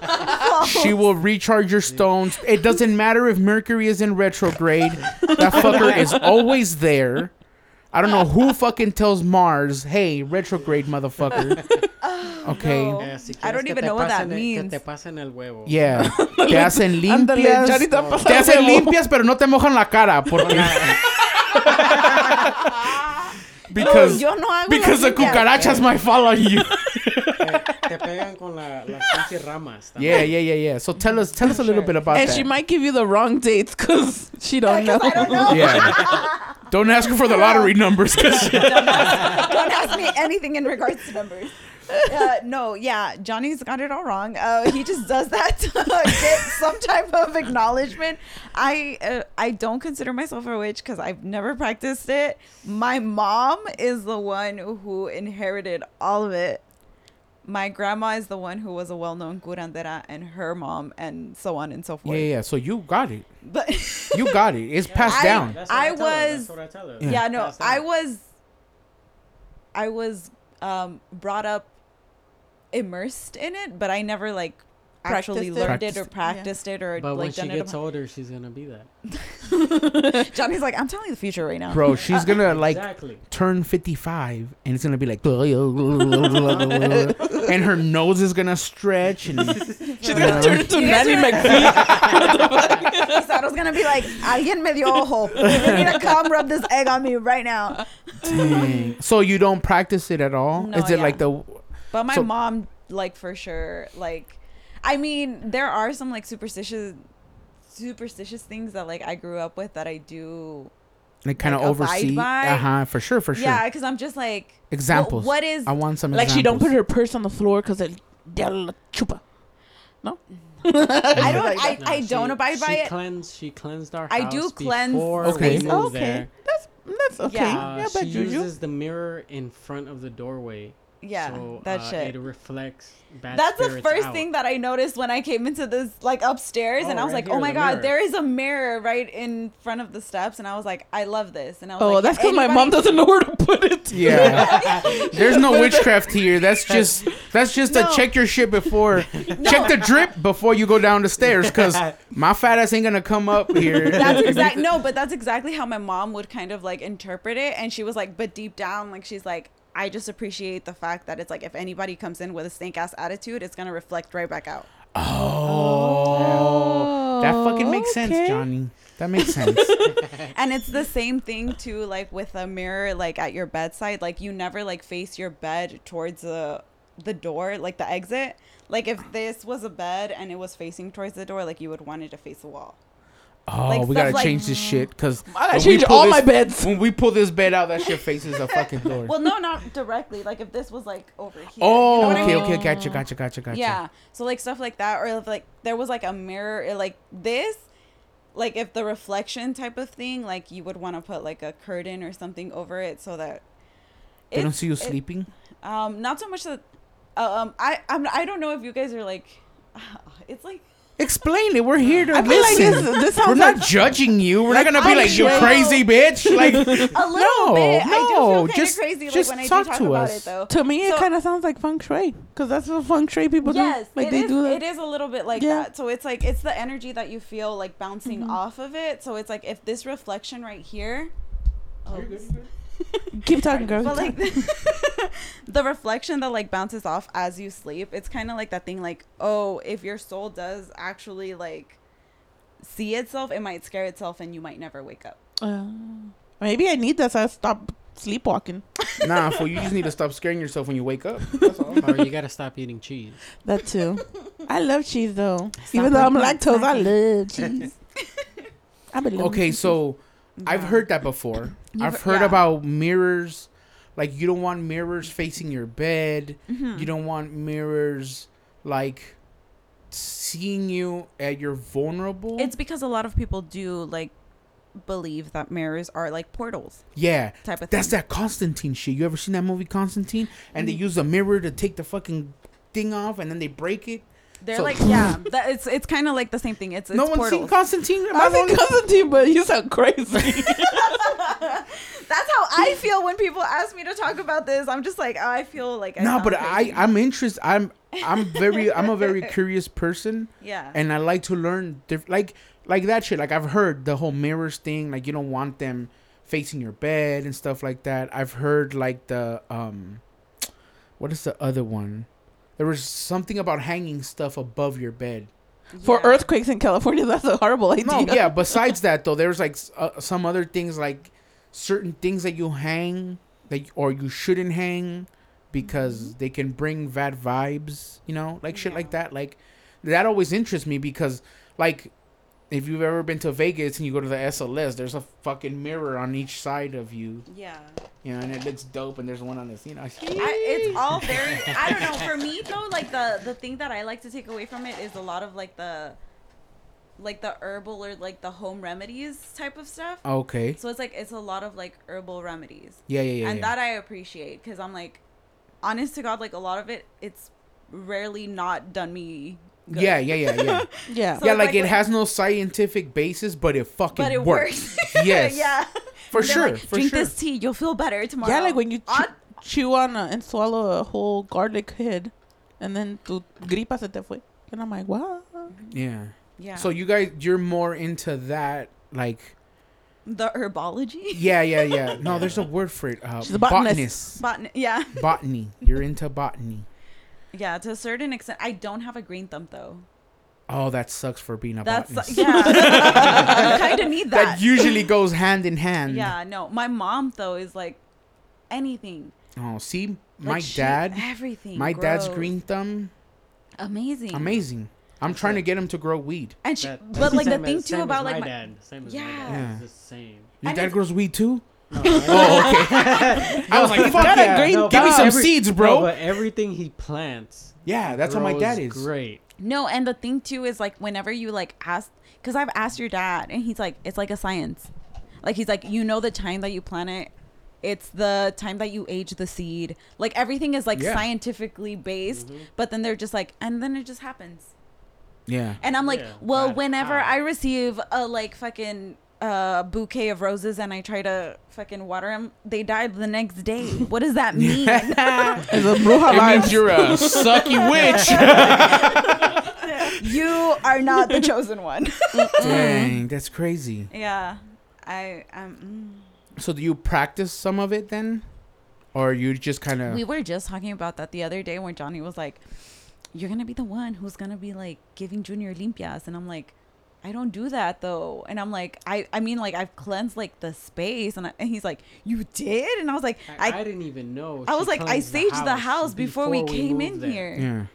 S6: She will recharge your stones. It doesn't matter if Mercury is in retrograde. That fucker is always there. I don't know who fucking tells Mars, "Hey, retrograde, motherfucker." Okay.
S9: no.
S8: Eh, si
S9: I don't
S8: quieres que
S9: even
S8: te
S9: know what that
S8: pasen el-
S9: means.
S8: Que te pasen el huevo.
S6: Yeah. Te hacen
S7: Ándale,
S6: limpias.
S7: Johnny, te ha
S6: Te
S7: pasado
S6: hacen
S7: huevo.
S6: limpias, pero no te mojan la cara porque because
S9: yo no hago
S6: because the
S9: las limpias.
S6: cucarachas might follow you.
S8: Te, te pegan con la, las pinches ramas. también.
S6: yeah, yeah, yeah, yeah. So tell us tell us a little bit about
S7: And
S6: that.
S7: she might give you the wrong dates because she don't know.
S9: I don't know.
S6: yeah. Don't ask her for the lottery numbers 'cause-
S9: Don't ask me anything in regards to numbers. Uh, no, yeah, Johnny's got it all wrong. Uh, he just does that to get some type of acknowledgement. I uh, I don't consider myself a witch because I've never practiced it. My mom is the one who inherited all of it. My grandma is the one who was a well-known curandera, and her mom, and so on and so
S6: Yeah,
S9: forth.
S6: yeah, yeah. So you got it.
S9: But
S6: You got it. It's passed
S9: I-
S6: down.
S8: That's what
S9: I
S8: tell her,
S9: was-
S8: That's what I tell her.
S9: yeah no
S8: That's
S9: i
S8: it.
S9: was i was um brought up immersed in it but i never like actually
S7: Practiced it?
S9: learned it or
S7: Practiced-
S9: practiced it or
S8: But when
S9: like
S8: she
S9: done it
S8: gets older, she's gonna be that.
S9: johnny's like i'm telling you the future right now
S6: Bro, she's gonna like
S8: exactly.
S6: turn 55 and it's gonna be like and her nose is gonna stretch and
S7: She's gonna turn into
S9: guys
S7: Nanny
S9: are-
S7: McPhee.
S9: so i was gonna be like alguien me dio ojo you need to come rub this egg on me right now
S6: Dang. so you don't practice it at all
S9: No,
S6: is it
S9: yeah.
S6: like the
S9: But my
S6: So-
S9: mom, like for sure, like I mean, there are some like superstitious superstitious things that like I grew up with that I do.
S6: And kind of
S9: Like, abide
S6: oversee.
S9: by?
S6: Uh huh. For sure. For sure.
S9: Yeah, because I'm just like wh-
S6: Examples.
S9: what is
S6: I want some.
S7: Like she don't put
S6: examples.
S7: her purse on the floor because they'll chupa.
S9: I don't I,
S8: No,
S9: I
S8: she-
S9: don't abide by
S8: she
S9: it.
S8: Cleansed, she cleansed our
S9: I do
S8: house
S9: cleanse
S8: before
S6: Okay.
S8: we moved
S7: Oh, Okay.
S8: there.
S7: That's that's okay.
S9: Yeah.
S7: Yeah,
S8: Uh,
S7: but
S8: she
S7: Juju.
S8: uses the mirror in front of the doorway.
S9: yeah,
S8: so,
S9: that
S8: uh,
S9: shit.
S8: It reflects bad
S9: That's the
S8: spirits
S9: first
S8: out.
S9: thing that I noticed when I came into this like upstairs, and
S8: Oh,
S9: I was
S8: right
S9: like,
S8: here,
S9: "Oh my
S8: the
S9: god,
S8: mirror.
S9: there is a mirror right in front of the steps," and I was like, "I love this." And I was
S7: Oh,
S9: like,
S7: that's because my
S9: "Anybody-
S7: mom doesn't know where to put it.
S6: Yeah. There's no witchcraft here. That's just that's just
S9: No.
S6: a check your shit before check the drip before you go down the stairs cuz my fat ass ain't going to come up here.
S9: That's exact no, but that's exactly how my mom would kind of like interpret it, and she was like, "But deep down, like she's like." I just appreciate the fact that it's like if anybody comes in with a snake ass attitude, it's gonna reflect right back out.
S6: oh. That fucking makes
S7: okay.
S6: sense, Johnny. That makes sense.
S9: And it's the same thing too, like with a mirror, like at your bedside. Like you never like face your bed towards the the door, like the exit. Like if this was a bed and it was facing towards the door, like you would want it to face the wall.
S6: Oh,
S9: Like
S6: we
S9: stuff
S6: got to
S9: like-
S6: change this shit cuz
S7: I gotta change all my beds.
S6: When we pull this bed out, that shit faces the fucking door.
S9: Well, no, not directly. Like if this was like over here. you know
S6: oh,
S9: what I
S6: okay,
S9: mean?
S6: okay, gotcha, gotcha, gotcha, gotcha.
S9: Yeah. So like stuff like that, or if like there was like a mirror, or, like this, like if the reflection type of thing, like you would want to put like a curtain or something over it so that
S6: They don't
S9: it's-
S6: see you
S9: it-
S6: sleeping.
S9: um, not so much that. Um, I I'm, I don't know if you guys are like, it's like
S6: Explain it. We're here to
S7: I feel like
S6: listen.
S7: this, this
S6: We're
S7: sounds
S6: not
S7: like
S6: judging you. We're not gonna be
S9: I
S6: like you
S9: know.
S6: crazy bitch. Like
S9: a little
S6: no,
S9: bit.
S6: no,
S9: I do feel kind
S6: just
S9: of crazy like,
S6: just
S9: when I do
S6: talk
S9: talk
S6: to
S9: about
S6: us.
S9: it though.
S7: to me. It
S9: So-
S7: kind of sounds like feng shui because that's what feng shui people
S9: yes,
S7: do. Like
S9: it
S7: they
S9: is-
S7: do that.
S9: It is a little bit like
S7: Yeah. Mm-hmm.
S9: that. So it's like it's the energy that you feel like bouncing off of it. So it's like if this reflection right here. Oh,
S7: Keep talking, girl.
S9: but like the reflection that like bounces off as you sleep it's kind of like that thing like oh if your soul does actually like see itself it might scare itself and you might never wake up
S7: Uh, maybe I need that so I stop sleepwalking.
S6: Nah, fool, you just need to stop scaring yourself when you wake up.
S8: or you gotta stop eating cheese.
S7: That too. I love cheese though. Even though I'm lactose, I love cheese. I believe.
S6: Okay, so I've heard that before. I've heard
S9: yeah.
S6: about mirrors. Like you don't want mirrors facing your bed.
S9: Mm-hmm. Hmm.
S6: You don't want mirrors like seeing you at your vulnerable.
S9: it's because a lot of people do like believe that mirrors are like portals
S6: yeah,
S9: type of
S6: that's
S9: thing.
S6: that Constantine shit. You ever seen that movie Constantine? And they use a mirror to take the fucking thing off, and then they break it.
S9: they're
S6: So-
S9: like yeah that, it's it's kind of like the same thing it's, it's
S6: no one's seen
S9: portals.
S6: Constantine. Am I
S7: I
S6: the
S7: think
S6: only-
S7: Constantine, but you sound crazy.
S9: that's how i feel when people ask me to talk about this i'm just like oh, i feel like I
S6: no,
S9: sound
S6: but
S9: crazy.
S6: I I'm interested. I'm I'm very I'm a very curious person.
S9: yeah
S6: and I like to learn diff- like like that shit. Like I've heard the whole mirrors thing. Like you don't want them facing your bed and stuff like that. I've heard like the um, what is the other one? There was something about hanging stuff above your bed.
S7: For
S9: Yeah.
S7: earthquakes in California, that's a horrible idea.
S6: No, yeah. Besides that though, there's like s- uh, some other things like certain things that you hang that y- or you shouldn't hang because
S9: Mm-hmm.
S6: they can bring bad vibes. You know, like shit like that. Like that always interests me because like if you've ever been to Vegas and you go to the SLS, there's a fucking mirror on each side of you.
S9: yeah
S6: You know, and it looks dope. And there's one on the scene. I
S9: I, it's all very i don't know for me though like the the thing that i like to take away from it is a lot of like the like the herbal or like the home remedies type of stuff
S6: okay.
S9: so it's like it's a lot of like herbal remedies
S6: Yeah, yeah, yeah.
S9: and
S6: yeah.
S9: that i appreciate because i'm like honest to god like a lot of it it's rarely not done me good.
S6: yeah, yeah, yeah, yeah.
S7: yeah.
S9: So
S6: yeah,
S9: it's
S6: like,
S9: like
S6: it
S9: when-
S6: has no scientific basis, but it fucking
S9: but it
S6: works.
S9: works,
S6: Yes.
S9: yeah
S6: For
S9: They're
S6: sure.
S9: like,
S6: for
S9: drink
S6: sure.
S9: this tea you'll feel better tomorrow
S7: Yeah, like when you
S9: On-
S7: chew, chew on a, and swallow a whole garlic head, and then tu gripa se te fue. And I'm like, wow.
S6: yeah.
S9: yeah
S6: So
S9: so
S6: you guys, you're more into that, like,
S9: the herbology
S6: yeah, yeah, yeah. No, there's a word for it. Uh,
S7: She's a
S6: botanist.
S7: botanist.
S9: Botan- yeah
S6: Botany. You're into botany.
S9: Yeah, to a certain extent. I don't have a green thumb though.
S6: Oh, that sucks for being a
S9: That's
S6: botanist.
S9: yeah. I kind of need that.
S6: That usually goes hand in hand.
S9: yeah, no. My mom though is like anything.
S6: Oh, see,
S9: Like,
S6: my
S9: she-
S6: dad,
S9: everything.
S6: my dad's
S9: grows.
S6: green thumb,
S9: Amazing.
S6: amazing. I'm trying to get him to grow weed.
S9: And she,
S8: That-
S9: but like the
S8: same
S9: thing
S8: as-
S9: too
S8: same
S9: about
S8: as
S9: like
S8: my
S9: my-
S8: dad. Same as my
S9: Yeah.
S8: dad. It's the same.
S6: Your
S9: And
S6: dad
S9: it's-
S6: grows weed too. Oh,
S8: No,
S6: I was like, fuck
S7: got a
S6: yeah.
S7: green
S6: Give me
S8: but
S6: some
S8: every-
S6: seeds,
S8: no,
S6: bro.
S8: but everything he plants.
S6: yeah, that's how my
S8: grows
S6: dad is.
S8: Great.
S9: no, and the thing too is like whenever you like ask, because I've asked your dad, and he's like, it's like a science, like he's like, you know, the time that you plant it, it's the time that you age the seed, like everything is like
S6: Yeah.
S9: scientifically based, but then they're just like, and then it just happens.
S6: Yeah.
S9: And I'm like,
S8: Yeah,
S9: well,
S8: but
S9: whenever
S8: how?
S9: I receive a like fucking uh, bouquet of roses and I try to fucking water them, they die the next day. What does that mean?
S6: It means you're a sucky witch.
S9: you are not the chosen one.
S6: Dang, that's crazy.
S9: yeah, I um.
S6: So do you practice some of it then, or you just kind of?
S9: We were just talking about that the other day when Johnny was like, "You're gonna be the one who's gonna be like giving Junior limpias," and I'm like. I don't do that though. And I'm like, I, I mean, like, I've cleansed like the space. And, I, and he's like, You did? And I was like,
S8: I, I didn't even know.
S9: I
S8: she
S9: was like, I
S8: cleansed
S9: staged the house before we came in
S8: moved there.
S9: here.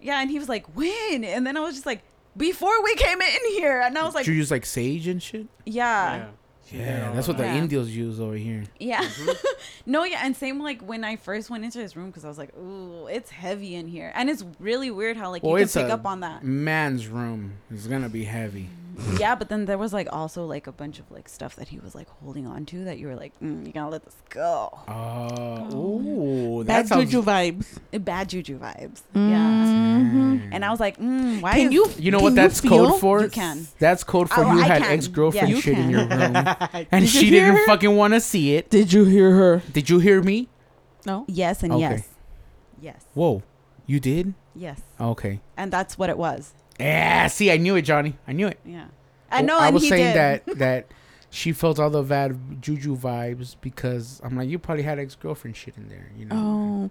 S9: Yeah.
S6: yeah.
S9: and he was like, when? And then I was just like, before we came in here. And I was like,
S6: do you use like sage and shit?
S9: yeah,
S8: Yeah.
S6: Yeah, that's what the
S9: Yeah.
S6: Indians use over here.
S9: yeah.
S6: Mm-hmm.
S9: no, yeah. And same like when I first went into his room because I was like, ooh, it's heavy in here. And it's really weird how like
S6: Well,
S9: you
S6: it's
S9: can pick
S6: a
S9: up on that.
S6: man's room. It's gonna be heavy.
S9: yeah, but then there was like also like a bunch of like stuff that he was like holding on to that you were like, mm, you gotta let this go.
S6: Oh, ooh,
S7: Bad
S6: that sounds.
S7: juju vibes.
S9: Bad juju vibes. Yeah.
S6: Mm.
S9: Mm-hmm.
S6: Mm-hmm.
S9: And I was like, mm, why
S7: Can
S9: is-
S7: you?
S6: You know
S7: can
S6: what that's
S7: feel?
S6: code for?
S9: You can.
S6: That's code for
S9: Oh,
S6: you
S9: I
S6: had
S9: can.
S6: ex girlfriend
S9: Yeah. You
S6: shit in your room, and
S7: Did you
S6: she
S7: hear
S6: didn't
S7: her?
S6: fucking want to see it.
S7: Did you hear her?
S6: Did you hear me?
S7: No.
S9: Yes and
S6: Okay.
S9: yes. Yes.
S6: Whoa, you did?
S9: Yes.
S6: Okay.
S9: and that's what it was.
S6: Yeah. See, I knew it, Johnny. I knew it.
S9: Yeah, I know.
S6: I
S9: and
S6: was
S9: he
S6: saying
S9: did.
S6: that that she felt all the bad juju vibes because I'm like, you probably had ex girlfriend shit in there, you know.
S7: Oh.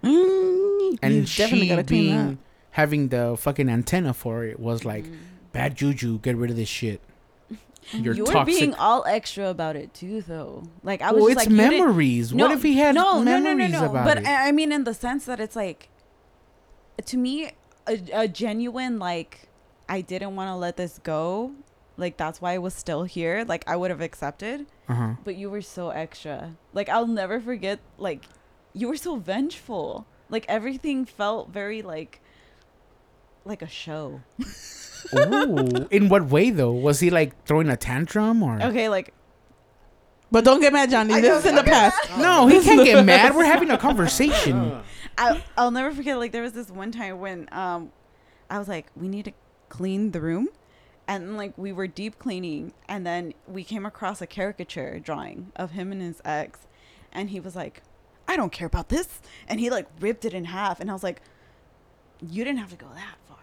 S7: Mm,
S6: and
S7: you definitely
S6: she
S7: gotta clean that.
S6: being having the fucking antenna for it was like
S9: Mm.
S6: bad juju get rid of this shit you're,
S9: you were
S6: toxic
S9: being all extra about it too, though. Like I was.
S6: well it's
S9: just like, you didn't-
S6: memories what if he had memories about
S9: but
S6: it
S9: I I mean, in the sense that it's like, to me, a, a genuine like, I didn't want to let this go. Like that's why I was still here. Like I would have accepted,
S6: uh-huh.
S9: but you were so extra. Like I'll never forget. Like you were so vengeful. Like everything felt very like, like a show.
S6: Ooh. in what way though was he like throwing a tantrum or
S9: Okay, like
S7: But don't get mad, Johnny. This is in the past.
S6: no he can't get mad we're having a conversation
S9: I, I'll never forget. Like there was this one time when um, I was like, we need to clean the room, and like we were deep cleaning, and then we came across a caricature drawing of him and his ex, and he was like, I don't care about this, and he like ripped it in half, and I was like, you didn't have to go that far.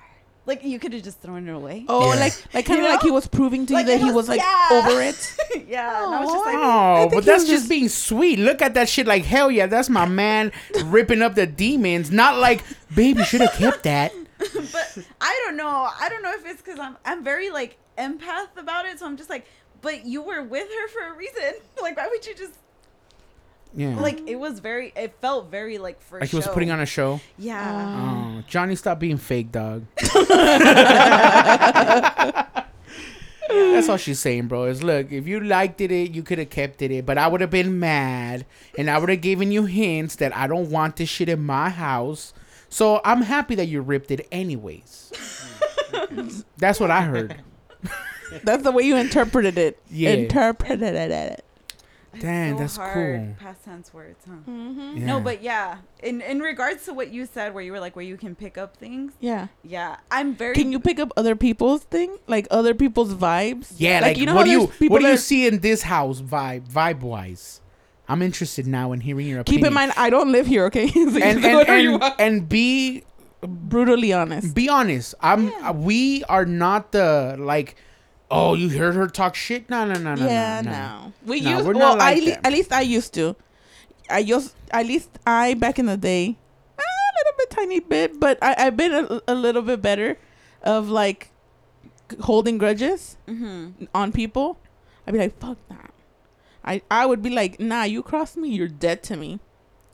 S9: Like you could have just thrown it away.
S7: Oh,
S6: Yeah.
S7: like like kind of
S9: You
S7: like he
S9: know?
S7: was proving to you
S9: Like,
S7: that
S9: it
S7: he
S9: was-
S7: was like
S9: yeah.
S7: over it.
S9: yeah, and I was just like,
S6: oh
S7: think
S6: but
S7: he
S6: that's
S7: was
S6: just
S7: just-
S6: being sweet look at that shit like hell yeah that's my man ripping up the demons not like babe you should have kept that
S9: but I don't know. I don't know if it's because I'm I'm very like empath about it, so I'm just like, but you were with her for a reason. Like, why would you just
S6: yeah
S9: like? It was very. It felt very like for.
S6: like he was
S9: show.
S6: putting on a show
S9: Yeah.
S6: Oh, Johnny, stop being fake, dog. That's all she's saying, bro. Is look, if you liked it, it you could have kept it, it, but I would have been mad, and I would have given you hints that I don't want this shit in my house. So I'm happy that you ripped it, anyways. That's what I heard.
S7: That's the way you interpreted it.
S6: Yeah.
S7: Interpreted it.
S6: Damn,
S9: So
S6: that's
S9: hard Past tense words, huh?
S6: cool. Yeah.
S9: No, but yeah. In in regards to what you said, where you were like, where you can pick up things.
S7: Yeah.
S9: Yeah, I'm very.
S7: Can you pick up other people's thing, like other people's vibes?
S6: yeah, like, what
S7: how
S6: do you
S7: there's
S6: what do you
S7: that-
S6: see in this house vibe vibe wise? I'm interested now in hearing your
S7: Keep
S6: opinion.
S7: in mind, I don't live here. Okay, so you
S6: and
S7: do
S6: and
S7: whatever you
S6: and,
S7: want.
S6: and be
S7: brutally honest.
S6: be honest. I'm. uh, We are not the like. Oh, you heard her talk shit? No, no, no, no,
S7: yeah,
S6: no,
S7: no.
S6: no.
S7: We
S6: No,
S7: used
S6: we're
S7: well,
S6: not like
S7: I le-
S6: that.
S7: at least I used to. I just at least I back in the day, a little bit tiny bit, but I I've been a, a little bit better of like g- holding grudges
S6: Mm-hmm.
S7: on people. I'd be like, fuck that. I I would be like, nah, you crossed me, you're dead to me.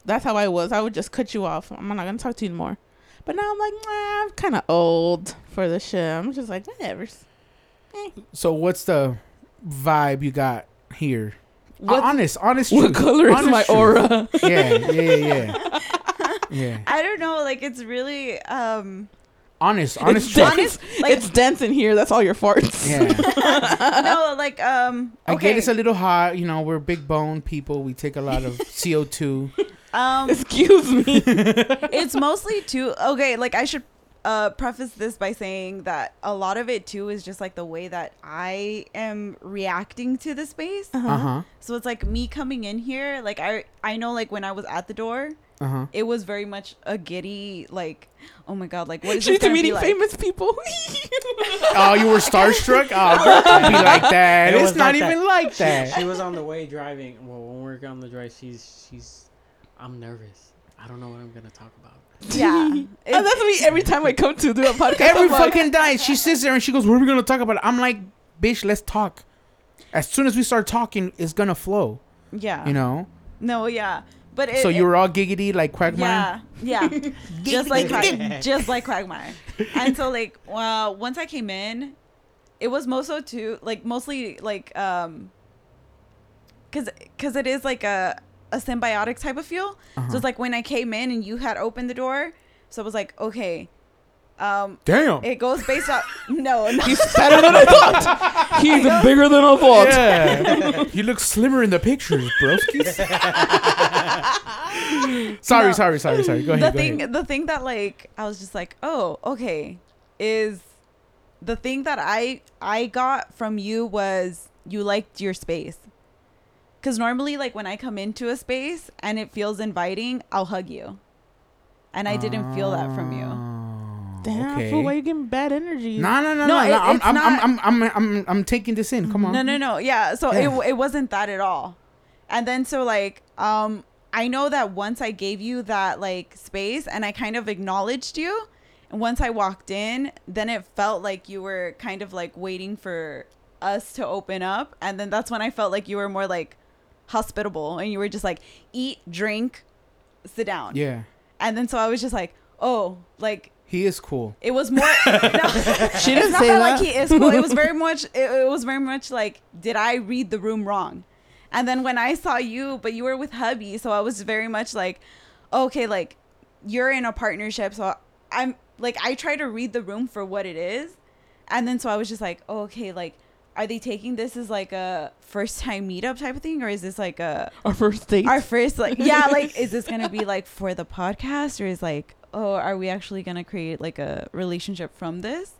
S7: That's how I was. I would just cut you off. I'm not gonna talk to you anymore. But now I'm like, nah, I'm kind of old for the shit. I'm just like, whatever.
S6: So what's the vibe you got here?
S7: What-
S6: What, honest, honest.
S7: What
S6: truth.
S7: color is
S6: Honest
S7: my
S6: truth.
S7: aura?
S6: Yeah, yeah, yeah. Yeah,
S9: I don't know. Like it's really. um
S6: honest, honest
S7: it's
S6: truth.
S7: dense.
S9: like-
S7: it's dense in here. That's all your farts.
S6: Yeah,
S9: No, like um.
S6: I
S9: Okay.
S6: get it's a little hot. You know, we're big bone people. We take a lot of CO two.
S8: Uh-huh.
S9: um,
S7: Excuse me.
S9: it's mostly too okay like i should uh preface this by saying that a lot of it too is just like the way that i am reacting to the space
S7: Uh-huh.
S6: Uh huh.
S9: so it's like me coming in here like i i know like when i was at the door
S6: Uh
S7: Uh-huh.
S6: huh.
S9: it was very much a giddy like oh my god like what is
S7: She's
S9: this gonna be
S7: meeting
S9: like?
S7: famous people.
S6: Oh, you were starstruck. Oh, girl, can't be like that.
S8: It
S6: it's
S8: was
S6: not
S8: like that.
S6: even like that.
S8: She was on the way driving. Well, when we're on the drive, she's she's. I'm nervous. I don't know what I'm gonna talk about.
S9: yeah
S7: and
S9: It's-
S7: that's me every time I come to do a podcast.
S6: Every
S7: I'm like,
S6: fucking night, she sits there and she goes, "What are we gonna talk about?" I'm like, "Bitch, let's talk." As soon as we start talking, it's gonna flow.
S9: yeah
S6: You know.
S9: no yeah but it,
S6: so
S9: it-
S6: you were all giggity like Quagmire.
S9: yeah yeah just like Quag- just like Quagmire. And so like well, once I came in, it was mostly too like mostly like um cuz cuz it is like a a symbiotic type of feel.
S6: Uh-huh.
S9: So it's like when I came in and you had opened the door, so I was like, okay, um
S6: Damn.
S9: it goes based off no, no.
S7: better than I thought. He's bigger than I thought.
S6: Yeah. you look slimmer in the pictures, broskies. sorry,
S9: No.
S6: sorry, sorry, sorry. Go
S9: the
S6: ahead. Go
S9: thing
S6: ahead.
S9: the thing that like I was just like, "Oh, okay." Is the thing that I I got from you was you liked your space. Cuz normally like when I come into a space and it feels inviting, I'll hug you. And I didn't feel that from you.
S6: Oh,
S7: Damn,
S6: okay.
S7: fool, why you getting bad energy?
S6: No, no, no, no.
S9: No,
S6: no,
S9: it-
S6: I'm,
S9: it's
S6: I'm,
S9: not-
S6: I'm, I'm, I'm, I'm, I'm taking this in. Come on.
S9: No, no, no. Yeah, so
S6: Yeah.
S9: it it wasn't that at all. And then so like um I know that once I gave you that like space and I kind of acknowledged you, and once I walked in, then it felt like you were kind of like waiting for us to open up, and then that's when I felt like you were more like hospitable and you were just like eat, drink, sit down.
S6: Yeah,
S9: And then so I was just like, "Oh, like
S6: he is cool.
S9: it was more. No, she didn't
S7: say
S9: Like
S7: that.
S9: he is cool. It was very much. It, it was very much like, did I read the room wrong? And then when I saw you, but you were with hubby, so I was very much like, okay, like you're in a partnership, so I'm like I try to read the room for what it is, and then so I was just like, oh, okay, like are they taking this as like a first time meetup type of thing, or is this like a
S7: Our first date.
S9: our first like yeah like is this gonna be like for the podcast or is like oh are we actually gonna create like a relationship from this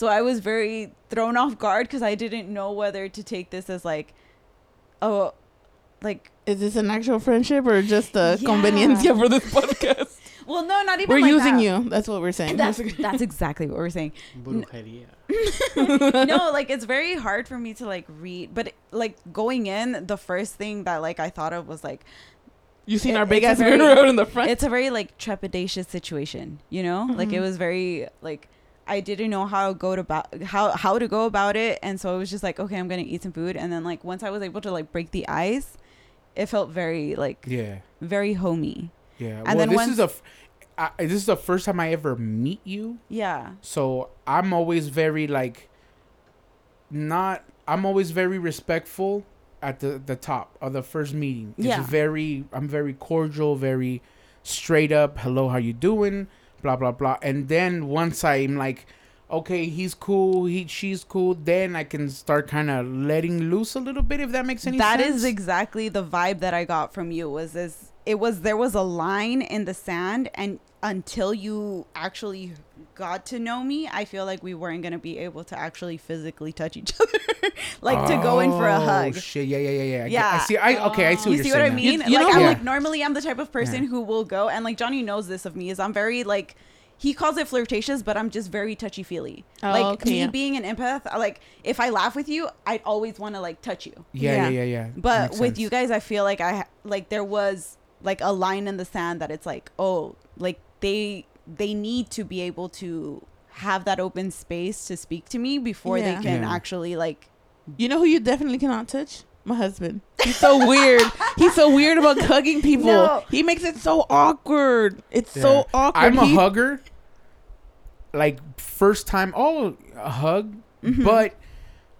S9: so i was very thrown off guard because i didn't know whether to take this as like oh like
S7: Is this an actual friendship or just a
S9: Yeah.
S7: conveniencia for this podcast?
S9: well no not even
S7: we're
S9: like
S7: using
S9: that.
S7: you. That's what we're saying.
S9: that's, that's exactly what we're saying
S8: Brujeria.
S9: no like it's very hard for me to like read but like going in the first thing that like i thought of was like
S7: you seen
S9: it-
S7: our big
S9: it's a
S7: ass
S9: very-
S7: mirror out in the front.
S9: it's a very like trepidatious situation you know like it was very like i didn't know how to go to about how how to go about it and so it was just like okay i'm gonna eat some food and then like once i was able to like break the ice it felt very like
S6: Yeah,
S9: very homey
S6: yeah.
S9: And
S6: well,
S9: then
S6: this
S9: once-
S6: is a, f- I, this is the first time I ever meet you.
S9: yeah
S6: So I'm always very like not I'm always very respectful at the the top of the first meeting. It's
S9: Yeah.
S6: very I'm very cordial, very straight up, hello, how you doing? blah blah blah. And then once I'm like okay, he's cool, he she's cool, then I can start kind of letting loose a little bit if that makes any
S9: That
S6: sense.
S9: is exactly the vibe that I got from you. Was this? It was there was a line in the sand, and until you actually got to know me, I feel like we weren't gonna be able to actually physically touch each other, like to go in for a
S6: Oh,
S9: hug.
S6: Shit, yeah, yeah, yeah, yeah. I get- I
S9: Yeah.
S6: see. I okay. I see. What
S9: you
S6: you're
S9: see what
S6: saying
S9: I
S6: now.
S9: mean?
S7: You- you
S9: like
S7: know-
S9: I'm
S6: Yeah.
S9: like normally I'm the type of person
S6: Yeah.
S9: who will go and like Johnny knows this of me is I'm very like he calls it flirtatious, but I'm just very touchy feely.
S7: Oh,
S9: like
S7: okay,
S9: me
S7: yeah.
S9: being an empath, I, like if I laugh with you, I'd always want to like touch you.
S6: Yeah,
S7: Yeah.
S6: yeah, yeah, yeah.
S9: But
S6: Makes
S9: with
S6: sense.
S9: you guys, I feel like I ha- like there was like a line in the sand that it's like oh like they they need to be able to have that open space to speak to me before
S7: Yeah.
S9: they can
S6: Yeah.
S9: actually like
S7: you know who you definitely cannot touch? My husband. He's so weird. He's so weird about hugging people.
S9: No.
S7: He makes it so awkward. It's
S6: Yeah.
S7: so awkward.
S6: I'm a
S7: He-
S6: hugger, like first time oh a hug
S7: Mm-hmm.
S6: but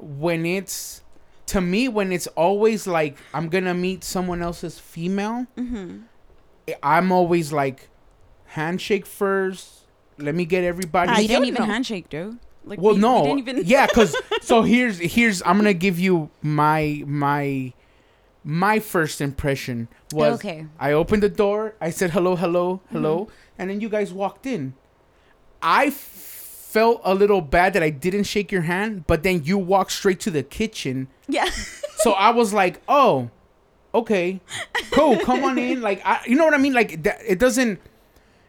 S6: when it's to me when it's always like i'm gonna meet someone else's female
S7: Mm-hmm.
S6: I- i'm always like handshake first let me get everybody
S9: Ah, You didn't
S7: don't
S9: even
S7: know.
S9: handshake, dude. Like,
S6: well
S9: we- we
S6: no
S9: didn't even-
S6: yeah because so here's here's i'm gonna give you my my my first impression was
S9: Okay. Mm-hmm.
S6: i opened the door i said hello hello hello and then you guys walked in i felt a little bad that i didn't shake your hand but then you walked straight to the kitchen
S9: yeah.
S6: so i was like oh okay cool come on in like I, you know what i mean like that, it doesn't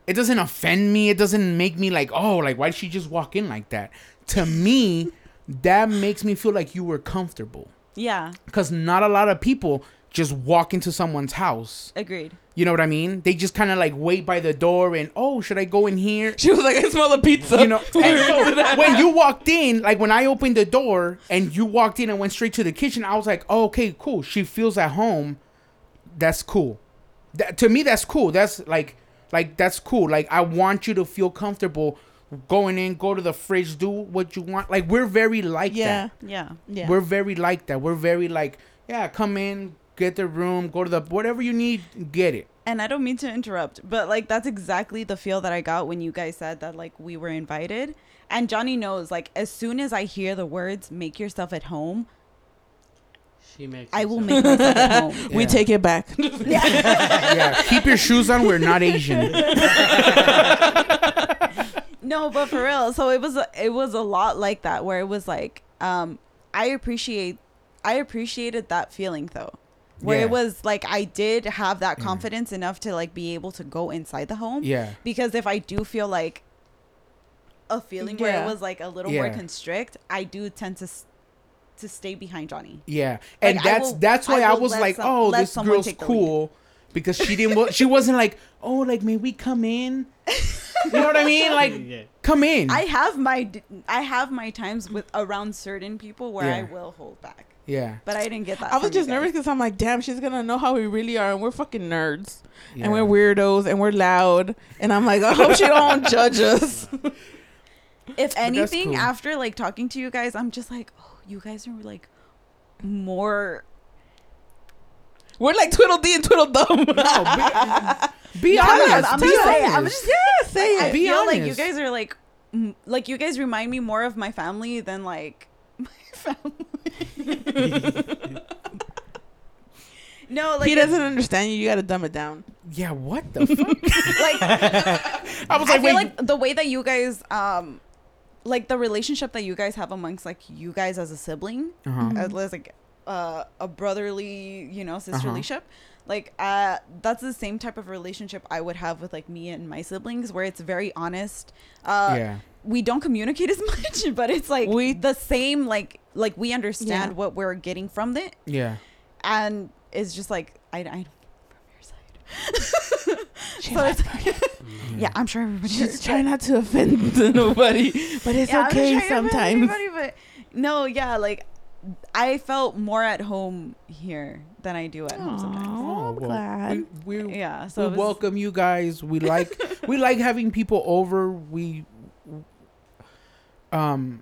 S6: it doesn't offend me it doesn't make me like oh like why did she just walk in like that to me that makes me feel like you were comfortable
S9: yeah.
S6: because not a lot of people just walk into someone's house
S9: Agreed.
S6: you know what i mean they just kind of like wait by the door and oh should i go in here
S7: She was like, I smell a pizza.
S6: you know and so when you walked in like when i opened the door and you walked in and went straight to the kitchen i was like oh, okay cool she feels at home that's cool that, to me that's cool that's like like that's cool like i want you to feel comfortable going in go to the fridge do what you want like we're very like
S7: yeah.
S6: that
S9: Yeah.
S7: Yeah.
S6: we're very like that we're very like yeah come in get the room go to the whatever you need get it
S9: And I don't mean to interrupt, but like that's exactly the feel that I got when you guys said that like we were invited. And Johnny knows like as soon as I hear the words "make yourself at home,"
S8: She makes.
S9: I will
S8: herself-
S9: make myself at home.
S7: we
S6: Yeah.
S7: take it back.
S6: yeah keep your shoes on we're not asian
S9: No, but for real. So it was a, it was a lot like that where it was like um I appreciate I appreciated that feeling though. Where
S6: Yeah. Mm.
S9: it was like I did have that confidence enough to like be able to go inside the home.
S6: Yeah.
S9: Because if I do feel like a feeling where
S7: Yeah.
S9: it was like a little
S6: Yeah.
S9: more constrict, I do tend to s- to stay behind Johnny.
S6: Yeah, and
S9: I
S6: that's
S9: will-
S6: that's why
S9: I
S6: I,
S9: will
S6: was
S9: let
S6: like,
S9: some-
S6: oh,
S9: let
S6: this
S9: someone
S6: girl's
S9: take the lead.
S6: cool, because she didn't. wa- she wasn't like, oh, like may we come in? You know what I mean?
S8: Yeah.
S6: Like, come in.
S9: I have my d- I have my times with around certain people where I
S6: Yeah.
S9: will hold back.
S6: yeah,
S9: But I didn't get that.
S7: I was
S9: from you
S7: just nervous
S9: guys.
S7: because I'm like, damn, she's gonna know how we really are, and we're fucking nerds,
S6: Yeah.
S7: and we're weirdos, and we're loud, and I'm like, I hope she don't judge us.
S9: if anything
S6: cool.
S9: after like talking to you guys i'm just like oh you guys are like more
S7: We're like Tweedledee and Tweedledum.
S6: be
S9: I'm,
S6: honest.
S9: I'm, I'm
S6: be
S9: just saying
S6: honest.
S9: i'm just yeah say i
S6: it. Be
S9: feel like you
S6: honest.
S9: guys are like m- like you guys remind me more of my family than like my family no like
S7: he doesn't understand you. You gotta dumb it down.
S6: yeah, what the? fuck?
S9: like
S6: I was
S9: i
S6: like, wait,
S9: feel like the way that you guys um like the relationship that you guys have amongst like you guys as a sibling
S6: uh-huh.
S9: as as, like uh, a brotherly, you know, sisterly ship. Like uh, that's the same type of relationship I would have with like me and my siblings, where it's very honest. Uh,
S6: Yeah.
S9: We don't communicate as much, but it's like
S7: We-
S9: we the same. Like like we
S7: Yeah.
S9: understand what we're getting from it,
S6: yeah,
S9: and it's just like I I don't from your side. so it's, yeah, I'm sure everybody
S7: Just try not to offend nobody, but it's
S9: yeah, I'm
S7: okay
S9: trying to offend
S7: sometimes.
S9: everybody, but no, yeah, like I felt more at home here than I do at home sometimes.
S7: Aw, I'm
S6: well,
S7: glad.
S6: we, we,
S9: Yeah, so it
S6: we
S9: was-
S6: welcome you guys. We like we like having people over. We um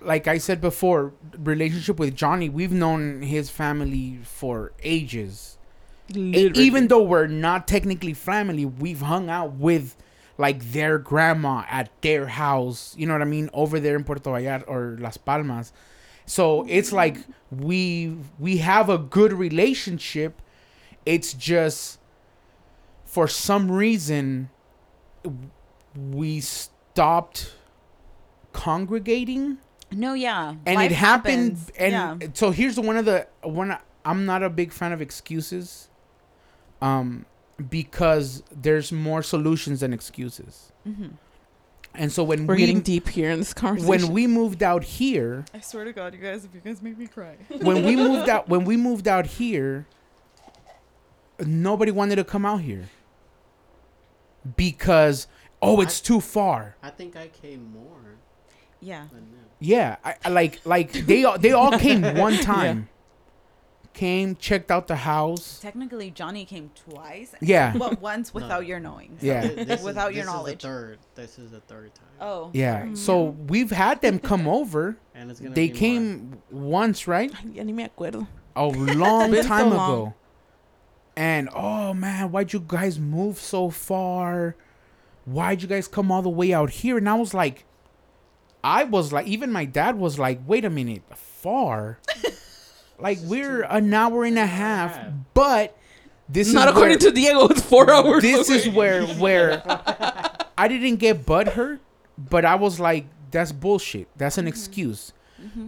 S6: like I said before, relationship with Johnny, we've known his family for ages. E- Even though we're not technically family, we've hung out with like their grandma at their house, you know what I mean, over there in Puerto Vallarta or Las Palmas. So it's like we we have a good relationship. It's just for some reason w- we stopped congregating
S9: No, yeah,
S6: and
S9: life
S6: it happened
S9: happens,
S6: and so here's one of the one i'm not a big fan of excuses um because there's more solutions than excuses and so when
S7: Mm-hmm. We're
S6: we
S7: getting deep here in this conversation.
S6: when we moved out here
S9: I swear to God, you guys, if you guys make me cry,
S6: when we moved out when we moved out here nobody wanted to come out here because oh it's too far
S8: I think I came more
S9: yeah,
S8: than them.
S6: yeah I, I like like they all they all came one time came, checked out the house.
S5: Technically, Johnny came twice.
S6: Yeah.
S5: But once without your knowing.
S6: Yeah.
S8: Th- this is-
S5: Without your
S8: this is the
S5: knowledge.
S8: third. This is the third time.
S5: Oh.
S6: Yeah.
S7: Mm.
S6: So we've had them come over.
S8: And it's gonna
S6: They
S8: be more.
S6: came once, right?
S7: Ya ni me acuerdo.
S6: A long
S7: been so
S6: time
S7: long.
S6: ago. And oh man, why'd you guys move so far? Why'd you guys come all the way out here? And I was like, I was like, even my dad was like, wait a minute, far? like we're an hour and a half,
S8: half.
S6: but this
S7: Not
S6: is where-
S7: according to Diego. It's four hours.
S6: this
S7: away.
S6: is where where I didn't get butt hurt, but I was like, that's bullshit. That's an excuse.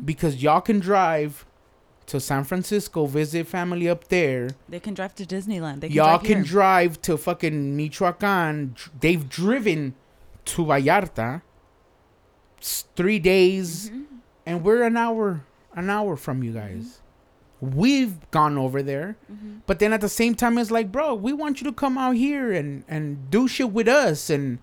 S6: Because y'all can drive to San Francisco, visit family up there.
S5: They can drive to Disneyland. They can
S6: y'all
S5: drive
S6: can
S5: here.
S6: drive to fucking Michoacan. Dr- They've driven to Vallarta. It's three days,
S5: Mm-hmm.
S6: and we're an hour an hour from you guys.
S5: Mm-hmm.
S6: We've gone over there, but then at the same time, it's like, bro, we want you to come out here and and do shit with us, and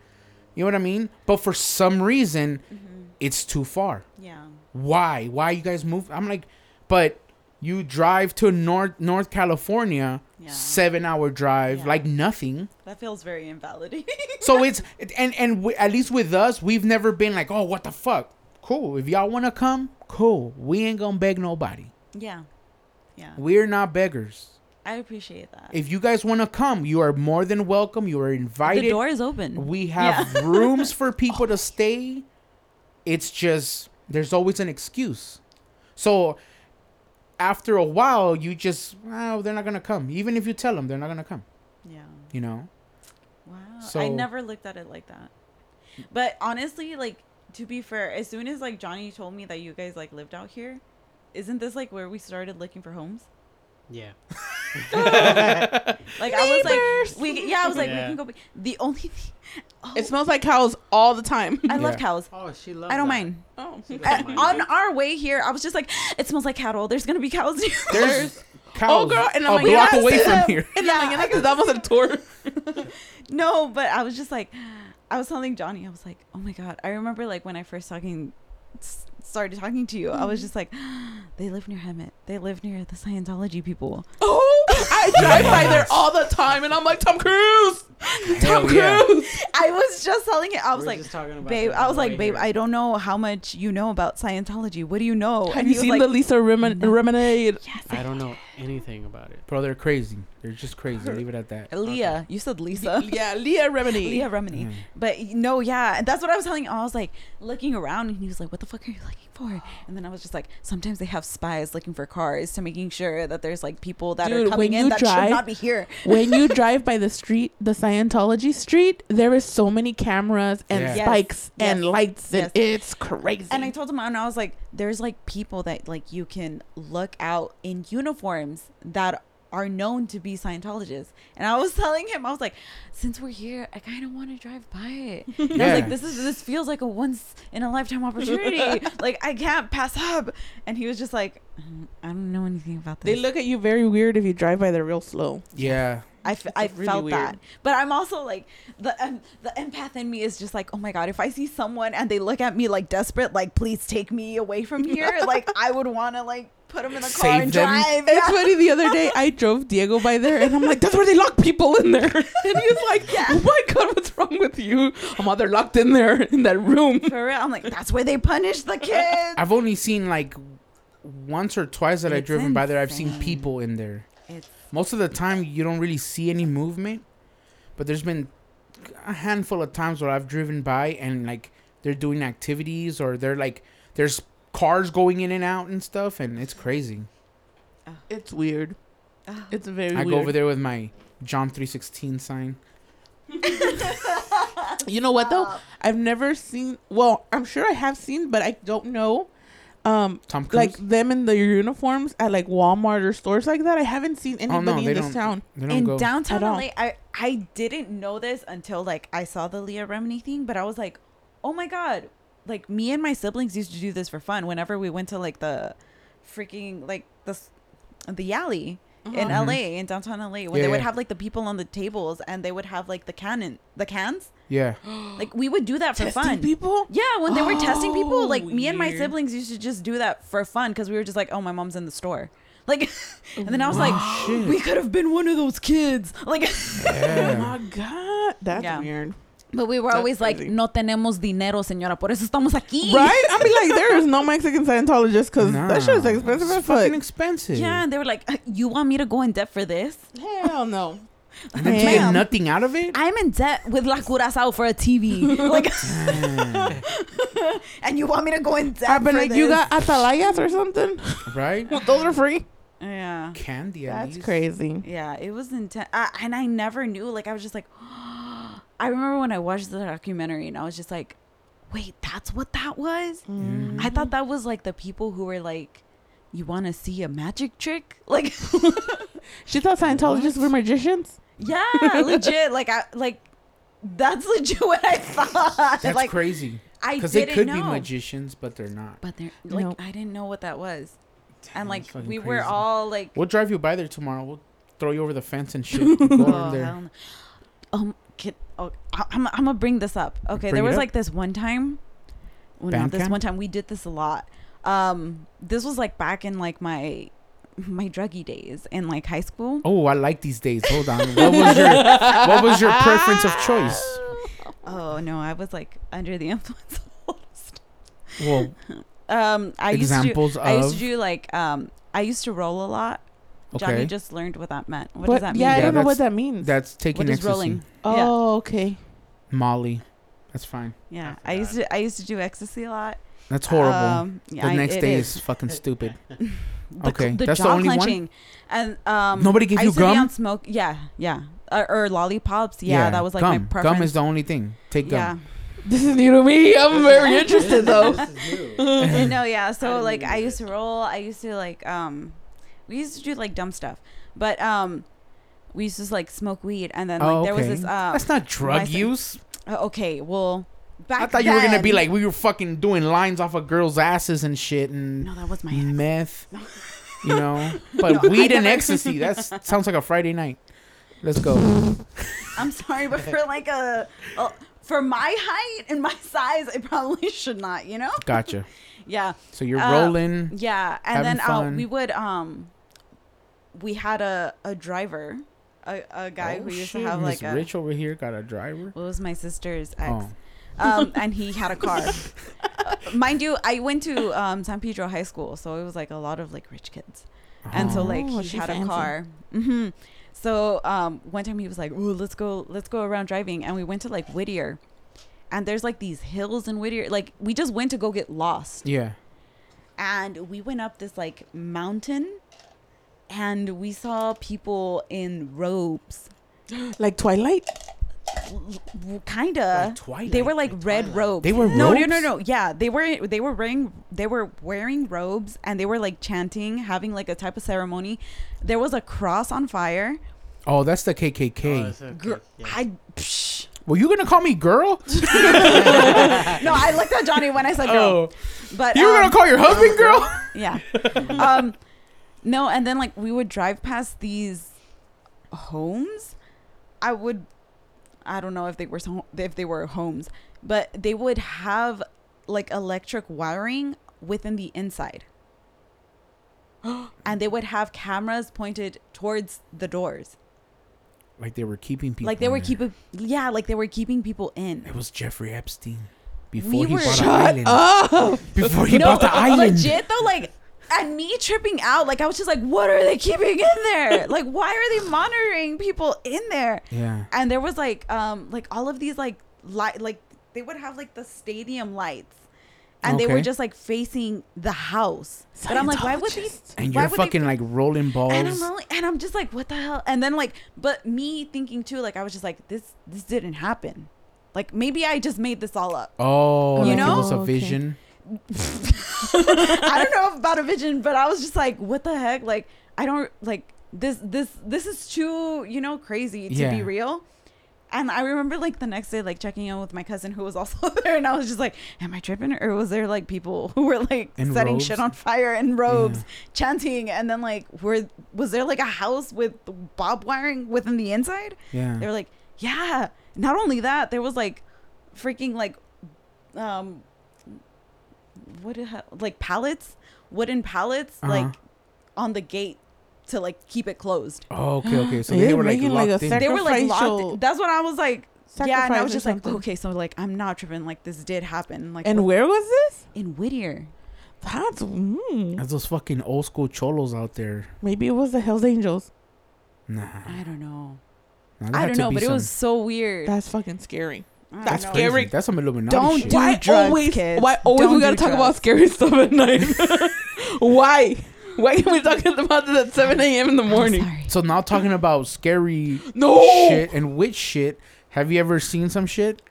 S6: you know what I mean. But for some reason,
S5: Mm-hmm.
S6: it's too far
S5: Yeah.
S6: why why you guys move i'm like but you drive to north north california
S5: Yeah.
S6: seven hour drive
S5: Yeah.
S6: like nothing
S5: That feels very invalidating.
S6: so it's and and w- at least with us we've never been like oh what the fuck cool if y'all want to come cool we ain't gonna beg nobody
S5: yeah. Yeah.
S6: we're not beggars
S5: I appreciate that.
S6: if you guys want to come you are more than welcome you are invited
S5: the door is open.
S6: we have
S5: Yeah.
S6: rooms for people to stay. It's just there's always an excuse. So after a while, you just oh they're not gonna come. Even if you tell them, they're not gonna come.
S5: yeah.
S6: You know?
S5: Wow. I
S6: So-
S5: never looked at it like that. But honestly, like to be fair, as soon as like Johnny told me that you guys like lived out here, isn't this like where we started looking for homes?
S8: Yeah.
S5: Like I was like, we yeah, I was like,
S8: Yeah.
S5: we can go. Be- the only thing,
S7: It smells like cows all the time.
S5: I love
S6: Yeah.
S5: cows.
S8: Oh, she loves.
S5: I don't
S8: that.
S5: mind.
S7: Oh.
S5: I, on our way here, I was just like, it smells like cattle. There's gonna be cows.
S6: There's cows
S7: Oh, girl, and I'm
S6: a
S7: like,
S6: block
S7: yes,
S6: away from
S7: um,
S6: here.
S7: And yeah, I'm like, that was a tour.
S5: no, but I was just like, I was telling Johnny, I was like, oh my god, I remember like when I first talking, s- started talking to you, I
S8: Mm-hmm.
S5: was just like, they live near Hemet. They live near the Scientology people.
S7: Oh, I drive by there all the time, and I'm like Tom Cruise, Tom
S6: Hell yeah.
S7: Cruise.
S5: I was just telling it. I was
S8: were
S5: like,
S8: just talking about
S5: babe.
S8: that
S5: I
S8: on
S5: was
S8: the
S5: like,
S8: way
S5: babe.
S8: here.
S5: I don't know how much you know about Scientology. What do you know?
S7: Have you
S5: he was
S7: seen
S5: like,
S7: the Lisa Remen- Lemonade?
S8: I don't know anything about it.
S6: Bro, they're crazy. They're just crazy. Leave it at that.
S5: Leah? You said Lisa.
S7: Yeah, Leah Remini.
S5: Leah Remini.
S6: Mm-hmm.
S5: But no, yeah, and that's what I was telling. you. I was like looking around, and he was like, "What the fuck are you looking for?" And then I was just like, "Sometimes they have spies looking for cars to making sure that there's like people that
S7: Dude,
S5: are coming
S7: when
S5: in
S7: you
S5: that
S7: drive-
S5: should not be here."
S7: when you drive by the street, the Scientology street, there is so many cameras and
S6: Yeah.
S5: Yes.
S7: spikes and
S5: Yes.
S7: lights, and
S5: Yes.
S7: it's crazy.
S5: And I told him, and I was like, "There's like people that like you can look out in uniforms that are known to be Scientologists." And I was telling him, I was like, "Since we're here, I kind of want to drive by it." And I was
S6: Yeah.
S5: like, "This is this feels like a once in a lifetime opportunity. like I can't pass up." And he was just like, "Mm, "I don't know anything about this."
S7: they look at you very weird if you drive by there real slow.
S6: Yeah.
S5: I, f- I
S7: really
S5: felt
S7: weird.
S5: that, but I'm also like the um, the empath in me is just like, oh my god, if I see someone and they look at me like desperate, like please take me away from here, like I would want to like put them in the car
S6: Save
S5: and
S6: them.
S5: drive.
S7: It's funny. The other day, I drove Diego by there, and I'm like, "That's where they lock people in there." And he's like, "Oh my god, what's wrong with you? Oh my, they're locked in there in that room."
S5: For real, I'm like that's where they punish the kids.
S6: I've only seen like once or twice that I've
S5: It's
S6: driven by there. I've seen
S5: insane.
S6: people in there.
S5: It's-
S6: Most of the time, you don't really see any movement, but there's been a handful of times where I've driven by and like they're doing activities or they're like there's cars going in and out and stuff, and it's crazy.
S7: It's weird. It's very.
S6: I
S7: weird.
S6: go over there with my John three sixteen sign.
S7: You know what though? I've never seen. Well, I'm sure I have seen, but I don't know. Um,
S6: Tom Cruise.
S7: like them in their uniforms at like Walmart or stores like that. I haven't seen
S6: oh
S7: anybody
S6: no, they
S7: in this
S6: don't.
S7: town.
S6: They don't
S5: In
S6: go.
S5: downtown
S7: At all.
S5: LA, I I didn't know this until like I saw the Leah Remini thing, but I was like, oh my god, like me and my siblings used to do this for fun whenever we went to like the freaking like the s- the alley in LA in downtown LA when
S6: Mm-hmm. Yeah,
S5: they would
S6: yeah.
S5: have like the people on the tables and they would have like the cannon the cans
S6: yeah,
S5: like we would do that for
S7: Testing
S5: fun.
S7: people.
S5: Yeah, when they were testing people,
S7: Oh,
S5: like me and my
S7: weird.
S5: siblings used to just do that for fun because we were just like, oh, my mom's in the store. Like, and then I was like,
S7: shit.
S5: we could have been one of those kids. Like,
S6: Oh my god, that's
S5: Yeah.
S6: weird.
S5: but we were
S6: That's
S5: always like,
S6: crazy.
S5: no tenemos dinero, señora. Por eso estamos aquí.
S6: Right? I mean, like, there is no Mexican Scientologist because that shit is expensive
S7: It's
S6: as
S7: fucking
S6: fuck.
S7: expensive.
S5: Yeah, and they were like, "Uh, you want me to go in debt for this?
S6: Hell no.
S7: And then you get
S5: Ma'am.
S7: nothing out of it.
S5: I'm in debt with La Curacao for a TV. Like, and you want me to go in debt?
S7: Ah,
S6: I've been
S5: for
S6: Ah, like, you
S5: this?
S6: got atalayas or something?
S7: Right?
S6: Those are free.
S5: Yeah.
S7: Candy. At
S6: That's
S7: least.
S6: crazy.
S5: Yeah, it was intense. I, and I never knew. Like, I was just like, I remember when I watched the documentary and I was just like, wait, that's what that was?
S7: Mm-hmm.
S5: I thought that was like the people who were like, you want to see a magic trick? Like,
S6: She thought Scientologists were magicians.
S5: yeah, legit. Like, I, like, that's legit what I thought.
S7: That's
S5: like,
S7: crazy.
S5: I
S7: Because
S5: didn't
S7: they could
S5: know.
S7: be magicians, but they're not.
S5: But they're like,
S6: Nope.
S5: I didn't know what that was. and like,
S7: that's fucking
S5: we were
S7: crazy.
S5: all like,
S7: We'll drive you by there tomorrow. We'll throw you over the fence and shit. Go in
S5: Oh,
S7: there.
S5: hell no. Um, can, oh, I- I'm, I'm gonna bring this up. Okay,
S7: Bring
S5: there
S7: it
S5: was
S7: up.
S5: like this one time. Well, not
S7: Band
S5: this
S7: camp?
S5: one time. We did this a lot. Um, this was like back in like my my druggy days in like high school.
S7: Oh, I like these days. Hold on. What was your What was your preference of choice?
S5: Oh, no, I was like under the influence. of a lot of stuff.
S7: Well,
S5: um, I
S7: Examples
S5: used to, I used to
S7: of?
S5: do like um, I used to roll a lot. Johnny
S7: Okay.
S5: just learned what that meant. What,
S6: But-
S5: does that
S6: Yeah, I
S5: mean?
S7: Yeah,
S6: don't know
S7: that's-
S6: what that means.
S7: that's taking
S5: What is
S7: ecstasy.
S5: rolling? yeah.
S6: oh, okay.
S7: Molly. That's fine.
S5: Yeah, I used to I used to do ecstasy a lot.
S7: That's horrible.
S5: Um, yeah,
S7: the
S5: I-
S7: next
S5: it
S7: day
S5: is. Uh,
S7: is fucking stupid.
S5: the,
S7: Okay,
S5: okay, the
S7: that's the
S5: jaw
S7: only one?
S5: clenching, and um,
S7: Nobody gave
S5: I
S7: you
S5: used to be
S7: gum?
S5: on smoke. Yeah, yeah, or, or lollipops. Yeah, that was like
S7: gum.
S5: my preference.
S7: Gum is the only thing. Take
S5: yeah,
S7: gum.
S6: This is new to me. I'm very interested though.
S8: This is new.
S5: no, yeah. So like, I used to roll. I used to like, um, we used to do like dumb stuff, but um, we used to just, like smoke weed, and then like
S7: oh, okay.
S5: there was this. Um,
S7: That's not drug
S5: license-
S7: use.
S5: uh, okay, well, back
S7: I thought you were gonna be
S5: then-
S7: like we were fucking doing lines off of girls' asses and shit and
S5: No, that was my ex.
S7: meth, you know. But
S5: I
S7: weed and
S5: never-
S7: ecstasy. That sounds like a Friday night. Let's go.
S5: I'm sorry, but for like a, a for my height and my size, I probably should not. You know?
S7: Gotcha.
S5: Yeah.
S7: So you're
S5: Uh,
S7: rolling.
S5: Yeah, and
S7: having
S5: then uh,
S7: fun.
S5: we would um, we had a a driver, a, a guy
S7: Oh,
S5: who used to have like
S7: Miss
S5: a.
S7: Rich over here got a driver.
S5: Well, it was my sister's ex,
S7: Oh.
S5: um, and he had a car. Uh, Mind you, I went to um, San Pedro High School, so it was like a lot of like rich kids, and so like
S6: Oh,
S5: he
S6: she
S5: had a
S6: fancy.
S5: car. hmm So um, one time he was like, "Ooh, let's go, let's go around driving," and we went to like Whittier, and there's like these hills in Whittier. Like we just went to go get lost
S7: Yeah.
S5: and we went up this like mountain and we saw people in robes
S6: Like Twilight.
S5: kind of
S7: Twilight,
S5: they were like, red robes
S7: They were
S5: no no no
S7: robes?
S5: no yeah they were they were wearing they were wearing robes and they were like chanting having like a type of ceremony there was a cross on fire
S7: Oh, that's the KKK.
S8: That's okay.
S5: Gr-
S8: Yeah.
S5: i psh.
S7: Were you gonna call me girl?
S5: no i looked at johnny when i said
S7: Oh,
S5: girl but
S7: you were
S5: um,
S7: gonna call your husband girl?
S5: Yeah. um, no, and then like we would drive past these homes. I would, I don't know if they were so, if they were homes, but they would have like electric wiring within the inside, and they would have cameras pointed towards the doors,
S7: like they were keeping people.
S5: like they were
S7: in.
S5: keeping, yeah, like they were keeping people in.
S7: It was Jeffrey Epstein before he
S5: were-
S7: bought
S5: Shut
S7: the island. Before he bought the island.
S5: uh, legit though, like. And me tripping out, like I was just like, "What are they keeping in there? Like, why are they monitoring people in there?"
S7: Yeah.
S5: and there was like um like all of these like light like they would have like the stadium lights and they were
S7: Okay.
S5: just like facing the house but i'm like why would they
S6: Scientologists.
S7: And
S5: why
S7: you're
S5: would
S7: fucking
S5: they,
S7: like rolling balls.
S5: and i'm really, and i'm just like what the hell and then like but me thinking too like i was just like this this didn't happen like maybe i just made this all up
S7: Oh,
S5: You
S7: like
S5: know?
S7: it was a
S6: Okay.
S7: vision.
S5: i don't know about a vision but i was just like what the heck like i don't like this this this is too you know crazy to
S7: Yeah.
S5: be real and I remember like the next day, like checking in with my cousin who was also there, and I was just like, "Am I tripping, or was there like people who were like
S7: In
S5: setting
S7: robes?
S5: shit on fire in robes, chanting?" And then like, were was there like a house with bob wiring within the inside?
S7: Yeah.
S5: They were like, "Yeah." Not only that, there was like freaking like, um, what the hell- like pallets, wooden pallets,
S7: Uh-huh.
S5: like on the gate to like keep it closed.
S6: Oh, okay, okay. So
S7: Yeah,
S6: they were like
S7: making, like, a
S6: locked in.
S7: sec-
S5: They were like
S7: Sacrificial-
S5: locked. That's what I was like. Yeah, and I
S7: Sacrifice
S5: was
S7: or
S5: just like,
S7: something.
S5: okay, so like I'm not tripping. Like this did happen. Like
S7: And
S5: what-
S7: where was this?
S5: in Whittier.
S7: That's mm,
S6: That's those fucking old school cholos out there.
S7: maybe it was the Hell's Angels.
S6: Nah,
S5: I don't know.
S6: Nah, there
S5: I
S6: had
S5: don't
S6: to
S5: know,
S6: be
S5: but it
S6: some-
S5: was so weird.
S7: That's fucking scary.
S5: I don't
S7: that's
S5: know.
S6: crazy.
S7: scary.
S6: That's some Illuminati
S5: Don't
S6: shit.
S5: do
S7: why
S5: drugs,
S7: always?
S5: kids.
S7: Why always
S5: Don't
S7: we gotta
S5: do
S7: talk about
S5: drugs.
S7: scary stuff at night? why? Why can't we talk about this at seven a.m. in the morning?
S5: Sorry.
S6: So now talking about scary
S7: No.
S5: Oh!
S6: shit and witch shit. Have you ever seen some shit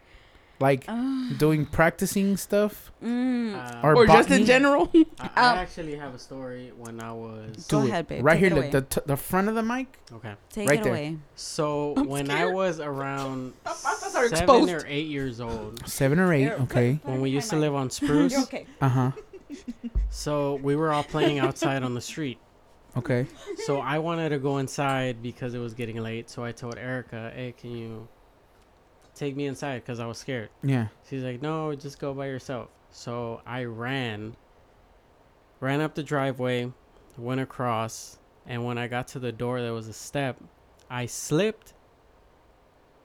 S6: like
S5: Uh,
S6: doing practicing stuff
S5: mm.
S8: Uh,
S6: or,
S7: Or just
S6: botany?
S7: in general?
S8: I, I
S7: Um,
S8: actually have a story when I was
S5: Go
S6: Do it.
S5: ahead, babe.
S6: Right
S5: Take
S6: here,
S5: it
S6: look
S5: away.
S6: the t- the front of the mic.
S8: okay.
S5: Take
S6: right
S5: it
S6: there.
S5: away.
S8: So
S7: I'm
S8: when I
S7: scared.
S8: was around
S7: muscles are
S8: seven
S7: exposed.
S8: or eight years old,
S6: Seven or eight. Okay.
S8: when we used to live on Spruce,
S5: okay.
S6: Uh huh.
S8: so we were all playing outside on the street.
S6: Okay.
S8: So I wanted to go inside because it was getting late. So I told Erica, "Hey, can you take me inside?" Because I was scared.
S6: Yeah.
S8: She's like, no, just go by yourself. So I ran, ran up the driveway, went across, and when I got to the door, there was a step. I slipped,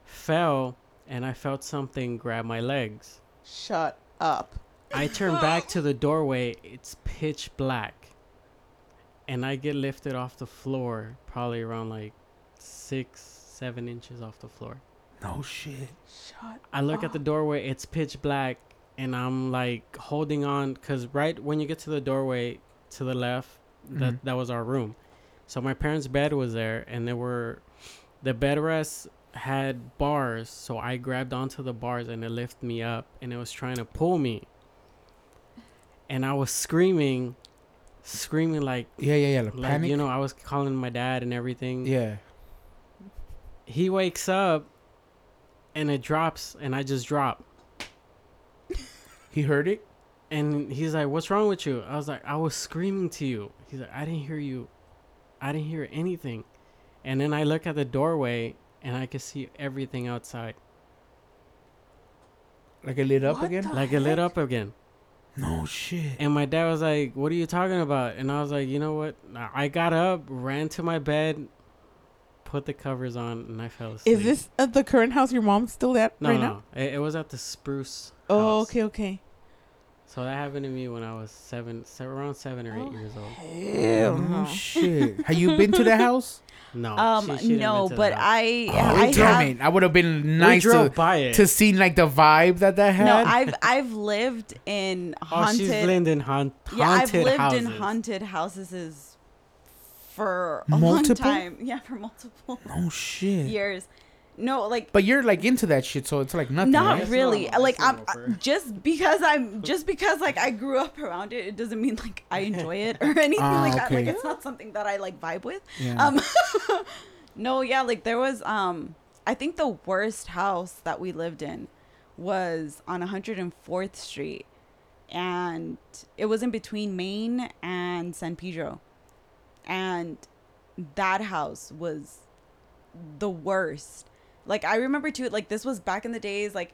S8: fell, and I felt something grab my legs.
S7: Shut up.
S8: I turn back to the doorway, it's pitch black. And I get lifted off the floor, probably around like six, seven inches off the floor.
S6: No shit.
S7: Shut.
S8: I look at the
S6: Oh.
S8: doorway, it's pitch black, and I'm like holding on because right when you get to the doorway to the left, that
S6: Mm-hmm.
S8: that was our room. So my parents' bed was there, and there were the bed rests had bars, so I grabbed onto the bars and it lifted me up, and it was trying to pull me, and I was screaming, screaming like
S6: Yeah, yeah, yeah. Like
S8: like
S6: panic.
S8: you know I was calling my dad and everything
S6: yeah.
S8: he wakes up and it drops and i just drop
S6: He heard it.
S8: and he's like what's wrong with you i was like i was screaming to you he's like i didn't hear you i didn't hear anything and then i look at the doorway and i could see everything outside
S6: Like it lit up again.
S8: like it lit up again
S6: No shit.
S8: and my dad was like what are you talking about and i was like you know what i got up ran to my bed put the covers on and i fell asleep
S7: Is this at the current house your mom's still at
S8: no
S7: right
S8: no
S7: now?
S8: It, it was at the spruce
S7: Oh,
S8: house.
S7: okay, okay.
S8: So that happened to me when I was seven, se- around seven
S7: Oh,
S8: or eight years old.
S7: Ew.
S6: No Oh, shit. Have you been to the house?
S8: No,
S5: Um,
S8: she- she didn't
S5: no,
S8: enter the
S5: but
S8: house.
S5: I,
S6: Oh,
S5: I
S6: damn
S5: have,
S6: it. I would have been
S8: we
S6: nice
S8: drove
S6: to,
S8: by it.
S6: to see like the vibe that that had.
S5: no, I've, I've lived in
S8: oh, she's
S5: haunted.
S8: lived in haunt,
S5: yeah, I've
S8: haunted
S5: lived
S8: houses.
S5: in haunted houses is- for a
S6: Multiple?
S5: long time. Yeah, for multiple
S6: oh shit.
S5: years. No, like
S6: But you're like into that shit, so it's like nothing.
S5: not
S6: right?
S8: That's
S5: really.
S8: normal,
S5: Like
S8: that's
S5: I'm
S8: normal for-
S5: I- just because I'm just because like I grew up around it. It doesn't mean like I enjoy it or anything
S6: Ah,
S5: like that. Like
S6: okay.
S5: it's not something that I like vibe with.
S6: Yeah.
S5: Um, no, yeah, like there was um I think the worst house that we lived in was on 104th Street and it was in between Maine and San Pedro. And that house was the worst. Like I remember too like this was back in the days like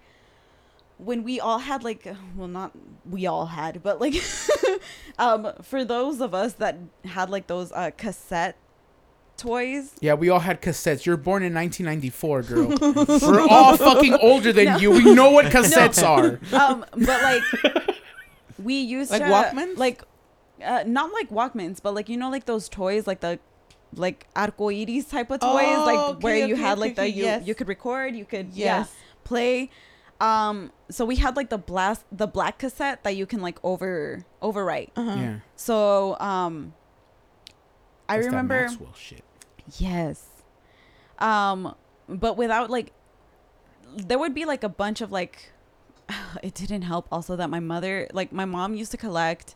S5: when we all had like well not we all had but like um for those of us that had like those uh cassette toys
S6: yeah, we all had cassettes. You're born in 1994, girl. We're all fucking older than you. We know what cassettes are.
S5: um but like we used
S7: Like
S5: to
S7: Walkmans?
S5: like uh, not like walkmans but like you know like those toys like the like arcoiris type of toys
S7: Oh,
S5: like
S7: okay,
S5: where you
S7: okay,
S5: had
S7: okay,
S5: like
S7: okay,
S5: the you,
S7: yes.
S5: you could record you could
S7: Yes.
S5: yeah play um so we had like the blast the black cassette that you can like over overwrite
S6: Yeah.
S5: so um i
S6: That's that
S5: remember
S6: Maxwell shit.
S5: Yes. Um, but without like, there would be like a bunch of like, it didn't help also that my mother, like my mom used to collect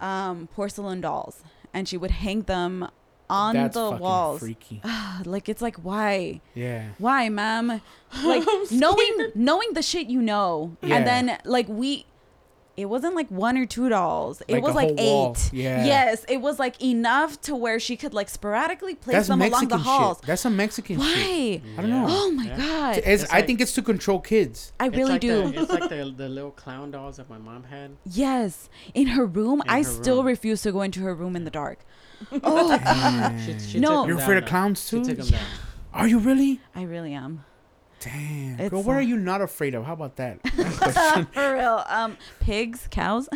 S5: um, porcelain dolls and she would hang them on
S6: That's
S5: the
S6: fucking
S5: walls.
S6: freaky.
S5: Like, it's like, why?
S6: Yeah.
S5: Why, ma'am? Like knowing knowing the shit you know,
S6: Yeah.
S5: and then like we, it wasn't like one or two dolls. It
S7: Like
S5: was
S7: a
S5: like
S7: whole
S5: eight.
S7: wall. Yeah.
S5: Yes, it was like enough to where she could like sporadically place
S7: That's
S5: them along
S7: Mexican
S5: the halls.
S7: shit. That's some Mexican shit.
S5: Why?
S7: I don't know.
S5: Oh my god!
S7: It's,
S8: It's
S7: I
S8: like-
S7: think it's to control kids.
S5: I
S8: It's
S5: really
S8: like
S5: do.
S8: The, it's like the, the little clown dolls that my mom had.
S5: Yes, in her room.
S8: In
S5: I
S8: her
S5: still
S8: room.
S5: refuse to go into her room in the dark. Oh,
S7: Mm.
S8: She, she
S5: No.
S8: took 'em
S5: You're
S8: down
S7: afraid of
S8: though.
S7: clowns, too?
S8: She took 'em down.
S7: Are you really?
S5: I really am.
S7: Damn.
S5: It's,
S7: Girl, what
S5: uh,
S7: are you not afraid of? How about that?
S5: For real. Um, pigs, cows.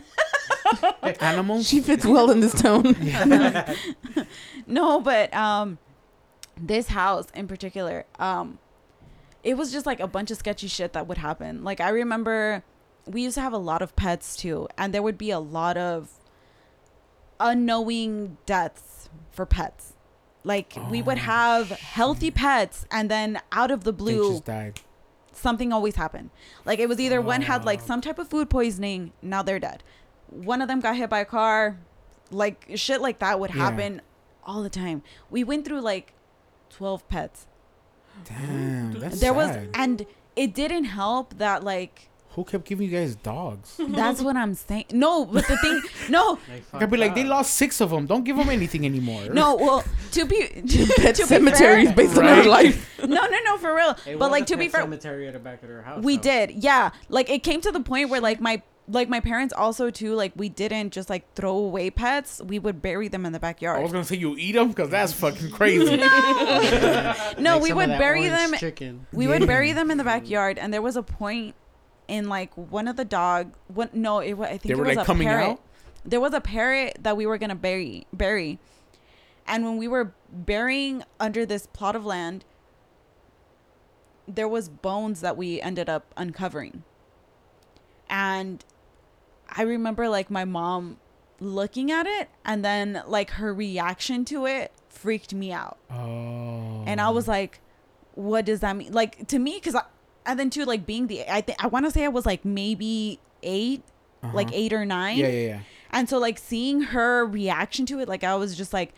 S7: Animals?
S10: She fits well in this tone.
S5: no, but um, this house in particular, um, it was just like a bunch of sketchy shit that would happen. Like I remember, we used to have a lot of pets too, and there would be a lot of unknowing deaths for pets. Like we would have healthy pets, and then out of the
S7: Oh, They
S5: blue,
S7: just died.
S5: something always happened. Like it was either one had like some type of food poisoning, now they're dead. One of them got hit by a car. Like shit like that would
S7: Yeah.
S5: happen all the time. We went through like 12 pets.
S7: Damn. That's
S5: There was
S7: sad.
S5: and it didn't help that like
S7: Who kept giving you guys dogs?
S5: that's what I'm saying. No, but the thing no,
S8: They
S7: I'd be
S8: fucked
S7: like, they
S8: up.
S7: lost six of them. Don't give them anything anymore.
S5: no, well, to be to,
S10: Pet
S5: to be
S10: cemeteries
S5: fair-
S10: based on her life.
S5: No, no, no, for real.
S8: It was
S5: but
S8: a
S5: like to
S8: pet
S5: be fair,
S8: cemetery at the back of their house.
S5: We
S8: though.
S5: did, yeah. Like it came to the point where like my like my parents also too like we didn't just like throw away pets. We would bury them in the
S7: I was
S5: backyard.
S7: gonna say you eat them because that's fucking crazy.
S8: Make
S5: No, we
S8: some of
S5: would
S8: that
S5: bury
S8: orange
S5: them.
S8: Chicken.
S5: We would bury them in the backyard, and there was a point in like one of the dog. What? No, it was. I think
S7: They
S5: it
S7: were,
S5: was
S7: like,
S5: a
S7: coming
S5: parrot.
S7: out?
S5: There was a parrot that we were gonna bury. Bury, and when we were burying under this plot of land, there was bones that we ended up uncovering, and I remember like my mom looking at it, and then like her reaction to it freaked me out
S7: oh.
S5: and I was like, "What does that mean?" Like to me, because I, and then too, like being the, I think I want to say I was like maybe 8 like eight or nine,
S7: Uh-huh. yeah, yeah, yeah.
S5: and so like seeing her reaction to it, like I was just like,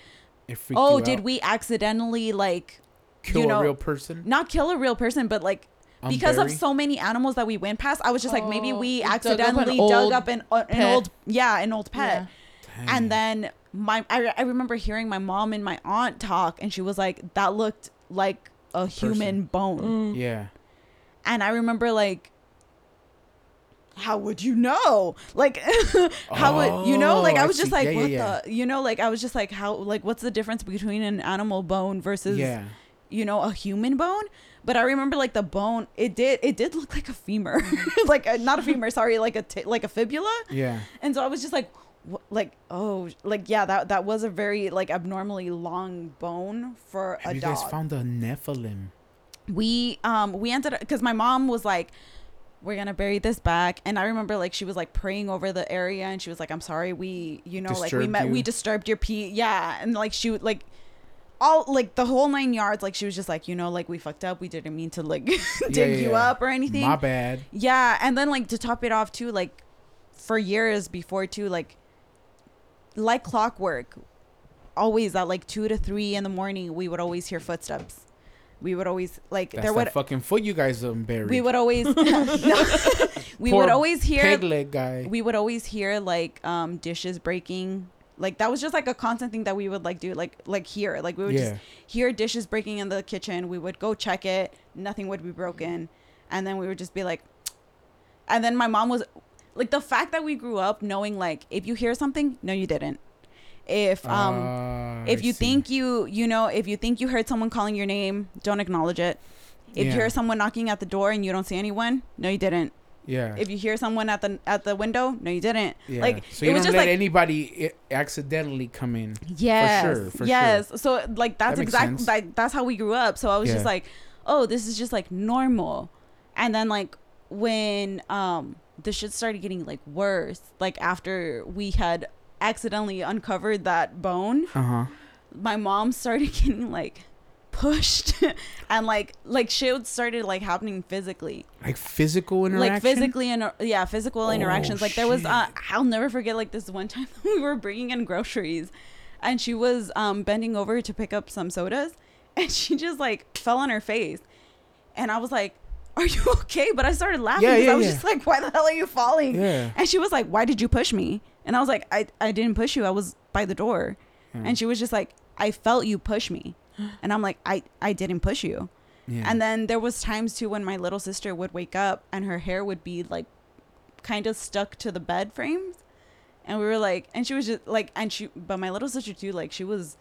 S7: It freaked
S5: "Oh,
S7: you
S5: did
S7: out.
S5: we accidentally like
S7: kill
S5: know,
S7: a real person?
S5: not kill a real person, but like."
S7: Um,
S5: Because of
S7: bury?
S5: so many animals that we went past, I was just like, maybe we
S10: Oh, dug up an
S5: accidentally
S10: old
S5: dug up an, uh, an
S10: pet.
S5: old, yeah, an old pet.
S10: Yeah.
S5: And then my, I, I remember hearing my mom and my aunt talk, and she was like, that looked like a human bone.
S7: Yeah.
S5: And I remember like how would you know? Like how would you know? Like
S7: Oh,
S5: I
S7: I
S5: was just
S7: see.
S5: like
S7: Yeah, yeah,
S5: what
S7: yeah.
S5: the you know, like I was just like how like what's the difference between an animal bone versus
S7: Yeah.
S5: you know, a human bone? But I remember like the bone it did it did look like a femur. like a, not a femur, sorry, like a t- like a fibula.
S7: Yeah.
S5: And so I was just like wh- like oh like yeah that that was a very like abnormally long bone for
S7: Have
S5: a
S7: you
S5: dog
S7: guys found a Nephilim?
S5: we um we ended up because my mom was like we're gonna bury this back and i remember like she was like praying over the area and she was like i'm sorry we you know like we
S7: Disturbed
S5: met we
S7: you.
S5: disturbed your pee yeah and like she would like all like the whole nine yards like she was just like you know like we fucked up we didn't mean to like dig
S7: Yeah, yeah,
S5: you
S7: yeah.
S5: up or anything
S7: My bad.
S5: yeah, and then like to top it off too, like for years before too, like like clockwork, always at like two to three in the morning, we would always hear footsteps. We would always like
S7: That's
S5: there
S7: that
S5: would
S7: fucking foot you guys um, buried.
S5: we would always we
S7: Poor
S5: would always hear
S7: peg leg guy.
S5: we would always hear like um dishes breaking like that was just like a constant thing that we would like do like like here like we would
S7: Yeah.
S5: just hear dishes breaking in the kitchen we would go check it nothing would be broken and then we would just be like and then my mom was like the fact that we grew up knowing like if you hear something no you didn't if um
S7: Ah,
S5: if
S7: I
S5: you
S7: see.
S5: think you you know if you think you heard someone calling your name don't acknowledge it if
S7: Yeah.
S5: you hear someone knocking at the door and you don't see anyone no you didn't
S7: yeah,
S5: if you hear someone at the at the window no you didn't
S7: yeah.
S5: like
S7: so
S5: it
S7: you
S5: was
S7: don't
S5: just like
S7: let anybody i- accidentally come in.
S5: yes
S7: sure, for
S5: yes so like that's
S7: That makes
S5: exactly
S7: sense.
S5: like that's how we grew up so i was
S7: Yeah.
S5: just like oh this is just like normal and then like when um the shit started getting like worse like after we had accidentally uncovered that bone
S7: Uh huh.
S5: my mom started getting like pushed and like like shit started like happening physically
S7: Like physical interaction. Oh,
S5: like physically and yeah physical interactions like there was uh, i'll never forget like this one time we were bringing in groceries and she was um bending over to pick up some sodas and she just like fell on her face and i was like "Are you okay?" But I started laughing
S7: Yeah,
S5: because
S7: yeah,
S5: I was
S7: yeah.
S5: just like, "Why the hell are you falling?"
S7: Yeah.
S5: And she was like, "Why did you push me?" And I was like, "I I didn't push you. I was by the door."
S7: Hmm.
S5: And she was just like, "I felt you push me," and I'm like, "I I didn't push you."
S7: Yeah.
S5: And then there was times too when my little sister would wake up and her hair would be like kind of stuck to the bed frames. And we were like, and she was just like, and she, but my little sister too, like she was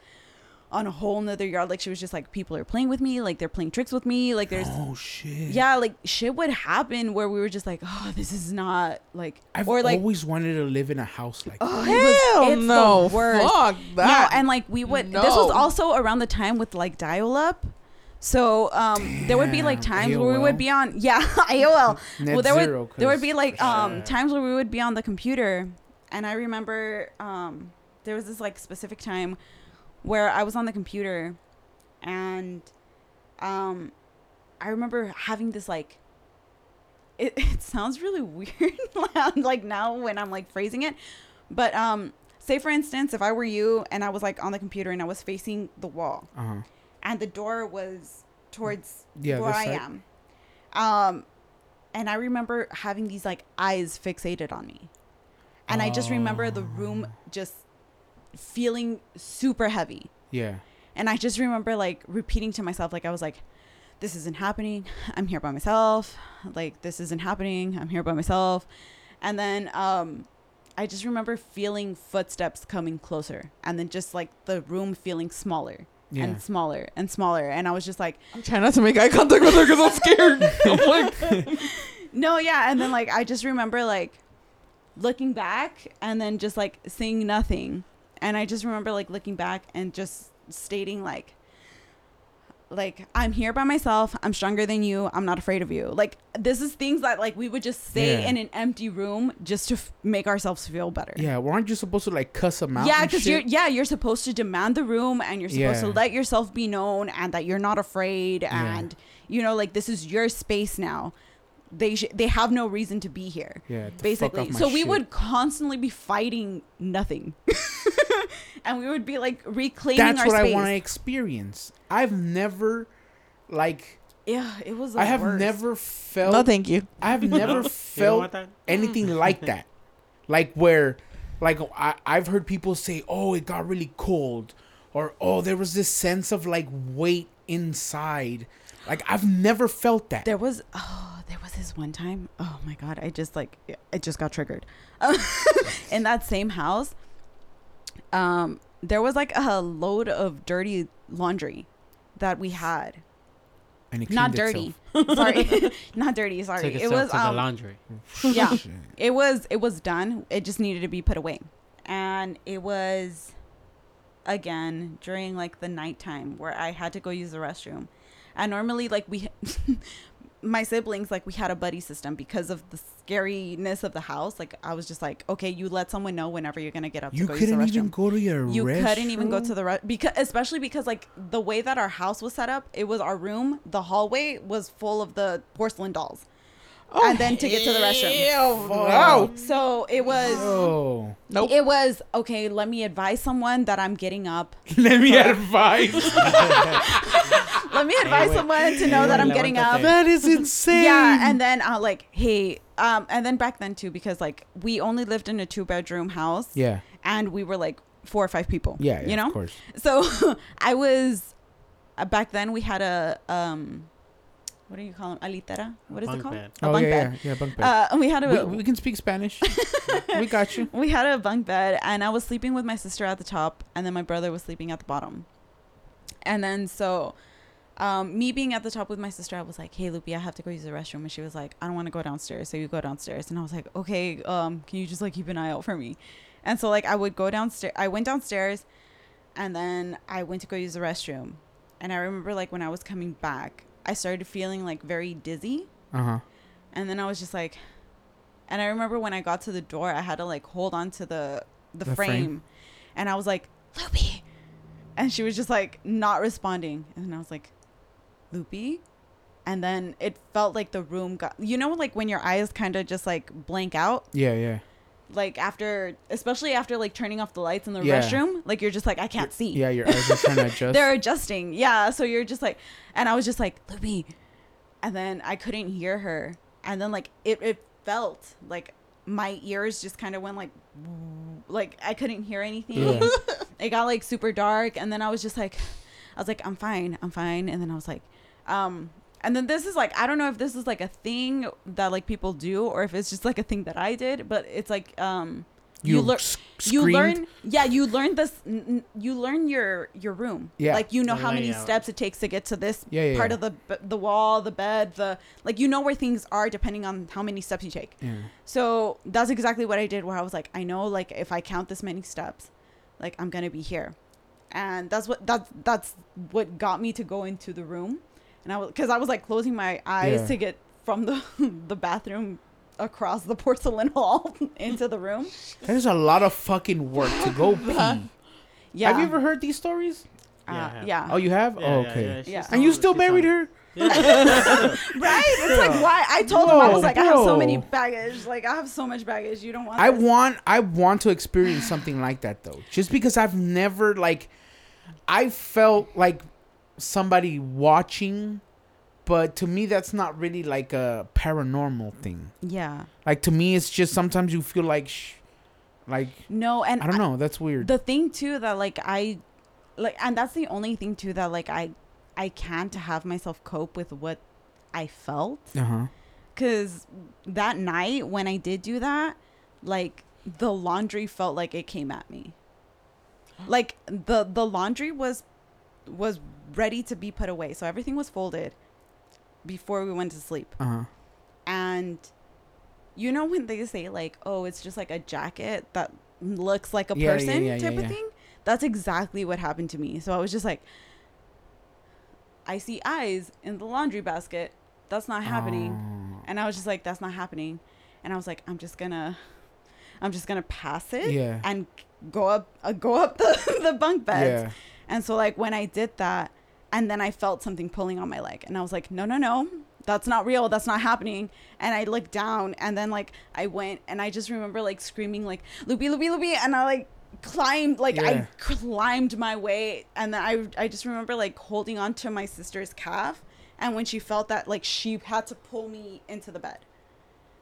S5: on a whole nother yard. Like she was just like, people are playing with me. Like they're playing tricks with me. Like there's,
S7: oh shit.
S5: yeah, like shit would happen where we were just like, oh, this is not like,
S7: I've
S5: or like,
S7: always wanted to live in a house like that.
S5: oh, it was-
S9: Hell
S5: it's the
S9: no.
S5: worst.
S9: Fuck that.
S5: No, and like we would, this was
S9: No.
S5: also around the time with like dial up. So um, there would be like
S7: Damn,
S5: times where we would
S7: AOL.
S5: be on yeah AOL.
S7: Net
S5: well, there
S7: zero,
S5: would there would be
S7: 'cause-
S5: like um, times where we would be on the computer, and I remember um, there was this like specific time where I was on the computer, and um, I remember having this like. It, it sounds really weird, like now when I'm like phrasing it, but um, say for instance, if I were you and I was like on the computer and I was facing the wall,
S7: Uh-huh.
S5: and the door was towards
S7: Yeah,
S5: where
S7: this
S5: I
S7: side.
S5: am. Um, and I remember having these like eyes fixated on me, and I just remember the
S7: Oh.
S5: room just feeling super heavy.
S7: Yeah.
S5: And I just remember like repeating to myself, like I was like, "This isn't happening. I'm here by myself. Like this isn't happening. I'm here by myself." And then um, I just remember feeling footsteps coming closer, and then just like the room feeling smaller
S7: Yeah.
S5: and smaller and smaller. And I was just like,
S9: I'm trying not to make eye contact with her because I'm scared. I'm like,
S5: No, yeah, and then like I just remember like looking back and then just like seeing nothing. And I just remember like looking back and just stating like like I'm here by myself. I'm stronger than you. I'm not afraid of you. Like this is things that like we would just say
S7: Yeah.
S5: in an empty room just to f- make ourselves feel better.
S7: Yeah. Well, aren't you supposed to like cuss them out?
S5: Yeah,
S7: and
S5: because you're
S7: shit?
S5: yeah you're supposed to demand the room, and you're supposed to
S7: Yeah.
S5: let yourself be known, and that you're not afraid, and you know like this is your space now. They sh- they have no reason to be here.
S7: Yeah, the fuck off
S5: basically.
S7: my
S5: So we
S7: shit.
S5: would constantly be fighting nothing, and we would be like reclaiming
S7: That's
S5: our
S7: what
S5: space.
S7: I want to experience. I've never, like,
S5: yeah, it was. the
S7: I have
S5: worst.
S7: never felt.
S9: no, thank you.
S7: I have never felt
S8: want that?
S7: anything like that. Like where, like I, I've heard people say, "Oh, it got really cold," or "Oh, there was this sense of like weight inside." Like I've never felt that.
S5: There was oh, there was this one time. Oh my god, I just like I just got triggered. In that same house, um, there was like a load of dirty laundry that we had.
S7: and it
S5: Not
S7: cleaned
S5: dirty.
S7: itself.
S5: sorry, not dirty. Sorry,
S8: Took
S5: it
S8: itself
S5: was
S8: to the
S5: um,
S8: laundry.
S5: yeah, it was it was done. It just needed to be put away, and it was again during like the nighttime where I had to go use the restroom. And normally, like we, my siblings, like we had a buddy system because of the scariness of the house. Like I was just like, okay, you let someone know whenever you're gonna get up.
S7: You
S5: to go use the
S7: couldn't even
S5: restroom."
S7: go to your.
S5: you couldn't even go
S7: restroom?
S5: to the re- because especially because like the way that our house was set up it was our room the hallway was full of the porcelain dolls and then to get to the restroom
S7: Wow.
S5: so it was
S7: Oh.
S9: Nope.
S5: it was okay let me advise someone that i'm getting up
S7: Let me advise.
S5: let me advise someone to know that i'm getting up
S8: Levántate.
S7: that is insane.
S5: yeah and then uh, like hey um and then back then too because like we only lived in a two bedroom house
S7: Yeah.
S5: and we were like four or five people
S7: Yeah, yeah,
S5: you
S7: of
S5: know
S7: course.
S5: so i was uh, back then we had a um what do you call them alitera what is
S8: Bunk
S5: it called
S8: bed.
S5: a
S7: oh
S5: bunk
S7: yeah,
S5: bed
S7: yeah, yeah, bunk bed.
S5: uh and we had a
S7: we, we can speak Spanish. we got you.
S5: we had a bunk bed and i was sleeping with my sister at the top and then my brother was sleeping at the bottom and then so um, me being at the top with my sister i was like hey lupi i have to go use the restroom and she was like i don't want to go downstairs so you go downstairs and i was like okay um, can you just like keep an eye out for me and so like i would go downstairs i went downstairs and then i went to go use the restroom and i remember like when i was coming back i started feeling like very dizzy
S7: Uh huh.
S5: and then I was just like, and I remember when I got to the door, I had to like hold on to the the,
S7: The frame.
S5: frame. and I was like, Loopy, and she was just like not responding, and I was like, Loopy, and then it felt like the room got you know like when your eyes kind of just like blank out,
S7: Yeah, yeah,
S5: like after especially after like turning off the lights in the
S7: Yeah.
S5: restroom, like you're just like I can't see,
S7: yeah. Your eyes are trying to adjust.
S5: they're adjusting. Yeah. So you're just like, and I was just like, Luby, and then I couldn't hear her. And then like it, it felt like my ears just kind of went like like I couldn't hear anything.
S8: Yeah.
S5: it got like super dark and then I was just like I was like I'm fine, I'm fine and then I was like um and then this is like I don't know if this is like a thing that like people do or if it's just like a thing that I did, but it's like um
S7: You
S5: you, learn
S7: s-
S5: you
S7: screamed?
S5: learn yeah you learn this n- n- you learn your your room
S7: Yeah.
S5: like you know
S8: The
S5: how many
S8: layout.
S5: steps it takes to get to this
S7: Yeah, yeah,
S5: part
S7: yeah.
S5: of the b- the wall the bed the like you know where things are depending on how many steps you take so that's exactly what I did where I was like, I know like if I count this many steps, like I'm gonna be here. And that's what that's that's what got me to go into the room. And I was because I was like closing my eyes
S7: Yeah.
S5: to get from the the bathroom across the porcelain hall into the room.
S7: There's a lot of fucking work to go pee.
S5: Yeah.
S7: Have you ever heard these stories?
S5: uh,
S8: Yeah, I
S5: yeah.
S8: have.
S7: Oh, you have?
S8: Yeah,
S7: oh,
S8: yeah,
S7: okay.
S8: yeah, she's
S5: Yeah.
S8: on
S7: And you
S8: it,
S7: still
S8: she's on
S7: married
S8: it.
S7: her?
S5: right? It's like why I told him I
S7: Whoa,
S5: was like, I have so many
S7: bro.
S5: baggage. Like I have so much baggage. You don't want
S7: Oh. I
S5: this."
S7: want I want to experience something like that though. Just because I've never like I felt like somebody watching, but to me that's not really like a paranormal thing.
S5: Yeah.
S7: Like to me it's just sometimes you feel like sh- like
S5: No, and
S7: I don't know, that's weird.
S5: the thing too that like i like and that's the only thing too that like i i can't have myself cope with what i felt
S7: uh-huh.
S5: because that night when i did do that like the laundry felt like it came at me like the the laundry was was ready to be put away so everything was folded before we went to sleep
S7: Uh-huh.
S5: and you know when they say like oh it's just like a jacket that looks like a
S7: Yeah, yeah,
S5: person
S7: yeah,
S5: type
S7: yeah,
S5: of
S7: yeah.
S5: thing that's exactly what happened to me so i was just like i see eyes in the laundry basket that's not happening
S7: Oh.
S5: and i was just like that's not happening and i was like i'm just gonna i'm just gonna pass it
S7: Yeah.
S5: and go up uh, go up the, the bunk beds
S7: Yeah.
S5: and so like when I did that and then I felt something pulling on my leg and I was like, "No, no, no. That's not real. That's not happening." And I looked down and then like I went and I just remember like screaming like, "Loopy, loopy, loopy." And I like climbed like
S7: Yeah.
S5: I climbed my way and then I I just remember like holding on to my sister's calf and when she felt that like she had to pull me into the bed.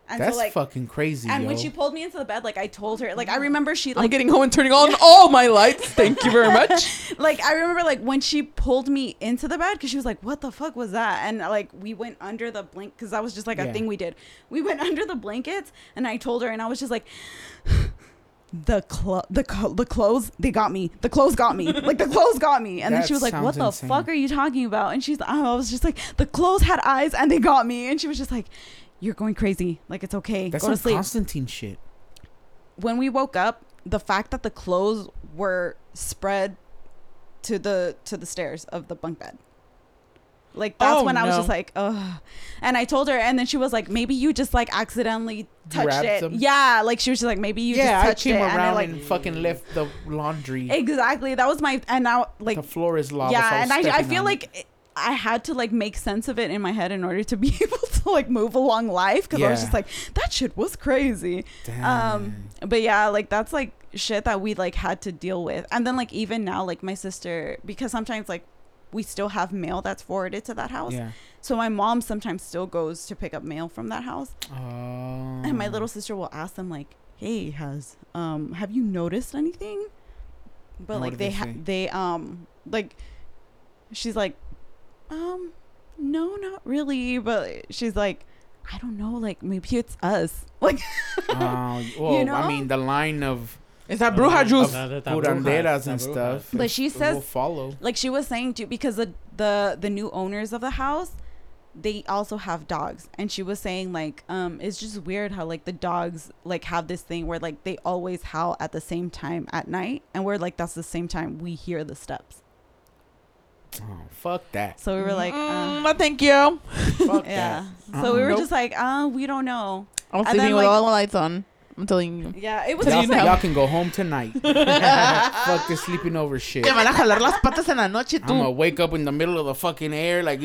S5: And
S7: That's
S5: so like
S7: fucking crazy.
S5: and
S7: yo.
S5: when she pulled me into the bed like I told her like I remember she
S6: I'm
S5: like
S6: getting home and turning on all my lights. Thank you very much.
S5: like I remember like when she pulled me into the bed because she was like, "What the fuck was that?" And like we went under the blanket because that was just like
S7: Yeah.
S5: a thing we did. We went under the blankets, and I told her, and I was just like. The clo- the co- the clothes they got me the clothes got me like the clothes got me and
S7: That
S5: then she was like what
S7: sounds
S5: the
S7: insane.
S5: fuck are you talking about and she's I was just like the clothes had eyes and they got me and she was just like you're going crazy like it's okay
S7: that's
S5: go to
S7: some
S5: sleep
S7: Constantine shit.
S5: when we woke up, the fact that the clothes were spread to the to the stairs of the bunk bed. Like that's
S6: Oh,
S5: when I was
S6: no.
S5: just like, ugh. And I told her, and then she was like, maybe you just like accidentally touched
S7: Grabbed
S5: it.
S7: them?
S5: Yeah, like she was just like, maybe you
S7: yeah,
S5: just
S7: I
S5: touched
S7: came
S5: it.
S7: around
S5: and I like
S7: and fucking left the laundry.
S5: exactly that was my and now like
S7: the floor is lava. so
S5: yeah,
S7: was
S5: and I I
S7: stepping
S5: feel
S7: on it.
S5: like. It, I had to like make sense of it in my head in order to be able to like move along life because I was
S7: Yeah.
S5: just like that shit was crazy. Um,
S7: Mm.
S5: but yeah, like that's like shit that we like had to deal with. And then like even now, like my sister, because sometimes like we still have mail that's forwarded to that house.
S7: Yeah.
S5: So my mom sometimes still goes to pick up mail from that house.
S7: Oh.
S5: And my little sister will ask them like, "Hey, has um have you noticed anything?" But
S7: And what
S5: like
S7: do
S5: they
S7: they
S5: ha-
S7: say?
S5: they um like she's like, "Um no, not really." But she's like, "I don't know, like maybe it's us." Like
S7: Oh, well, I
S5: know?
S7: mean, the line of
S6: Is that bruja juice?
S8: Of- of-
S7: curanderas
S8: of-
S7: and
S8: of-
S7: stuff.
S5: But she
S7: will
S5: says-
S7: follow.
S5: like she was saying too because the the the new owners of the house they also have dogs and she was saying like um it's just weird how like the dogs like have this thing where like they always howl at the same time at night and we're like that's the same time we hear the steps
S7: Oh, fuck that.
S5: so we were like uh,
S6: Mm, no, thank you.
S7: Fuck
S5: yeah
S7: that.
S5: so we were
S7: Uh-uh.
S5: just like uh we don't know
S6: I'm
S5: And
S6: sleeping
S5: then,
S6: with
S5: like-
S6: all the lights on. I'm telling you.
S5: yeah it was
S7: Y'all,
S5: just like
S7: y'all can go home tonight. fuck this sleeping over shit.
S6: Te
S7: I'm
S6: van a jalar las patas en la noche, tú.
S7: gonna wake up in the middle of the fucking air, like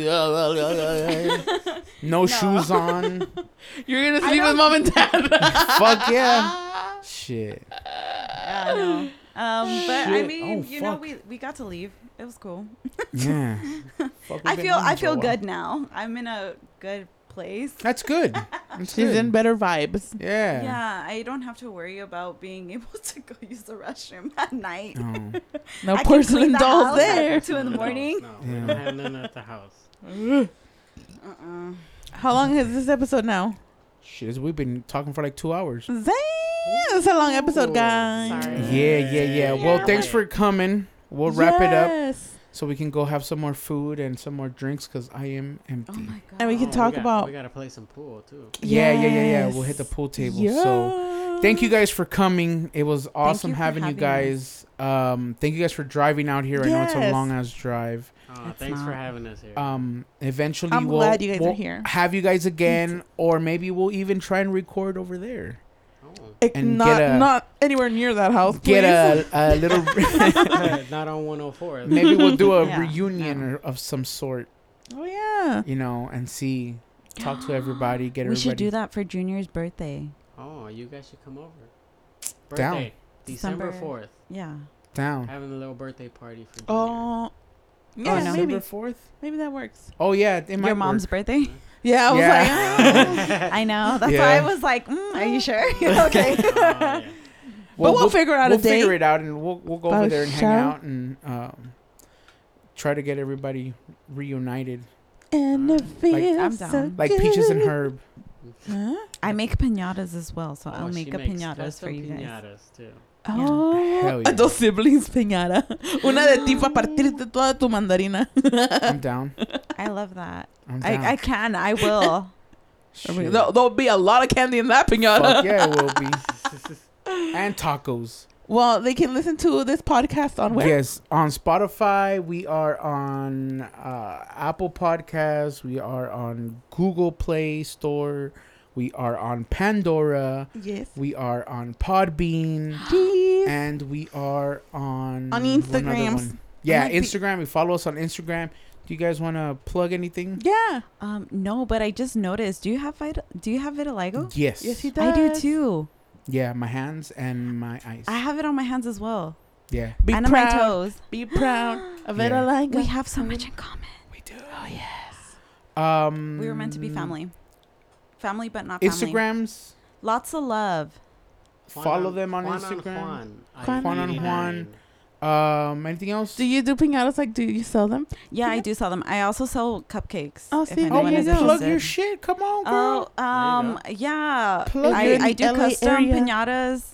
S7: no shoes on.
S6: You're gonna sleep with mom and dad.
S7: fuck yeah. Shit.
S5: yeah, I know. um but i
S7: Shit.
S5: mean
S7: Oh,
S5: you know
S7: fuck.
S5: we we got to leave it was cool
S7: Yeah. Fuck, we've
S5: i
S7: been
S5: feel
S7: on
S5: i
S7: for a
S5: feel
S7: while.
S5: good now i'm in a
S9: good place.
S6: That's good. That's
S7: She's
S6: good.
S7: in better vibes.
S6: yeah.
S9: Yeah, I don't have to worry about being able to go use the restroom at night.
S6: Oh.
S7: No
S9: I can clean
S7: porcelain
S9: the
S7: dolls
S9: house
S7: there.
S9: At two in the morning.
S8: No, we don't have none at the house.
S9: Uh-uh.
S7: How long is this episode now?
S6: Shit, we've been talking for like two hours.
S7: Dang, it's a long episode, guys.
S6: Yeah, yeah, yeah. Well, thanks for coming. We'll wrap it up
S7: Yes.
S6: so we can go have some more food and some more drinks because I am empty.
S9: Oh my god.
S7: And we can
S8: Oh,
S7: talk
S8: we got-
S7: about.
S8: We gotta play some pool too.
S6: yeah, yeah, yeah, yeah. We'll
S7: Yes.
S6: hit the pool table. So
S7: Yeah.
S6: thank you guys for coming. It was awesome
S7: you for
S6: having you
S7: having us.
S6: guys. Um, thank you guys for driving out here. I know it's a
S7: Yes.
S6: long ass drive.
S8: Uh, thanks for having us here.
S6: um eventually
S7: I'm
S6: we'll,
S7: glad you guys are
S6: we'll
S7: here.
S6: have you guys again or maybe we'll even try and record over there
S8: Oh.
S7: It-
S6: and
S7: not
S6: get a-
S7: not anywhere near that house.
S6: get
S7: please.
S6: a, a little
S8: Not on 104.
S6: maybe we'll do a
S9: Yeah.
S6: reunion or of some sort
S7: Oh yeah.
S6: you know and see talk to everybody get
S9: We
S6: everybody
S9: should do that for Junior's birthday.
S8: Oh, you guys should come over.
S6: Down.
S8: Birthday, December
S9: December.
S8: fourth.
S9: Yeah.
S6: down
S8: Having a little birthday party for. Junior.
S7: Oh.
S6: oh,
S7: Yeah,
S6: December
S7: maybe
S6: 4th
S7: maybe that works.
S6: oh yeah it might
S9: Your mom's
S6: work.
S9: birthday?
S7: Yeah, I was
S6: Yeah.
S7: like,
S9: I know. That's
S6: Yeah.
S9: why I was like, mm, are you sure? okay.
S8: Oh, yeah.
S7: we'll figure out a
S6: we'll figure
S7: date.
S6: it out and we'll, we'll go
S7: Oh,
S6: over there and hang
S7: shall-
S6: out and um, try to get everybody reunited
S8: Uh,
S7: and it feels
S9: I'm
S7: so
S9: down.
S6: like peaches and
S7: good.
S6: herb
S7: Huh?
S9: I make pinatas as well, so I'll
S8: Oh,
S9: make
S8: she
S9: a
S8: makes
S9: pinatas
S8: custom
S9: for you guys.
S8: Piñatas too.
S7: Oh,
S6: Hell yeah.
S7: dos siblings peñada. Una de ti para partirte toda tu mandarina.
S6: i'm down
S9: I love that.
S6: i'm down
S9: I, I can. I will.
S7: I mean,
S6: Shit.
S7: there'll, there'll be a lot of candy in that
S6: Fuck
S7: piñata.
S6: yeah, it will be. and tacos.
S7: Well, they can listen to this podcast on where?
S6: Yes, on Spotify, we are on uh, Apple Podcasts, we are on Google Play Store, we are on Pandora,
S7: Yes.
S6: we are on Podbean,
S7: Jeez.
S6: and we are on
S7: On
S6: one other
S7: Instagrams.
S6: one. Yeah,
S7: like the-
S6: Instagram. We follow us on Instagram. Do you guys want to plug anything?
S7: Yeah.
S9: um, no, but I just noticed. Do you have Vita- Do you have vitiligo?
S6: Yes.
S7: Yes, he does.
S9: I do too.
S6: Yeah, my hands and my eyes.
S9: I have it on my hands as well,
S6: yeah,
S7: Be
S9: and on
S7: proud.
S9: my toes.
S7: Be proud of
S6: Yeah.
S7: it. I like
S9: We
S7: it.
S9: have so much in
S6: Mm.
S9: common.
S6: we do. Oh yes. Um,
S9: We were meant to be family, family, but not family.
S6: Instagrams.
S9: Lots of love.
S8: Juan
S6: follow them on
S8: Juan
S6: Instagram.
S8: Juan,
S7: Juan
S6: on
S8: ID
S6: Juan.
S8: 89.
S6: Um, anything else?
S7: Do you do pinatas? Like, do you sell them?
S9: Yeah, I do sell them. I also sell cupcakes.
S7: Oh,
S9: if
S7: see, there
S6: oh,
S9: anyone
S6: you
S7: you
S9: is
S7: go.
S6: plug your
S9: interested.
S6: shit. Come on,
S9: Oh,
S6: girl.
S9: um, yeah.
S6: Plug
S9: I,
S6: your
S9: I do
S7: LA
S9: custom
S7: area.
S9: pinatas,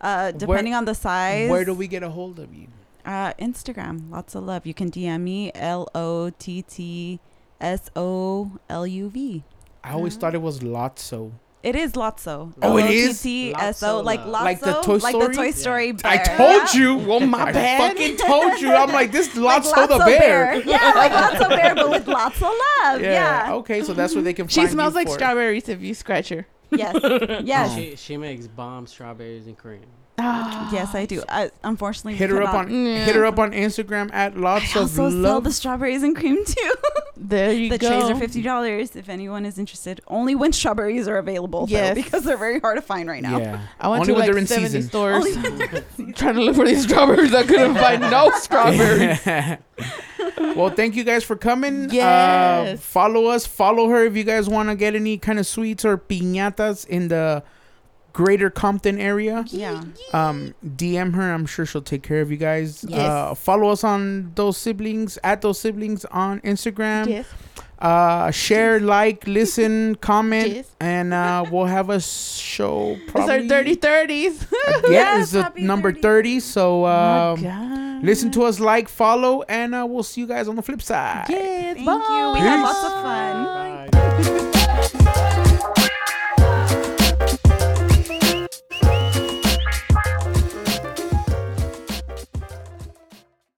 S9: uh, depending on the size.
S6: Where do we get a hold of you?
S9: Uh, Instagram, lots of love. You can DM me L O T T S O L U V.
S6: I always thought it was Lotso.
S9: It is Lotso.
S6: Oh, it is?
S9: L-O-T-T-S-O,
S8: Lotso
S9: like
S8: love.
S9: Lotso,
S6: Like the Toy
S9: like
S6: Story?
S9: the Toy Story bear.
S6: I told you. Oh my
S7: bad.
S6: I fucking told you. I'm like this
S9: Like
S6: Lotso the
S9: Lotso
S6: bear.
S9: Yeah, like Lotso bear, but with lots of love.
S6: Yeah.
S9: Yeah.
S6: Okay, so that's where they can.
S7: She
S6: find
S7: smells
S6: you
S7: like
S6: for-
S7: strawberries if you scratch her.
S6: Oh.
S9: Yes. Yes.
S8: She, she makes bomb strawberries and cream.
S9: Yes, I do. I, unfortunately,
S6: Hit her up on hit her up on Instagram at Lots
S9: I
S6: of
S9: also sell
S6: Love.
S9: the strawberries and cream too.
S7: There you
S9: the
S7: go.
S9: trays are fifty dollars if anyone is interested. Only when strawberries are available,
S7: Yes.
S9: though, because they're very hard to find right now.
S6: Yeah.
S7: I went
S6: Only
S7: to
S6: when
S7: like
S6: they're in
S7: 70
S6: season.
S7: stores
S9: Only
S7: trying to look for these strawberries. I couldn't find no strawberries.
S6: well, thank you guys for coming. Uh,
S7: Yes.
S6: follow us. Follow her if you guys want to get any kind of sweets or piñatas in the greater Compton area.
S9: Yeah.
S6: Um, DM her. I'm sure she'll take care of you guys.
S7: Yes.
S6: Uh, follow us on those siblings at those siblings on Instagram.
S7: yes.
S6: Uh, share, like, listen, comment,
S7: Yes.
S6: and uh, we'll have a show
S7: It's
S6: probably.
S7: our dirty thirties.
S6: Yeah, it's the number 30. So um, listen to us, like, follow, and uh, we'll see you guys on the flip side.
S7: Yes,
S9: Thank
S7: bye.
S9: you. We had lots of fun.
S8: Bye.